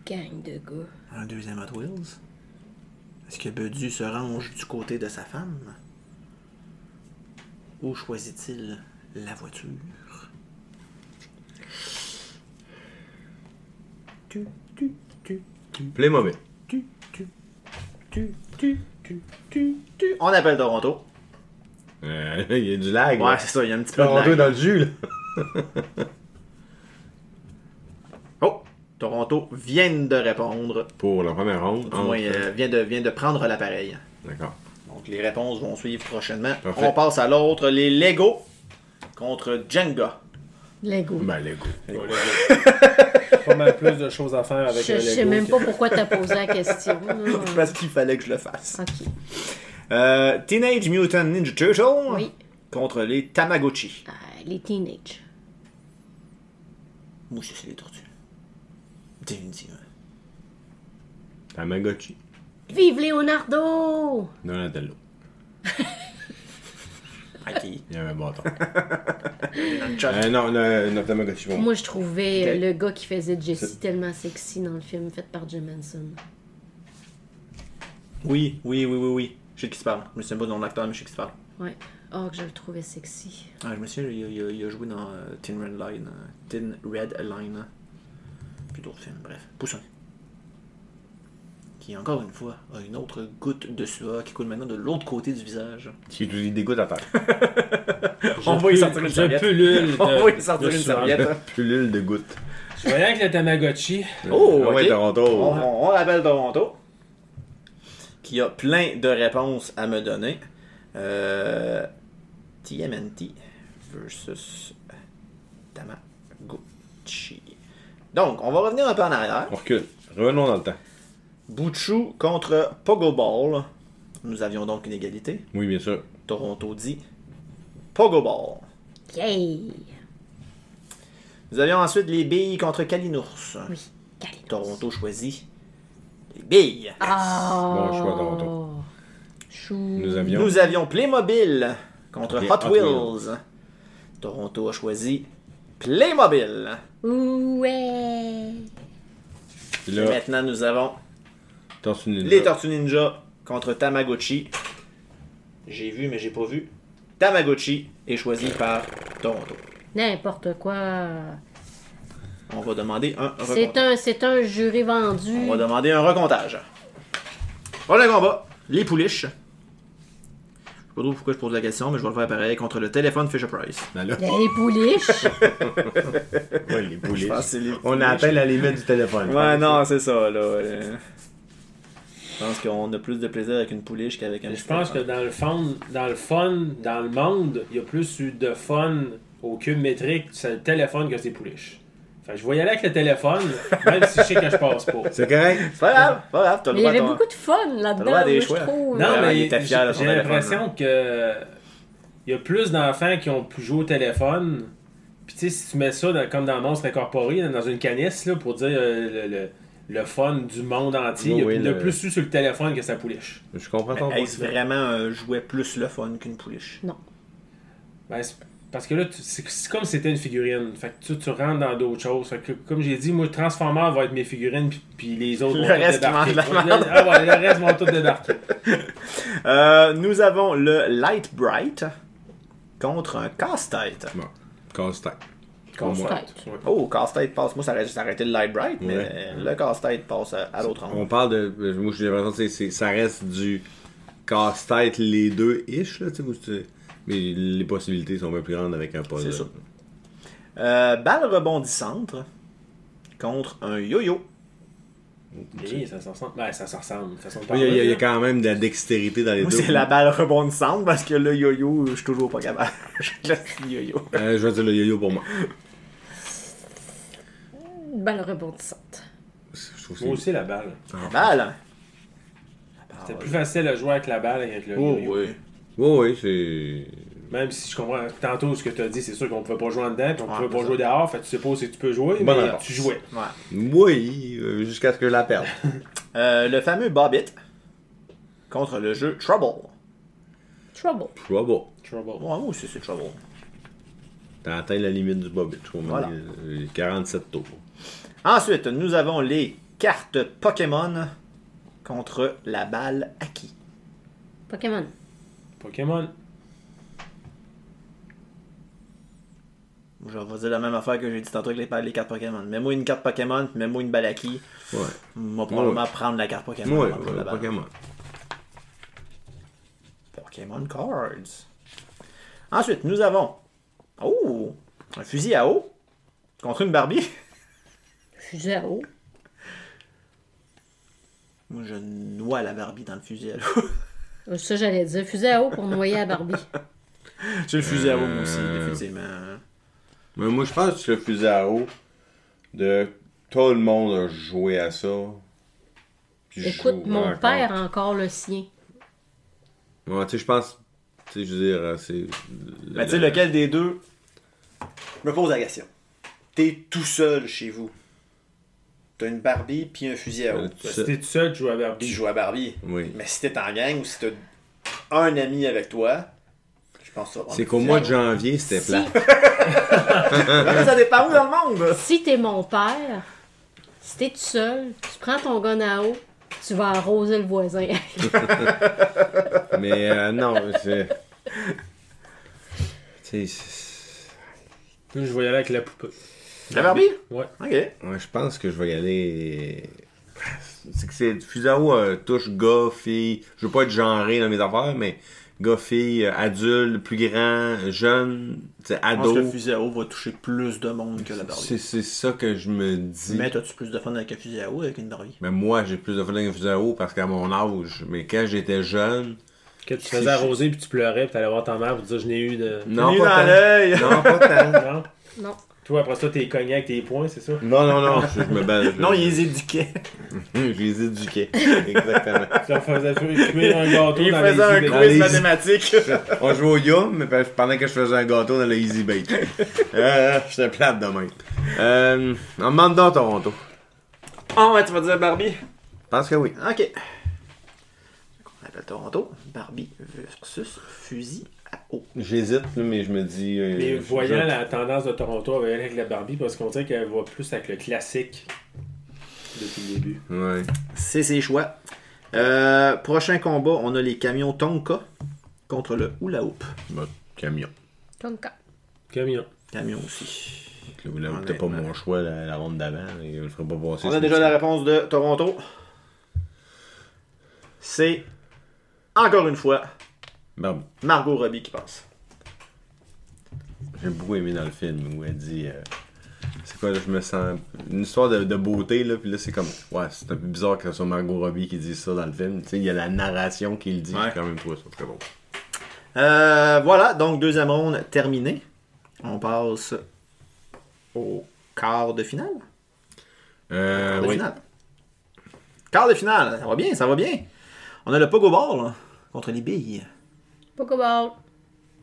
D: Gang de gars.
A: Un deuxième Hot Wheels. Est-ce que Bedu se range du côté de sa femme? Ou choisit-il la voiture? Tu, tu, tu,
B: Playmobil.
A: tu, tu, tu, tu, tu, tu, tu. On appelle Toronto.
B: Euh, <laughs> Il y a du lag.
A: Ouais,
B: là.
A: c'est ça, il y a un petit peu
B: Toronto
A: de
B: est
A: lag.
B: dans le jus, là.
A: Oh! Toronto vient de répondre.
B: Pour la première ronde.
A: Du moins,
B: entre-
A: euh, vient, de, vient de prendre l'appareil.
B: D'accord.
A: Donc les réponses vont suivre prochainement.
B: Parfait.
A: On passe à l'autre, les Lego contre Jenga.
D: Lego.
B: Ben, les goûts.
E: Ouais, Lego. pas mal plus de choses à faire avec
D: Je
E: un
D: je sais
E: Lego
D: même
E: que-
D: pas pourquoi t'as posé la question. là.
A: <laughs>
D: <laughs>
A: Parce qu'il fallait que je le fasse.
D: Ok.
A: Euh, Teenage Mutant Ninja Turtle
D: Oui.
A: contre les Tamagotchi.
D: Ah, les teenage.
A: Moi aussi, c'est les tortues. <laughs> Définitivement.
B: Tamagotchi.
D: Vive Leonardo!
B: Donatello.
A: Ok.
B: Il y avait un <laughs> bâton.
A: Un chat.
B: Euh, non, le, notre Tamagotchi pour moi.
D: Moi, je trouvais euh,
A: Ok.
D: le gars qui faisait Jesse tellement sexy dans le film fait par Jim Henson.
A: Oui, oui, oui, oui, oui. Je sais qui se parle. Je me souviens pas de nom de l'acteur, mais je sais qui se parle.
D: Ouais. Oh, que je le trouvais sexy.
A: Ah, je me souviens, il, a- il a- il a joué dans euh, Tin Red Line. euh, Tin Red Line. hein. Puis d'autres films, bref. Poussin. Qui, encore une fois, a une autre goutte de sueur qui coule maintenant de l'autre côté du visage.
B: Qui tout des gouttes à terre. <laughs>
A: On
E: Je
A: va y
E: pu-
A: sortir une serviette.
E: Je <laughs> pullule de-
A: On va y sortir
E: de
A: une
E: sueur.
A: serviette.
B: Pullule de gouttes.
E: Je vais y aller avec le Tamagotchi.
A: Oh,
B: Ah ouais,
A: ok.
B: Toronto.
A: On, on- on rappelle Toronto, qui a plein de réponses à me donner. Euh, TMNT versus Tamagotchi. Donc, on va revenir un peu en arrière.
B: On recule. Revenons dans le temps.
A: Bouchou contre Pogo Ball. Nous avions donc une égalité.
B: Oui, bien sûr.
A: Toronto dit Pogo Ball.
D: Yay!
A: Nous avions ensuite les billes contre Kalinours.
D: Oui.
A: Toronto choisit les billes.
B: Bon choix, Toronto.
D: Ah! Chou.
B: Nous avions.
A: Nous avions Playmobil contre
B: Et
A: Hot,
B: Hot
A: Wheels.
B: Wheels.
A: Toronto a choisi Playmobil.
D: Ouais.
A: Et
B: Là,
A: maintenant, nous avons
B: Tortue Ninja.
A: les Tortues Ninja contre Tamagotchi. J'ai vu, mais j'ai pas vu. Tamagotchi est choisi par Toronto.
D: N'importe quoi.
A: On va demander un
D: C'est
A: recomptage.
D: un, c'est un jury vendu.
A: On va demander un recomptage. Prochain combat, les pouliches. Je sais pas trop pourquoi je pose la question, mais je vais le faire pareil contre le téléphone Fisher-Price.
B: Ben là,
D: Les pouliches.
B: ouais, les pouliches.
A: pense que c'est les
B: On appelle à la limite du téléphone.
A: Ouais, non, c'est ça, là. euh, Je pense qu'on a plus de plaisir avec une pouliche qu'avec un
E: Je pense que dans le fun, dans le fun, dans le monde, il y a plus eu de fun au cube métrique c'est le téléphone que c'est pouliches. Fait que je vais y aller avec le téléphone, même si je sais que je passe pas.
B: C'est correct?
A: C'est pas grave, pas grave, t'as le
D: Mais il y
A: droit à
D: avait
A: ton-
D: beaucoup de fun là-dedans,
A: droit à des
D: moi, je
A: choix.
D: trouve.
A: Ouais,
E: Non,
A: il
E: mais
A: était
E: j'ai
A: fier de son
E: j'ai
A: téléphone,
E: l'impression que il y a plus d'enfants qui ont pu jouer au téléphone. Puis tu sais, si tu mets ça dans- comme dans Monstre Incorporé, dans une canisse, là, pour dire euh, le, le- le fun du monde entier,
B: Oui,
E: il y a
B: oui,
E: plus- il y a
B: le-
E: plus eu sur le téléphone que ça pouliche.
B: Je comprends ton
A: Mais
B: point.
A: Est-ce vraiment un jouet plus le fun qu'une pouliche?
E: Ben, c'est- parce que là, tu- c'est c'est comme si c'était une figurine. Fait que tu, tu rentres dans d'autres choses. Fait que, comme j'ai dit, moi, Transformers va être mes figurines, puis, puis les autres
A: Le
E: vont
A: reste
E: toutes
A: qui mange
E: débarquer.
A: de la merde.
E: Ah ouais, le reste vont toutes débarquer.
A: Euh, nous avons le Light Bright contre un casse-tête.
B: Bon, constant.
D: Casse-tête.
E: Ouais.
A: Oh, casse-tête passe. Moi, ça aurait juste arrêté le Light Bright, mais
B: Ouais.
A: le casse-tête passe à, à l'autre angle.
B: On parle de. euh, Moi, j'ai l'impression que c'est- c'est- ça reste du casse-tête, les deux ish, là, tu sais, ou c'est- Mais les possibilités sont bien plus grandes avec un puzzle.
A: C'est ça. Euh, balle rebondissante contre un yo-yo.
E: Et ça s'en ressemble. Ben, ça s'en ressemble. de façon de
B: Oui, Il y, a- il y a- il y
E: parler,
B: a quand même de la dextérité dans les
A: Moi,
B: deux.
A: c'est la balle rebondissante parce que le yo-yo, je suis toujours pas capable. <laughs> Je laisse le yo-yo.
B: Euh, je vais dire le yo-yo pour moi.
D: Une balle rebondissante.
B: Je trouve que
E: Moi
B: c'est-
E: aussi, la balle.
A: Balle!
E: C'était plus facile à jouer avec la balle qu'avec le
A: Ah, Oh,
E: yo-yo.
A: oui.
B: Oui, oui, c'est.
E: Même si je comprends tantôt ce que tu as dit, c'est sûr qu'on pouvait pas jouer en dedans, puis on
A: Ouais,
E: pouvait
A: c'est
E: pas jouer dehors, fait que tu sais pas si tu peux jouer,
B: Bonne
E: mais
B: réponse.
E: tu jouais.
A: Ouais.
B: Oui, euh, jusqu'à ce que je la perde.
A: Euh, le fameux Bobbit contre le jeu Trouble.
D: Trouble.
B: Je vois bon.
E: Trouble.
A: Moi aussi, c'est Trouble.
B: T'as atteint la limite du bobbit. Je trouve
A: Voilà.
B: Euh, 47 tours.
A: Ensuite, nous avons les cartes Pokémon contre la balle Aki.
D: Pokémon.
E: Pokémon.
A: Je vais dire la même affaire que j'ai dit tantôt avec les, pa- les cartes Pokémon. Mets-moi une carte Pokémon, puis mets-moi une balle Aki.
B: Ouais.
A: On va probablement
B: Ouais.
A: prendre la carte Pokémon.
B: Ouais,
A: avant de prendre la
B: ouais,
A: balle.
B: Pokémon.
A: Pokémon Cards. Ensuite, nous avons. Oh! Un fusil à eau contre une Barbie.
D: Fusil à eau.
A: Moi, je noie la Barbie dans le fusil à eau.
D: Euh, Ça, j'allais dire. Fusil à eau pour noyer à Barbie.
A: <laughs> J'ai le fusil à eau, moi aussi,
B: Euh.
A: définitivement.
B: Mais moi, je pense que le fusil à eau, de tout le monde a joué à ça. Puis je
D: Écoute,
B: joue
D: mon
B: encore.
D: père hein. a encore le sien.
B: Ouais, tu sais, je pense. Tu sais, je veux dire, euh, c'est.
A: Mais Ben, tu sais, lequel des deux Je me pose la question. T'es tout seul chez vous. T'as une Barbie puis un fusil à eau.
B: Euh,
A: Toi,
B: tout
A: si
B: seul.
E: Si t'es tout seul, tu joues à
A: Tu
E: Barbie.
A: joues à Barbie.
B: Oui.
A: Mais si t'es en gang ou si t'as un ami avec toi, je pense que ça. va
B: C'est
A: prendre
B: qu'au
A: le
B: mois de janvier, c'était
D: Si,
B: plat. <laughs>
A: fusil à eau. Ça dépend où dans le monde.
D: si t'es mon père, si t'es tout seul, tu prends ton gun à eau, tu vas arroser le voisin. <laughs>
B: Mais euh, non, c'est.
D: <laughs>
B: Tu sais, c'est-
E: Là, je vais y aller avec la poupée.
A: La Barbie
E: Ouais.
A: Ok.
B: ouais, je pense que je vais y aller. C'est que c'est. Fusil à eau euh, touche gars, fille. Je veux pas être genré dans mes affaires, mais gars, fille, euh, adulte, plus grand, jeune, tu sais,
A: Je pense que le
B: ado.
A: fusil à eau va toucher plus de monde que la Barbie.
B: C'est c'est ça que je me dis.
A: Mais t'as-tu plus de fun avec un fusil à eau avec une Barbie
B: Mais moi, j'ai plus de fun avec un fusil à eau parce qu'à mon âge. Mais quand j'étais jeune.
E: Que tu te faisais arroser, puis tu pleurais, puis t'allais voir ta mère pour dire je n'ai eu de.
B: Non,
A: Nul
B: pas
A: dans
B: tant.
A: l'œil
B: Non, pas tant.
E: <laughs> Non.
D: Non.
E: Toi, après ça, t'es cogné avec tes points, c'est ça?
B: Non, non, non, je, je me bats.
A: Non, il les éduquait.
B: Je les éduquais. Exactement.
E: Tu leur faisais cuire un gâteau
A: Il
E: dans les
A: faisait un
E: idées.
B: dans les-
A: quiz
E: <laughs>
A: mathématique.
B: On jouait au yum, mais pe- pendant que je faisais un gâteau dans le Easy Bake. Euh, J'étais plate demain. Euh, on me demande dans Toronto.
A: Ah ouais, tu vas dire Barbie.
B: Je pense que oui.
A: Ok. On appelle Toronto. Barbie versus fusil à eau.
B: J'hésite, là, mais je me dis. euh,
E: Mais
B: je-
E: voyant
B: je-
E: la tendance de Toronto avec avec la Barbie, parce qu'on dirait qu'elle va plus avec le classique depuis le début.
B: Ouais.
A: C'est ses choix. Euh, prochain combat, on a les camions Tonka contre le Hula Hoop.
B: Bah, camion.
D: Tonka.
E: Camion.
A: Camion aussi.
B: Là, vous l'avez- T'as pas
A: Honnêtement.
B: mon choix la, la ronde d'avant. et Je le ferai pas passer.
A: On a
B: c'est-
A: déjà la réponse de Toronto. C'est encore une fois
B: Barbie.
A: Margot Robbie qui passe.
B: J'ai beaucoup aimé dans le film où elle dit. euh, c'est quoi, là, je me sens. Une histoire de, de beauté, là, puis là, c'est comme. Ouais, c'est un peu bizarre que ce soit Margot Robbie qui dise ça dans le film. Tu sais, il y a la narration qui le dit.
A: Ouais.
B: J'ai quand même trouvé ça très bon.
A: Euh, voilà, donc deuxième ronde terminée. On passe au quart de finale.
B: Euh,
A: Quart de
B: oui.
A: finale. Quart de finale, ça va bien, ça va bien. On a le Pogo Ball là, contre les <laughs> billes.
D: Pokéball.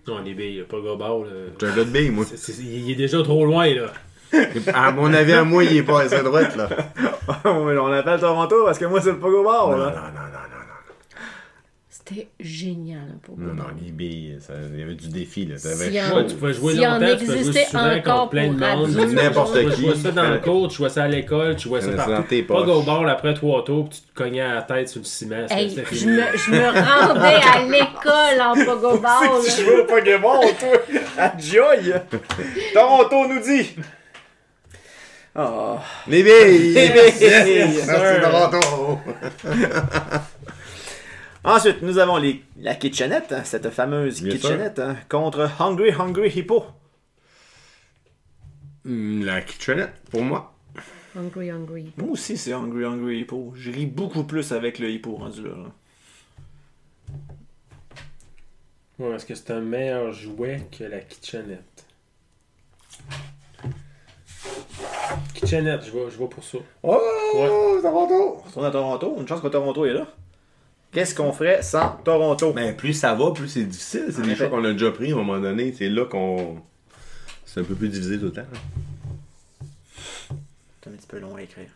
E: Non, les billes, pas Gobard. là.
B: J'ai un jeu de billes, moi.
E: C'est- c'est- Il est déjà trop loin, là.
B: <laughs> À mon avis, à moi, il est pas à sa droite, là.
A: on appelle Toronto parce que moi c'est le Pogo hein. Ball.
B: Non, non, non, non, non.
D: C'était génial, hein, un Pokéball.
B: Non, non, les billes, ça- il y avait du défi, là. T'avais
D: Si, hein.
B: chaud.
E: Tu pouvais jouer
D: S'il y en
E: longtemps, tu pouvais jouer
D: existait
E: souvent
D: encore
E: contre plein de
D: pour adulte.
E: monde.
B: N'importe
E: Tu
B: qui.
E: jouais ça dans le cours, tu jouais ça à l'école, tu jouais ça
B: Fallait se
E: partout.
B: rentrer
E: Pas
B: poche.
E: Gobard après trois tours, puis tu te cognais à la tête sur le ciment. c'était-
D: Hey,
E: c'était
D: je
E: fini.
D: me, je <laughs> me rendais à l'école
A: <laughs>
D: en Pokéball.
A: Tu joues au Pogo Ball, toi <laughs> Adjoy Toronto nous dit Oh.
B: Les billes!
A: Les billes.
B: <laughs> Yes,
A: Sir.
B: Merci Toronto!
A: Ensuite, nous avons les, la Kitchenette, hein, cette fameuse
B: Bien sûr.
A: Kitchenette, hein, contre Hungry Hungry Hippo.
B: Hmm, La kitchenette, pour moi.
D: Hungry, hungry.
A: Moi aussi, c'est Hungry Hungry Hippo. Je ris beaucoup plus avec le hippo rendu là. là.
E: Ouais, est-ce que c'est un meilleur jouet que la kitchenette? Kitchenette, je vois, je vois pour ça.
B: Oh, Toronto!
A: On retourne à Toronto. Une chance que Toronto est là. Qu'est-ce qu'on ferait sans Toronto?
B: Ben, plus ça va, plus c'est difficile. C'est
A: En
B: des
A: effet.
B: choix qu'on a déjà pris à un moment donné. C'est là qu'on. C'est un peu plus divisé tout le temps. hein.
A: C'est un petit peu long à écrire.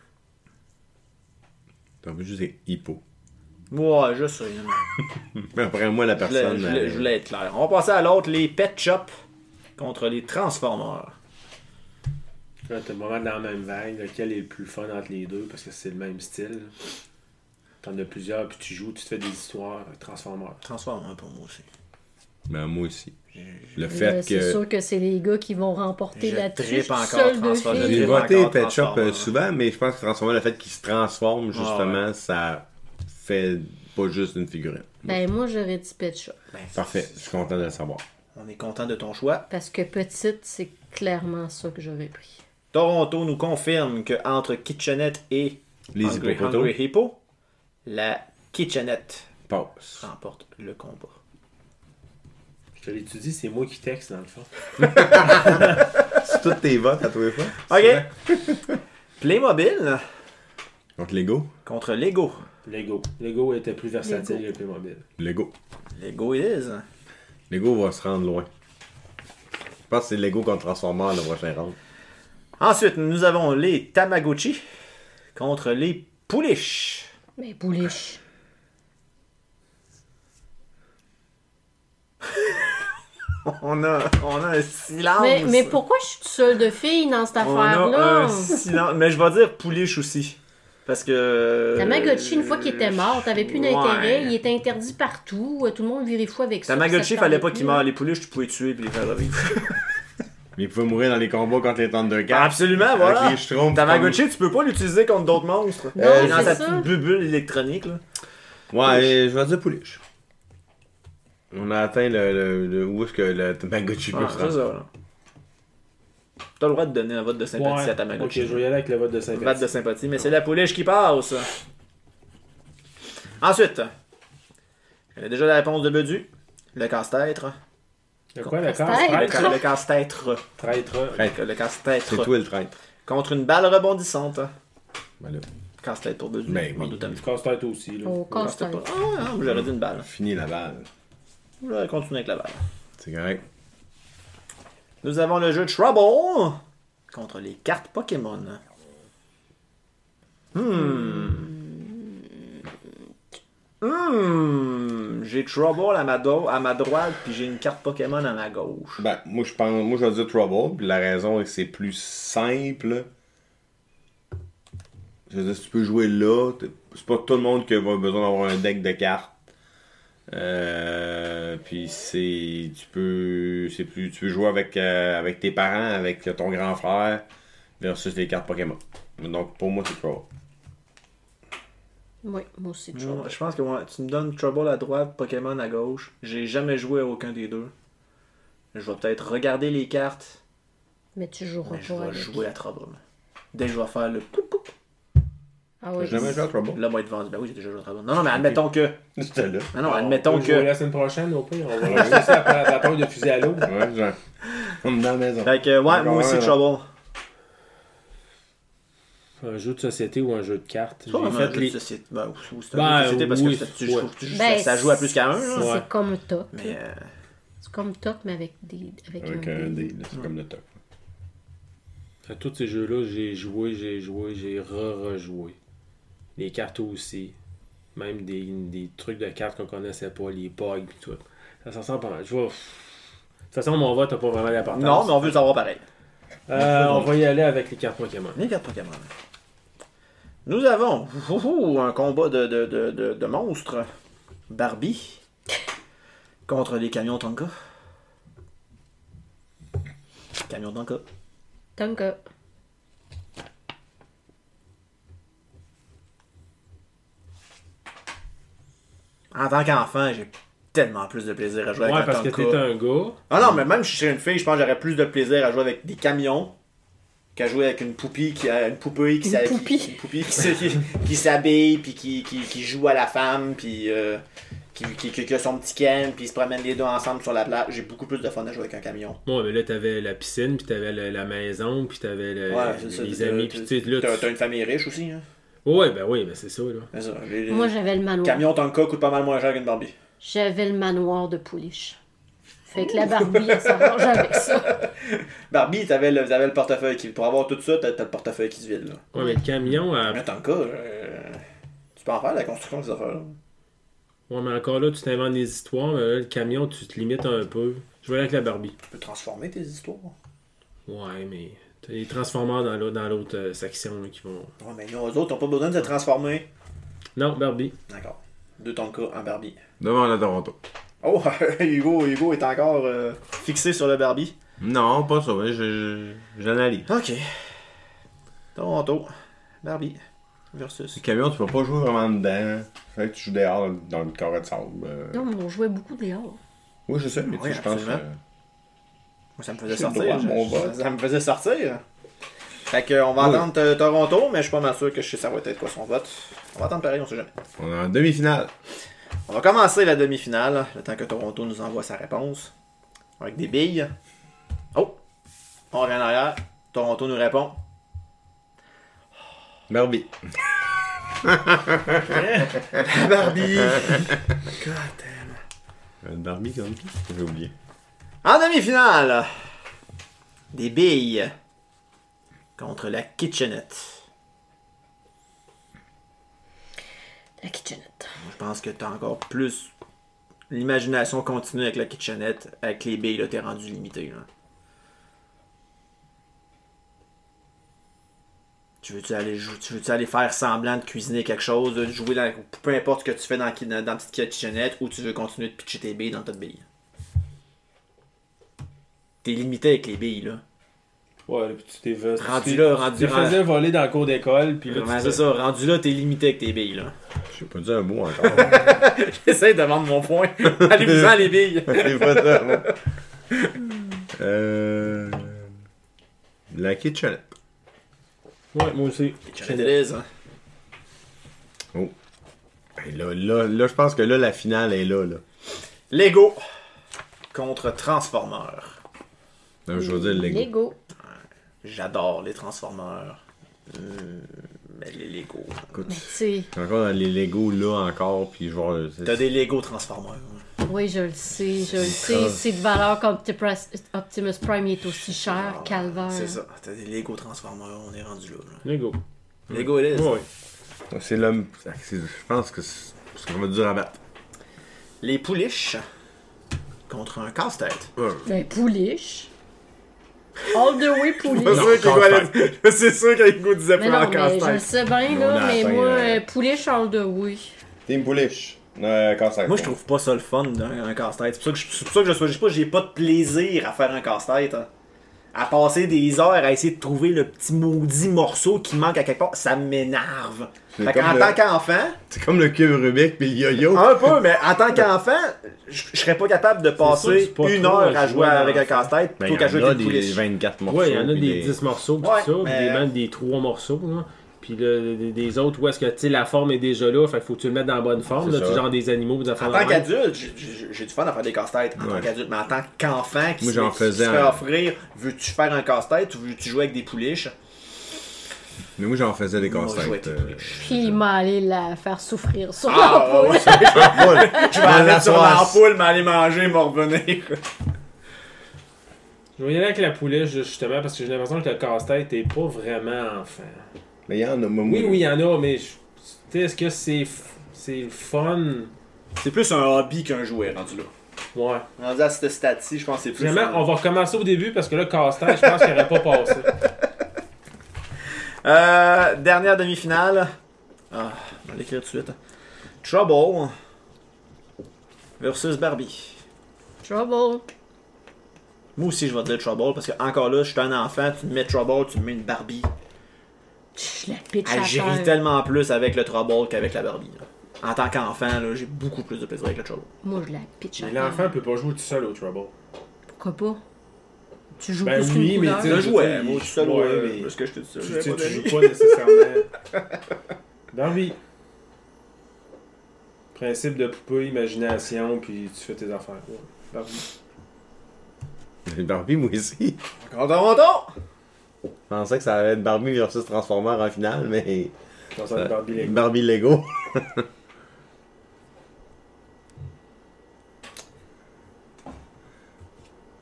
B: T'as envie juste des hippo.
A: Ouais, je sais. non, non.
B: Mais après moi, la
A: Je voulais-
B: personne.
A: je voulais-
B: elle-
A: je voulais être clair. On va passer à l'autre, les Pet Shop contre les Transformers.
E: Là, t'es vraiment dans la même vague. Lequel est le plus fun entre les deux parce que c'est le même style. T'en as plusieurs, puis tu joues, tu te fais des histoires. euh, Transformers.
A: Transformers pour moi aussi.
B: Ben, moi aussi. Le
D: Là,
B: fait
D: Euh, C'est
B: que.
D: sûr que c'est les gars qui vont remporter
A: Je
D: la triche
A: trippe encore
D: seul de
A: Transformers.
D: filles.
B: J'ai
A: J'ai
B: voté
A: encore
B: Pet Shop
A: Transformers.
B: euh, souvent, mais je pense que transformer le fait qu'il se transforme,
A: Ah,
B: justement, ça fait pas juste une figurine.
D: Ben, moi, j'aurais dit Pet Shop.
A: Ben,
B: Parfait, je suis content de le savoir.
A: On est content de ton choix.
D: Parce que petite, c'est clairement ça que j'aurais pris.
A: Toronto nous confirme que entre Kitchenette et
B: Les
A: Hungry
B: hippopotos.
A: Hungry Hippo, la Kitchenette
B: Passe.
A: remporte le combat.
E: Je te l'étudie, c'est moi qui texte dans le fond.
B: C'est tous tes votes à tous les fois.
A: Ok. <laughs> Playmobil
B: Donc Lego.
A: contre Lego.
E: Lego. Lego était plus versatile que Playmobil.
B: Lego.
A: Lego it is.
B: Lego va se rendre loin. Je pense que c'est Lego contre Transformers le prochain round.
A: Ensuite, nous avons les Tamagotchi contre les Pouliches. <laughs>
D: Mais pouliche.
A: On a, on a un silence.
D: Mais, mais pourquoi je suis toute seule de filles dans cette
A: On a
D: affaire-là?
A: un silence. Mais je vais dire Pouliche aussi. Parce que. euh,
D: Tamagotchi, une fois qu'il était mort, t'avais plus
A: Ouais.
D: d'intérêt, il était interdit partout, euh, tout le monde virait fou avec ça.
A: Tamagotchi,
D: ça te
A: fallait
D: parlait
A: pas qu'il
D: plus.
A: meure. Les Pouliches, tu pouvais les tuer et les faire revivre. <laughs>
B: Mais il pouvait mourir dans les combats contre les Thundercats.
A: Absolument,
B: Avec
A: voilà.
B: les Schtroumpfs,
A: Tamagotchi, tu peux pas l'utiliser contre d'autres monstres.
D: Non,
A: Euh, dans
D: c'est
A: sa
D: ça.
A: petite bubule électronique, là.
B: comme- Ouais, euh, je vais dire Pouliche. On a atteint le, le- le- où est-ce que le Tamagotchi peut
A: Ouais,
B: se
A: c'est
B: rendre.
A: Ah, ça, là. T'as le droit de donner un vote de sympathie à Tamagotchi.
E: Ok, je vais y aller avec le vote de
A: Un vote de
E: sympathie.
A: sympathie, mais c'est
B: Ah.
A: la pouliche qui passe. Ensuite, on a déjà la réponse de Bedu. Le casse-tête.
E: De quoi, la
D: Casse-tête.
A: Le,
E: casse
A: ca- le casse-tête.
E: Traître. euh,
A: Le casse-tête.
B: C'est toi le traître.
A: Contre une balle rebondissante.
B: Voilà.
A: Casse-tête pour Bedu.
B: Ben
A: On
B: oui.
A: doute un petit peu.
E: Casse-tête aussi. Là.
D: Oh,
A: Non, c'était
D: casse-tête.
A: pas- Ah, non, j'aurais dit une balle.
B: Fini la balle.
A: J'aurais continué avec la balle.
B: C'est correct.
A: Nous avons le jeu Trouble contre les cartes Pokémon. Hmm, j'ai Trouble à ma, do- à ma droite, puis j'ai une carte Pokémon à ma gauche.
B: Ben, moi, je pense, moi, je vais dire Trouble. puis La raison est que c'est plus simple. Je veux dire, si tu peux jouer là, t'es- c'est pas tout le monde qui a besoin d'avoir un deck de cartes. Euh, puis c'est tu peux c'est plus tu peux jouer avec euh, avec tes parents avec ton grand frère versus les cartes Pokémon donc pour moi c'est Trouble
D: Oui, moi aussi.
A: Moi, je pense que moi, tu me donnes Trouble à droite, Pokémon à gauche. J'ai jamais joué à aucun des deux. Je vais peut-être regarder les cartes,
D: Mais tu joueras
A: mais je
D: pas.
A: vais
D: avec.
A: jouer à Trouble. Dès que je vais faire le poup poup,
D: Ah
B: T'as
D: oui.
B: jamais joué à Trouble <laughs>
A: là, moi, être vendu. Ben oui, j'ai déjà joué à Trouble. Non, non, mais admettons que.
B: c'était là
A: Non, non,
E: On
A: admettons
E: peut jouer
A: que.
E: La semaine prochaine, au pire, on va <laughs> lancer ça après la bataille de fusil à l'eau.
B: ouais genre <laughs> dans la maison
A: Fait que, ouais, moi aussi,
B: Ouais.
A: Trouble.
E: Un jeu de société ou un jeu de cartes.
A: Pas
E: J'ai
A: vraiment un
E: fait
A: jeu de
E: les.
A: société. Ben, ou- ou c'est
E: Ben,
A: un jeu de société parce
E: oui,
A: que ça- tu
E: ouais.
A: joues- tu joues-
D: Ben,
A: ça joue à plus qu'à un.
D: C'est
A: là.
E: Ouais.
D: c'est comme top.
A: Mais euh,
D: C'est comme top, mais avec des. Avec,
B: avec
D: un
B: un
D: dé.
B: dé là, c'est comme le top
E: À tous ces jeux-là, j'ai joué, j'ai joué, j'ai re-rejoué. Les cartes aussi. Même des, des trucs de cartes qu'on connaissait pas, les bugs et tout. Ça s'en sent pas mal. Je vois. De toute façon, mon vote n'a pas vraiment d'importance.
A: Non, mais on veut le savoir pareil.
E: Euh, on va y aller avec les cartes Pokémon.
A: Les cartes Pokémon. Nous avons ouhou, un combat de, de, de, de, de monstres. Barbie contre les camions Tonka. Camions Tonka.
D: Tant que.
A: En tant qu'enfant, j'ai tellement plus de plaisir à jouer
E: Ouais,
A: avec
E: parce que
A: un
E: t'es
A: Tonka.
E: un gars.
A: Ah non, mais même si je serais une fille, je pense que j'aurais plus de plaisir à jouer avec des camions qu'à jouer avec une poupée qui a une poupée qui s'a- qui-
D: poupée.
A: une poupée qui s'ha- qui- qui s'habille puis qui, qui, qui joue à la femme puis euh, qui, qui, qui- qui a son petit Ken puis ils se promènent les deux ensemble sur la plage. J'ai beaucoup plus de fun à jouer avec un camion.
E: Bon, mais là, t'avais la piscine, puis t'avais la, la maison, puis t'avais le-
A: c'est ça,
E: Euh, les
A: t'as-
E: amis,
A: t'as-
E: puis tu sais, là.
A: T'as
E: tu-
A: t'as une famille riche aussi. Hein?
E: Ouais, ben oui, ben c'est ça, là.
A: C'est ça, les- les-
D: Moi, j'avais le manoir.
A: Camion Tonka coûte pas mal moins cher qu'une Barbie.
D: J'avais le manoir de Pouliche. Fait que la Barbie, elle s'arrange
A: <laughs>
D: avec ça.
A: Barbie, t'avais le, t'avais le portefeuille qui. Pour avoir tout ça, t'as t'as le portefeuille qui se vide. Là.
E: Ouais, mais le camion, à...
A: Mais Tonka, euh, tu peux en faire la construction de ces affaires là.
E: ouais, mais encore là, tu t'inventes des histoires, mais là, le camion, tu te limites un peu. Je vais aller avec la Barbie.
A: Tu peux transformer tes histoires.
E: Ouais, mais t'as les transformeurs dans l'autre, dans l'autre euh, section, là, qui vont.
A: Ouais, mais nous, eux autres, on pas besoin de se transformer.
E: Non, Barbie.
A: D'accord. Deux Tonka en Barbie.
B: devant la Toronto
A: Oh, <laughs> Hugo, Hugo est encore euh, fixé sur le Barbie.
B: non pas ça ouais, je- je- j'analyse
A: Ok. Toronto, Barbie versus.
B: Le camion, tu peux pas jouer vraiment dedans. Fait que tu joues dehors dans le carré de sable. euh.
D: Non, mais on jouait beaucoup dehors.
B: Oui, je sais, mais
A: Oui,
B: tu sais, je pense.
A: absolument.
B: euh,
A: Moi, ça me faisait
B: C'est drôle,
A: sortir. je-
B: mon
A: je-
B: vote.
A: ça me faisait sortir. Fait que, on va
B: Oui.
A: attendre euh, Toronto, mais je suis pas mal sûr que je sais ça va être quoi son vote. On va attendre pareil, on sait jamais.
B: On est en demi-finale.
A: On va commencer la demi-finale, le temps que Toronto nous envoie sa réponse. Avec des billes. Oh! On revient en arrière. Toronto nous répond.
B: Barbie.
A: Barbie!
B: Euh, Barbie, comme J'ai oublié.
A: <laughs> En demi-finale, des billes contre la kitchenette.
D: La kitchenette.
A: Je pense que t'as encore plus. L'imagination continue avec la kitchenette. Avec les billes, là, t'es rendu limité. là. Tu veux-tu aller, jou- tu veux aller faire semblant de cuisiner quelque chose, de jouer dans. Peu importe ce que tu fais dans, qui- dans, dans la petite kitchenette, ou tu veux continuer de pitcher tes billes dans ta billes. T'es limité avec les billes, là.
E: Ouais, là, puis tu t'es. tu
A: Rendu
E: t'es-
A: là,
E: tu
A: rendu
E: t'es
A: là.
E: faisais voler dans le cours d'école, puis là,
A: Ouais,
E: tu
A: c'est
E: te-
A: ça, rendu là, t'es limité avec tes billes, là.
B: J'ai pas dit un mot encore.
A: <laughs> J'essaie de vendre mon point. <laughs> Allez-vous-en, les billes.
B: J'ai pas dit un mot. Euh. La kitchenette.
E: Ouais, moi aussi.
B: Oh. Hey, là, là, là je pense que là, la finale est là. là.
A: Lego contre Transformers.
B: Non, je veux dire Lego.
D: Lego.
A: J'adore les Transformers. Hum, mais les Lego.
D: Mais tu sais,
B: T'es encore dans les Lego là encore, puis genre.
A: T'as des Lego Transformers.
D: oui, je le sais, je le
B: ça.
D: sais. C'est de valeur qu'Optimus Optimus Prime il est aussi cher,
A: Ah,
D: calvaire.
A: C'est ça. T'as des Lego Transformers, on est rendu là. là.
E: Lego.
H: Hmm.
A: Lego it is.
E: Oui.
B: C'est l'homme. c'est- Je pense que c'est parce qu'on va dur à battre.
A: Les pouliches contre un casse-tête.
D: Ben, pouliche. All the
A: <laughs>
D: way pouliche.
H: C'est sûr qu'Hugo allait- <laughs> C'est sûr qu'Hugo disait
D: Mais
H: plus
D: non,
H: en
D: mais je le
H: casse-tête.
D: sais bien,
B: on a
D: là, mais
B: atteint,
D: moi,
B: euh,
D: euh, pouliche all the way.
B: Team Bullish. Euh, cancer.
A: Moi, je trouve pas ça le fun d'un un casse-tête. C'est pour ça que je c'est pour ça que je choisis pas, j'ai pas de plaisir à faire un casse-tête. hein. À passer des heures à essayer de trouver le petit maudit morceau qui manque à quelque part, ça m'énerve.
B: C'est
A: Fait qu'en
B: comme le-
A: tant qu'enfant,
B: C'est comme le cube Rubik puis le yo-yo.
A: un peu, mais en tant qu'enfant, je je serais pas capable de
E: sûr que c'est
A: passer
E: pas
A: une
E: trop
A: heure
E: à
A: à jouer
E: jouer
A: avec un
E: d'enfant.
A: casse-tête
B: Ben,
A: plutôt qu'à
B: il y
A: jouer
B: en a
A: avec une
B: des
A: pouliche.
B: 24 morceaux.
E: Ouais, il y en a
B: puis
E: des 10 morceaux, tout
A: Ouais,
E: ça, puis
A: mais-
E: des, même des 3 morceaux, là. Puis le- des, des autres où est-ce que, tu sais, la forme est déjà là, fait que faut que tu le mettes dans la bonne forme,
B: C'est
E: là, tu
B: ça.
E: genre des animaux, des affaires
A: En
E: de
A: tant
E: même.
A: qu'adulte, j'ai- j'ai j'ai du fun à faire des casse-têtes en
B: Ouais.
A: tant qu'adulte, mais en tant qu'enfant qui,
B: Moi,
A: se-
B: j'en
A: qui
B: faisais
A: se fait
B: un.
A: offrir, veux-tu faire un casse-tête ou veux-tu jouer avec des pouliches
B: Mais moi, j'en faisais des
A: Moi, je
B: casse-têtes.
A: jouais avec des
B: euh,
A: pouliches.
D: Puis il m'a allé la faire souffrir sur
A: Ah,
B: <laughs>
D: la
A: ouais, <laughs>
D: pouliche.
A: ouais,
B: Je
A: Je vais la mettre sur l'ampoule, mais aller manger, m'en revenir.
E: Je vais y aller avec la pouliche, justement, parce que j'ai l'impression que le casse-tête est pas vraiment enfant.
B: Mais il y en a. moi,
E: Oui,
B: moi-
E: oui, il y en a, mais je- tu sais, est-ce que c'est f- c'est le fun?
A: <laughs> C'est plus un hobby qu'un jouet rendu là.
E: Ouais.
A: Rendu à cette stat-ci, je pense que c'est plus.
E: Finalement,
A: un-
E: on va recommencer au début parce que là, casse-tête, je pense qu'il n'aurait pas passé.
A: Euh, dernière demi-finale. Ah, je vais l'écrire tout de suite. Trouble versus Barbie.
D: Trouble.
A: Moi aussi, je vais te dire Trouble parce que, encore là, je suis un enfant, tu me mets Trouble, tu me mets une Barbie.
D: Je la pitch à
E: Ah,
A: Elle gérit
D: terre.
A: tellement plus avec le Trouble qu'avec la Barbie. là. En tant qu'enfant, là, j'ai beaucoup plus de plaisir avec le Trouble.
D: Moi, je la pitch à
E: <laughs> Mais
D: terre.
E: l'enfant peut pas jouer tout seul au Trouble.
D: Pourquoi pas? Tu joues
E: Ben
D: plus
E: oui,
D: qu'une
E: mais
D: couleur.
E: tu sais,
A: Le
E: je
A: jouet,
E: dis-
A: moi, tout seul,
E: ouais,
A: ouais,
E: mais-
A: mais. Parce que je te dis ça,
E: Tu,
A: j'ai
E: tu-
A: pas
E: tu
A: d'amis.
E: joues pas nécessairement.
A: <laughs>
E: Barbie. Principe de poupée, imagination, puis tu fais tes affaires. Ouais. Barbie.
B: Barbie, moi aussi.
A: Encore Toronto!
B: Je pensais que ça allait être Barbie versus Transformer en finale, mais.
E: Dans
A: Euh,
E: un Barbie Lego.
B: Barbie Lego. <laughs>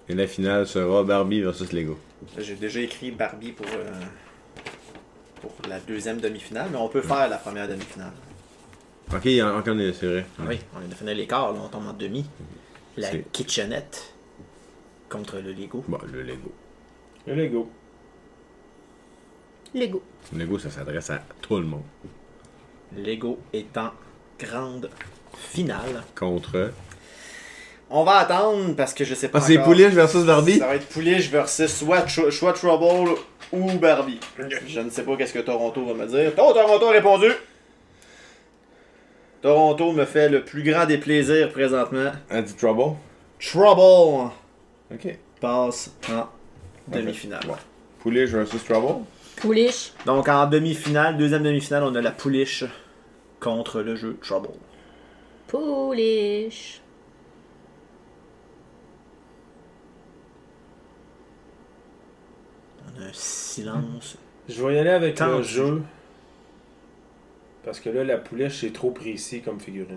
B: Et la finale sera Barbie versus Lego.
A: J'ai déjà écrit Barbie pour, euh, pour la deuxième demi-finale, mais on peut faire la première demi-finale.
B: Ok, il y en a encore des, c'est vrai.
A: Oui, on est de finir l'écart, là, on tombe en demi. La
B: C'est-
A: kitchenette contre le Lego.
B: Bon, le Lego.
E: Le Lego.
D: Lego.
B: Le Lego, ça s'adresse à tout le monde.
A: Lego étant grande finale.
B: Contre.
A: On va attendre parce que je sais pas.
B: Ah, c'est
A: encore.
B: Pouliche versus Barbie?
A: Ça va être Pouliche versus soit, Tr- soit Trouble ou Barbie. Je ne sais pas qu'est-ce que Toronto va me dire. Oh, Toronto a répondu! Toronto me fait le plus grand des plaisirs présentement.
B: Anti-Trouble?
A: Trouble
B: Ok.
A: passe en demi-finale.
B: Bon. Pouliche versus Trouble?
D: Pouliche.
A: Donc en demi-finale, deuxième demi-finale, on a la pouliche contre le jeu Trouble.
D: Pouliche.
A: On a un silence.
E: Je vais y aller avec
A: Tant
E: le
A: pis.
E: jeu. Parce que là, la pouliche, c'est trop précis comme figurine.
A: De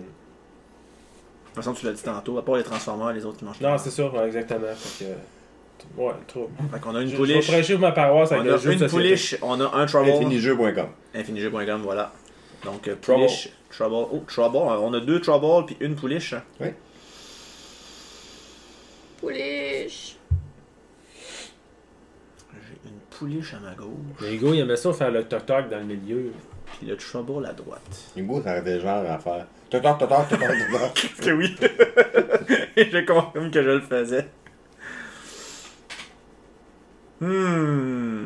A: toute façon, tu l'as dit tantôt, à part les Transformers, les autres qui mangent.
E: Non, c'est ça, ouais, exactement. Fait que... Ouais, trop.
A: Fait qu'on a
E: Je-
A: une
E: Je vais
A: pouliche.
E: prêcher pour ma paroisse
A: On
E: avec le
A: a
E: jeu de
A: une
E: société.
A: pouliche, on a un Trouble.
B: Infinijeu.com.
A: Infinijeu.com, voilà. Donc, euh,
B: Trouble.
A: pouliche, trouble. Oh, trouble. Euh, On a deux trouble puis une pouliche.
D: Pouliche.
A: J'ai une pouliche à ma gauche,
E: Lego, il aimait ça faire le toc-toc dans le milieu.
A: puis le trouble à droite.
B: Hugo, ça aurait des genres à faire. Totoc, totoc, totoc,
D: <laughs>
B: totoc.
A: Est-ce que oui? <laughs> je confirme que je le faisais. Hmm.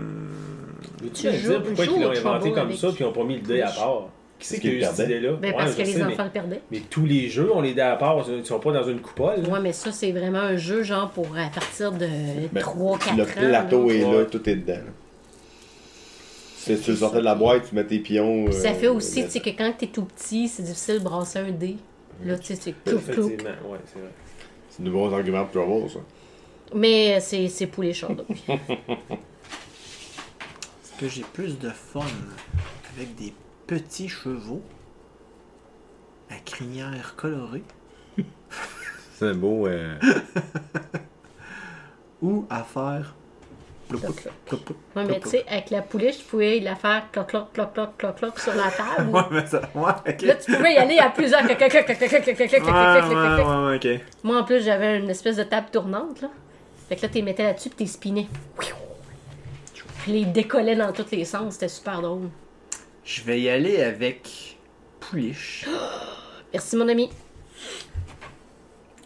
E: Veux-tu
D: Tu
E: me
D: joues-
E: dire pourquoi
D: joues
E: ils l'ont
D: au
E: inventé
D: trouble
E: comme
D: avec
E: ça puis ils n'ont pas mis le dé à part Qui
B: Parce
E: c'est qui a
B: qu'ils
E: eu cette
B: perdaient.
E: idée-là
D: Ben,
E: Ouais,
D: parce
E: je
D: que les
E: sais, mais-
D: enfants le perdaient.
E: Mais tous les jeux, on les dés à part, ils sont pas dans une coupole.
D: Ouais, mais ça, c'est vraiment un jeu, genre, pour euh, à partir de
B: Ben,
D: 3-4 ans.
B: Le plateau
D: là.
B: est là,
E: Ouais.
B: tout est dedans. Si tu le sortais de la boîte, tu mets tes pions.
D: Puis ça
B: euh,
D: fait aussi, tu sais,
B: là-dedans.
D: que quand t'es tout petit, c'est difficile de brasser un dé. Là, tu sais, c'est clouc, clouc.
E: Effectivement, ouais, c'est vrai.
B: C'est de bons arguments pour Trouble, ça.
D: Mais c'est c'est poulet chaud. donc.
A: Est-ce que j'ai plus de fun avec des petits chevaux à crinière colorée
B: C'est beau. euh,
A: ou à faire
I: plouc, plouc, plouc, plouc,
D: Ouais, mais
I: plouc,
D: tu sais, avec la pouliche, tu pouvais la faire cloc, cloc, cloc, cloc, cloc, cloc sur la table.
I: plouc. <laughs> Ouais, mais ça. Ouais, ok.
D: Là, tu pouvais y aller à plusieurs. cloc, cloc, cloc, cloc, cloc, cloc, cloc, cloc,
I: Ouais,
D: cloc, cloc, cloc, cloc,
I: ouais,
D: cloc.
I: ouais, ouais, ok.
D: Moi, en plus, j'avais une espèce de table tournante, là. Fait que là, tu les mettais là-dessus, puis tu spinais. Puis les décollais dans tous les sens, c'était super drôle.
A: Je vais y aller avec Pouliche.
D: Merci, mon ami.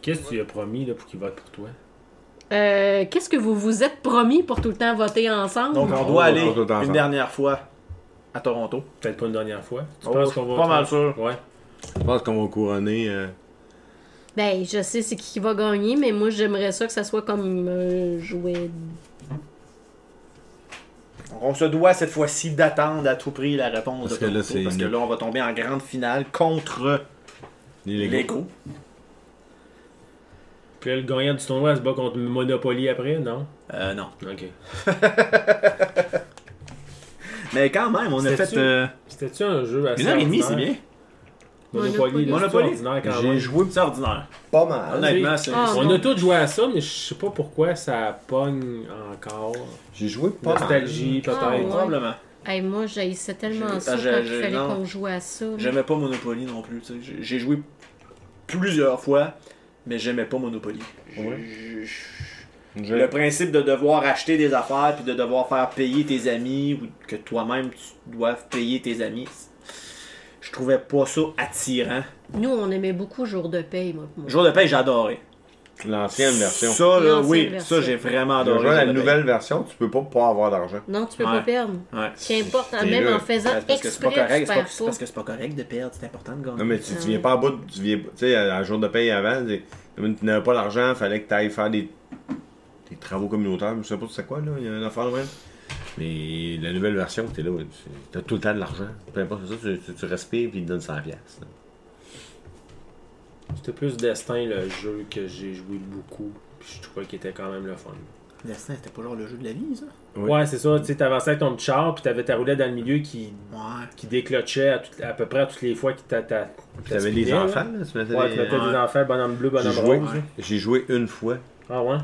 E: Qu'est-ce que tu lui as promis là, pour qu'il vote pour toi?
D: Euh, Qu'est-ce que vous vous êtes promis pour tout le temps voter ensemble?
A: Donc on
B: On
A: doit
B: va
A: aller
B: pas tout ensemble.
A: une dernière fois à Toronto.
E: Peut-être pas une dernière fois. Tu
A: Oh,
E: penses qu'on va.
A: pas mal sûr.
E: Ouais.
B: Je pense qu'on va couronner. euh,
D: Ben, je sais c'est qui qui va gagner, mais moi, j'aimerais ça que ça soit comme euh, un jouet.
A: On se doit cette fois-ci d'attendre à tout prix la réponse
B: Parce
A: de
B: que là,
A: Toronto,
B: c'est
A: parce que
B: une-
A: là on va tomber en grande finale contre
B: les Legos.
A: Lego.
E: Puis là, le gagnant du tournoi elle se bat contre Monopoly après, non?
A: Euh, non.
E: Ok.
A: Mais quand même, on a
E: C'était
A: fait
E: sûr.
A: euh,
E: C'était-tu un jeu assez.
A: une heure et demie, c'est
E: ordinaire?
A: bien.
E: Monopoly, là, c'est
A: Monopoly.
E: ordinaire quand
B: J'ai
E: même.
B: joué
A: C'est ordinaire.
B: pas mal.
A: Honnêtement, c'est.
D: Ah.
E: On a tous joué à ça, mais je sais pas pourquoi ça pogne encore.
B: J'ai joué pas mal.
E: Nostalgie,
D: Ah,
E: peut-être.
D: ouais.
A: Probablement.
D: Hey, moi, j'haïssais tellement
A: J'ai-
D: ça
A: ah,
D: quand
A: j'ai-
D: il
A: j'ai-
D: fallait
A: non.
D: qu'on joue à ça. là.
A: J'aimais pas Monopoly non plus. tu sais. J'ai- J'ai joué plusieurs fois, mais j'aimais pas Monopoly. J'ai-
B: Ouais.
A: j'ai-
B: Je-
A: Le principe de devoir acheter des affaires puis de devoir faire payer tes amis ou que toi-même tu doives payer tes amis, je trouvais pas ça attirant.
D: Nous, on aimait beaucoup Jour de paye, moi. moi.
A: Jour de paix, j'ai adoré.
B: L'ancienne version.
A: Ça, là,
D: L'ancienne
A: oui,
D: version.
A: ça, j'ai vraiment
B: Le
A: adoré.
B: jeu, la
A: Jour de
B: nouvelle version, tu peux pas pas avoir d'argent.
D: Non, tu peux
A: Ouais.
D: pas perdre.
A: paix. Ouais.
D: Qu'importe,
B: C'est
D: même
B: là.
D: en faisant
A: C'est Parce que c'est
D: exprès,
A: pas correct,
D: tu
A: c'est
D: perds
A: pas-
D: pas.
A: c'est parce que c'est pas correct de perdre, c'est important de gagner.
B: Non, mais tu, tu viens pas à bout, de- tu viens, tu sais, à- à jour de paye avant, c'est- tu n'avais pas l'argent, fallait que tu ailles faire des, des travaux communautaires, je sais pas c'est quoi, là, il y a une affaire de même. Mais la nouvelle version, t'es là, ouais, tu as tout le temps de l'argent. Peu importe ça, tu, tu, tu respires puis ils te donnent 100 piastres. là.
E: C'était plus Destin, le jeu que j'ai joué beaucoup. Puis je trouvais qu'il était quand même le fun.
A: Destin, c'était pas genre le jeu de la vie, ça?
B: Oui.
E: Ouais, c'est ça. Tu sais, t'avançais avec ton petit char, puis t'avais ta roulette dans le milieu qui,
A: Ouais.
E: qui déclochait à, tout- à peu près à toutes les fois qu'il t'a. t'a-
B: Tu avais des
E: t'aspirait, là.
B: enfants, là, tu mettais
E: Ouais,
B: des- euh,
E: tu mettais
A: Ouais.
E: des enfants, bonhomme bleu,
B: J'ai
E: bonhomme
B: joué,
E: rose. hein?
B: j'ai joué une fois
E: Ah ouais?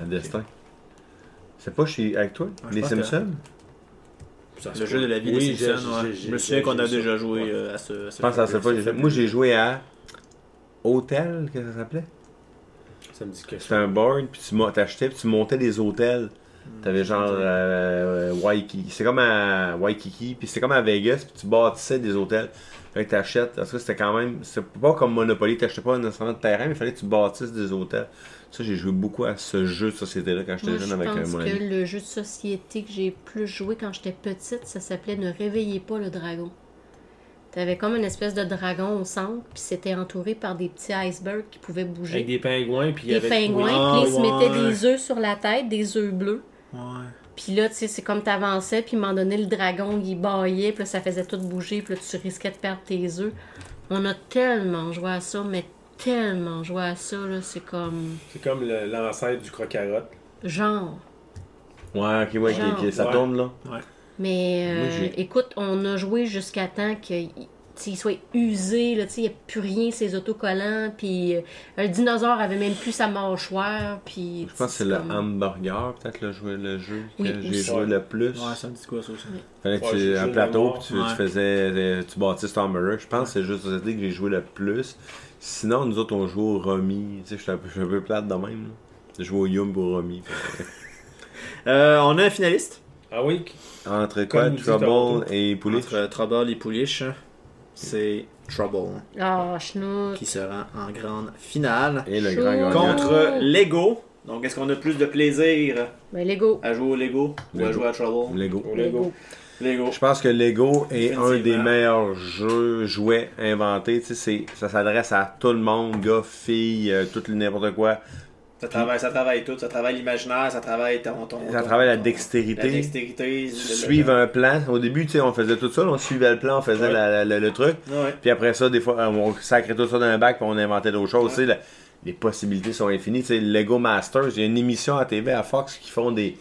B: à Destin. C'est pas chez, avec toi,
A: je
B: les
A: pense que-
B: Simpsons?
E: Ça se
A: Le
E: peut.
A: jeu de la vie
E: Oui,
A: des Simpsons,
E: j'ai-
A: ouais.
E: j'ai-
A: Je
E: j'ai-
A: me souviens
E: j'ai-
A: qu'on a
E: j'ai-
A: déjà joué
E: ouais.
A: euh, à ce à ce
B: Je pense
A: jeu-là.
B: que c'est pas. j'ai- Moi, j'ai joué à Hôtel, que ça s'appelait.
E: Ça me dit que
B: C'était un board, puis tu mo- t'achetais, puis tu montais des hôtels. T'avais genre euh, Waikiki. C'est comme à Waikiki, puis c'était comme à Vegas, puis tu bâtissais des hôtels. Fait que t'achètes. Parce que c'était quand même. C'est pas comme Monopoly, t'achetais pas nécessairement de terrain, mais il fallait que tu bâtisses des hôtels. Ça, j'ai joué beaucoup à ce jeu de société-là quand
D: Moi,
B: j'étais
D: je
B: jeune avec euh, un
D: pense
B: mon
D: que
B: ami.
D: le jeu de société que j'ai plus joué quand j'étais petite, ça s'appelait Ne réveillez pas le dragon. T'avais comme une espèce de dragon au centre, puis c'était entouré par des petits icebergs qui pouvaient bouger.
E: Avec des pingouins, puis
D: des
E: avec.
D: pingouins,
A: Ah,
D: puis ils se mettaient
A: ouais.
D: des œufs sur la tête, des œufs bleus.
A: Ouais.
D: Puis là, tu sais, c'est comme t'avançais, puis à un moment donné, le dragon, il baillait, puis là, ça faisait tout bouger, puis là, tu risquais de perdre tes œufs. On a tellement joué à ça, mais tellement joué à ça, là, c'est comme...
E: C'est comme le- l'ancêtre du crocarotte.
D: Genre...
B: Ouais, ok, ouais,
D: Genre.
B: ok, ok, ça
E: Ouais.
B: tourne là.
D: Mais euh,
B: Moi, j'ai-
D: écoute, on a joué jusqu'à temps qu'il il soit usé, là, tu sais, il n'y a plus rien, ces autocollants, puis euh, le dinosaure avait même plus sa mâchoire, puis...
B: Je pense que c'est le hamburger, peut-être le jeu, le jeu que
D: Oui,
B: j'ai
D: aussi.
B: joué le plus.
A: Ouais, ça me dit quoi, ça aussi?
B: Fallait
E: Ouais,
B: que
E: j'ai
B: tu, un
E: joué
B: plateau,
E: le
B: puis tu,
A: noir.
B: tu
A: Ouais.
B: faisais, euh, tu bâtis ton hamburger. Je pense que c'est juste société que j'ai joué le plus. Sinon, nous autres, on joue au Romy. Tu sais, je suis un, peu- je suis un peu plate de même. là. Je joue au Yum au Romy.
A: Euh, on a un finaliste.
E: Ah oui?
B: Entre
E: Comme
B: quoi,
E: nous dit Toronto.
B: Trouble et Poulet.
A: Entre euh, Trouble et Pouliche, c'est Trouble
D: Ah, chenoute.
A: qui se rend en grande finale
B: Et le
D: Chaud.
B: grand gagnant.
A: contre Lego. Donc, est-ce qu'on a plus de plaisir
D: Ben, Lego.
A: à jouer au Lego, ou à
B: Lego.
A: jouer à Trouble
B: Lego.
E: Au Lego.
A: Lego.
B: Je pense que Lego est un des
A: Définitivement.
B: meilleurs jeux, jouets inventés. Tu sais, c'est- ça s'adresse à tout le monde, gars, filles, euh, tout le- n'importe quoi.
A: Ça travaille, ça travaille tout. Ça travaille l'imaginaire, ça travaille ton. ton-
B: Ça
A: ton-
B: travaille la
A: ton-
B: dextérité.
A: La dextérité. le- le-
B: Suivre un plan. Au début, tu sais, on faisait tout ça, là, on suivait le plan, on faisait
A: Ouais.
B: la- la- la- le truc.
A: Ah Ouais.
B: Puis après ça, des fois, euh, on sacrait tout ça dans un bac puis on inventait d'autres choses. Tu sais, la- les possibilités sont infinies. Tu sais, Lego Masters, il y a une émission à TV à Fox qui font des,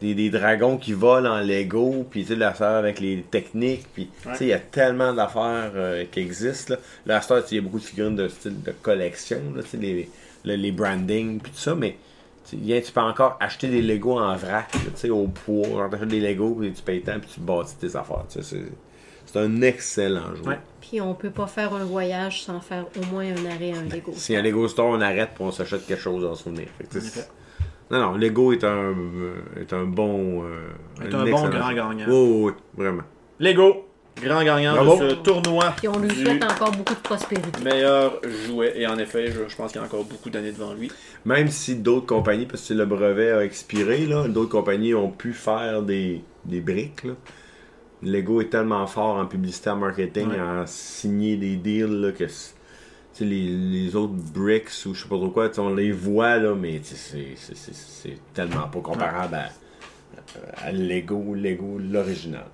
B: des, des dragons qui volent en Lego, puis tu sais, la sœur avec les techniques. Puis tu sais, il y a tellement d'affaires euh, qui existent. Là, Là, à cette heure, tu sais, il y a beaucoup de figurines de style de collection, là, tu sais, les, le- les brandings, puis tout ça, mais tu Tu, viens, tu peux encore acheter des Legos en vrac, là, tu sais, au poids. Genre, t'achètes des Legos, puis tu payes tant, puis tu bâtis tes affaires. tu sais, C'est c'est un excellent jeu.
A: Ouais.
D: Puis on peut pas faire un voyage sans faire au moins un arrêt à un Lego.
B: Si un Lego Store, on arrête pour on s'achète quelque chose en souvenir. Fait que, tu sais, c'est- non, non, Lego est un, euh, est un bon. euh,
A: Est un bon
B: excellent
A: grand
B: jeu.
A: gagnant.
B: Oui, oui, oui, vraiment.
A: Lego, grand gagnant
B: Bravo.
A: de ce tournoi.
D: Puis on lui
A: du
D: souhaite encore beaucoup de prospérité.
A: meilleur jouet. Et en effet, je, je pense qu'il y a encore beaucoup d'années devant lui.
B: Même si d'autres compagnies, parce que le brevet a expiré, là, d'autres compagnies ont pu faire des, des briques. là. Lego est tellement fort en publicité, en marketing,
A: Ouais.
B: en signer des deals là, que c- tu sais, les, les autres bricks ou je sais pas trop quoi, tu sais, on les voit, là, mais tu sais, c'est- c'est- c'est c'est tellement pas comparable à, à Lego, Lego, l'original.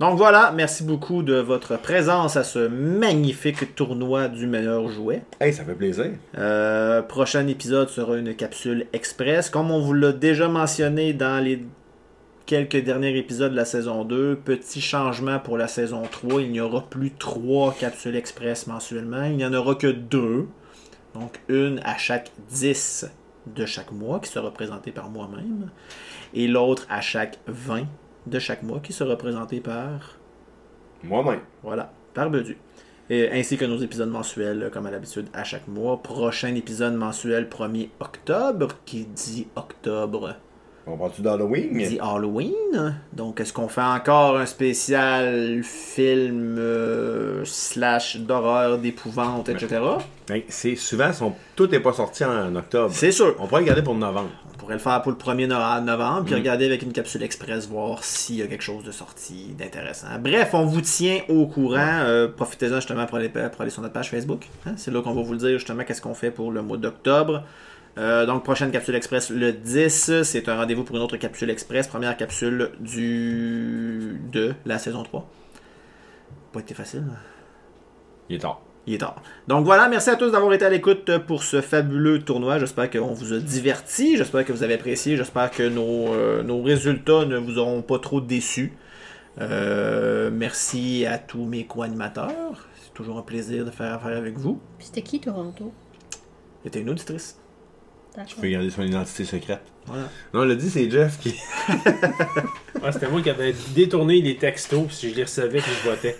A: Donc voilà, merci beaucoup de votre présence à ce magnifique tournoi du meilleur jouet.
B: Hey, ça fait plaisir.
A: Euh, prochain épisode sera une capsule express. Comme on vous l'a déjà mentionné dans les quelques derniers épisodes de la saison 2, petit changement pour la saison 3. Il n'y aura plus trois capsules express mensuellement. Il n'y en aura que deux. Donc une à chaque 10 de chaque mois qui sera présentée par moi-même. Et l'autre à chaque 20 de chaque mois qui sera présentée par
B: Moi-même.
A: voilà, par Bedu. Et ainsi que nos épisodes mensuels, comme à l'habitude, à chaque mois. Prochain épisode mensuel 1er octobre, qui dit octobre,
B: On part-tu d'Halloween?
A: dit Halloween. Donc, est-ce qu'on fait encore un l'Halloween? film euh, slash d'horreur, d'épouvante, etc.?
B: Hey, c'est souvent, son, tout n'est pas sorti en octobre.
A: C'est sûr.
B: On pourrait le garder pour novembre.
A: On pourrait le faire pour le 1er no- novembre, puis regarder avec une capsule express, voir s'il y a quelque chose de sorti d'intéressant. Bref, on vous tient au courant. Euh, Profitez-en justement pour aller, pour aller sur notre page Facebook. hein. C'est là qu'on va vous le dire justement qu'est-ce qu'on fait pour le mois d'octobre. Euh, donc, prochaine capsule express le 10. C'est un rendez-vous pour une autre capsule express. Première capsule du de la saison 3. Pas été facile. hein.
B: Il est tard.
A: Il est tard. Donc voilà, merci à tous d'avoir été à l'écoute pour ce fabuleux tournoi. J'espère qu'on vous a diverti, j'espère que vous avez apprécié, j'espère que nos, euh, nos résultats ne vous auront pas trop déçus. Euh, merci à tous mes co-animateurs. C'est toujours un plaisir de faire affaire avec vous.
D: Puis C'était qui Toronto?
A: C'était une auditrice.
B: Tu peux garder son identité secrète.
A: Voilà.
B: Non, on l'a dit, c'est Jeff qui.
E: Ah, c'était moi qui avais détourné les textos, puis je les recevais, puis je votais.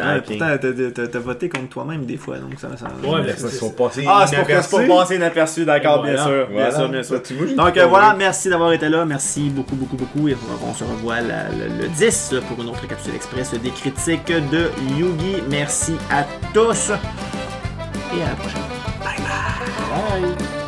A: Ah, pourtant, t'as- t'as- t'as t'as voté contre toi-même des fois, donc ça, ça...
E: Ouais, mais
B: Ils
E: c'est-
B: sont passés.
G: Ah, c'est pour, c'est
B: inaperçus.
G: pour passer inaperçu, d'accord,
E: Voilà.
G: bien sûr.
B: Voilà.
G: Bien sûr, bien sûr.
B: Tu vois, j'ai
A: Donc
B: dit
A: euh,
B: pas
A: voilà,
B: vrai.
A: merci d'avoir été là, merci beaucoup, beaucoup, beaucoup. Et on on se revoit la- le, le 10 pour une autre capsule express des critiques de Yugi. Merci à tous et à la prochaine. Bye bye. Bye.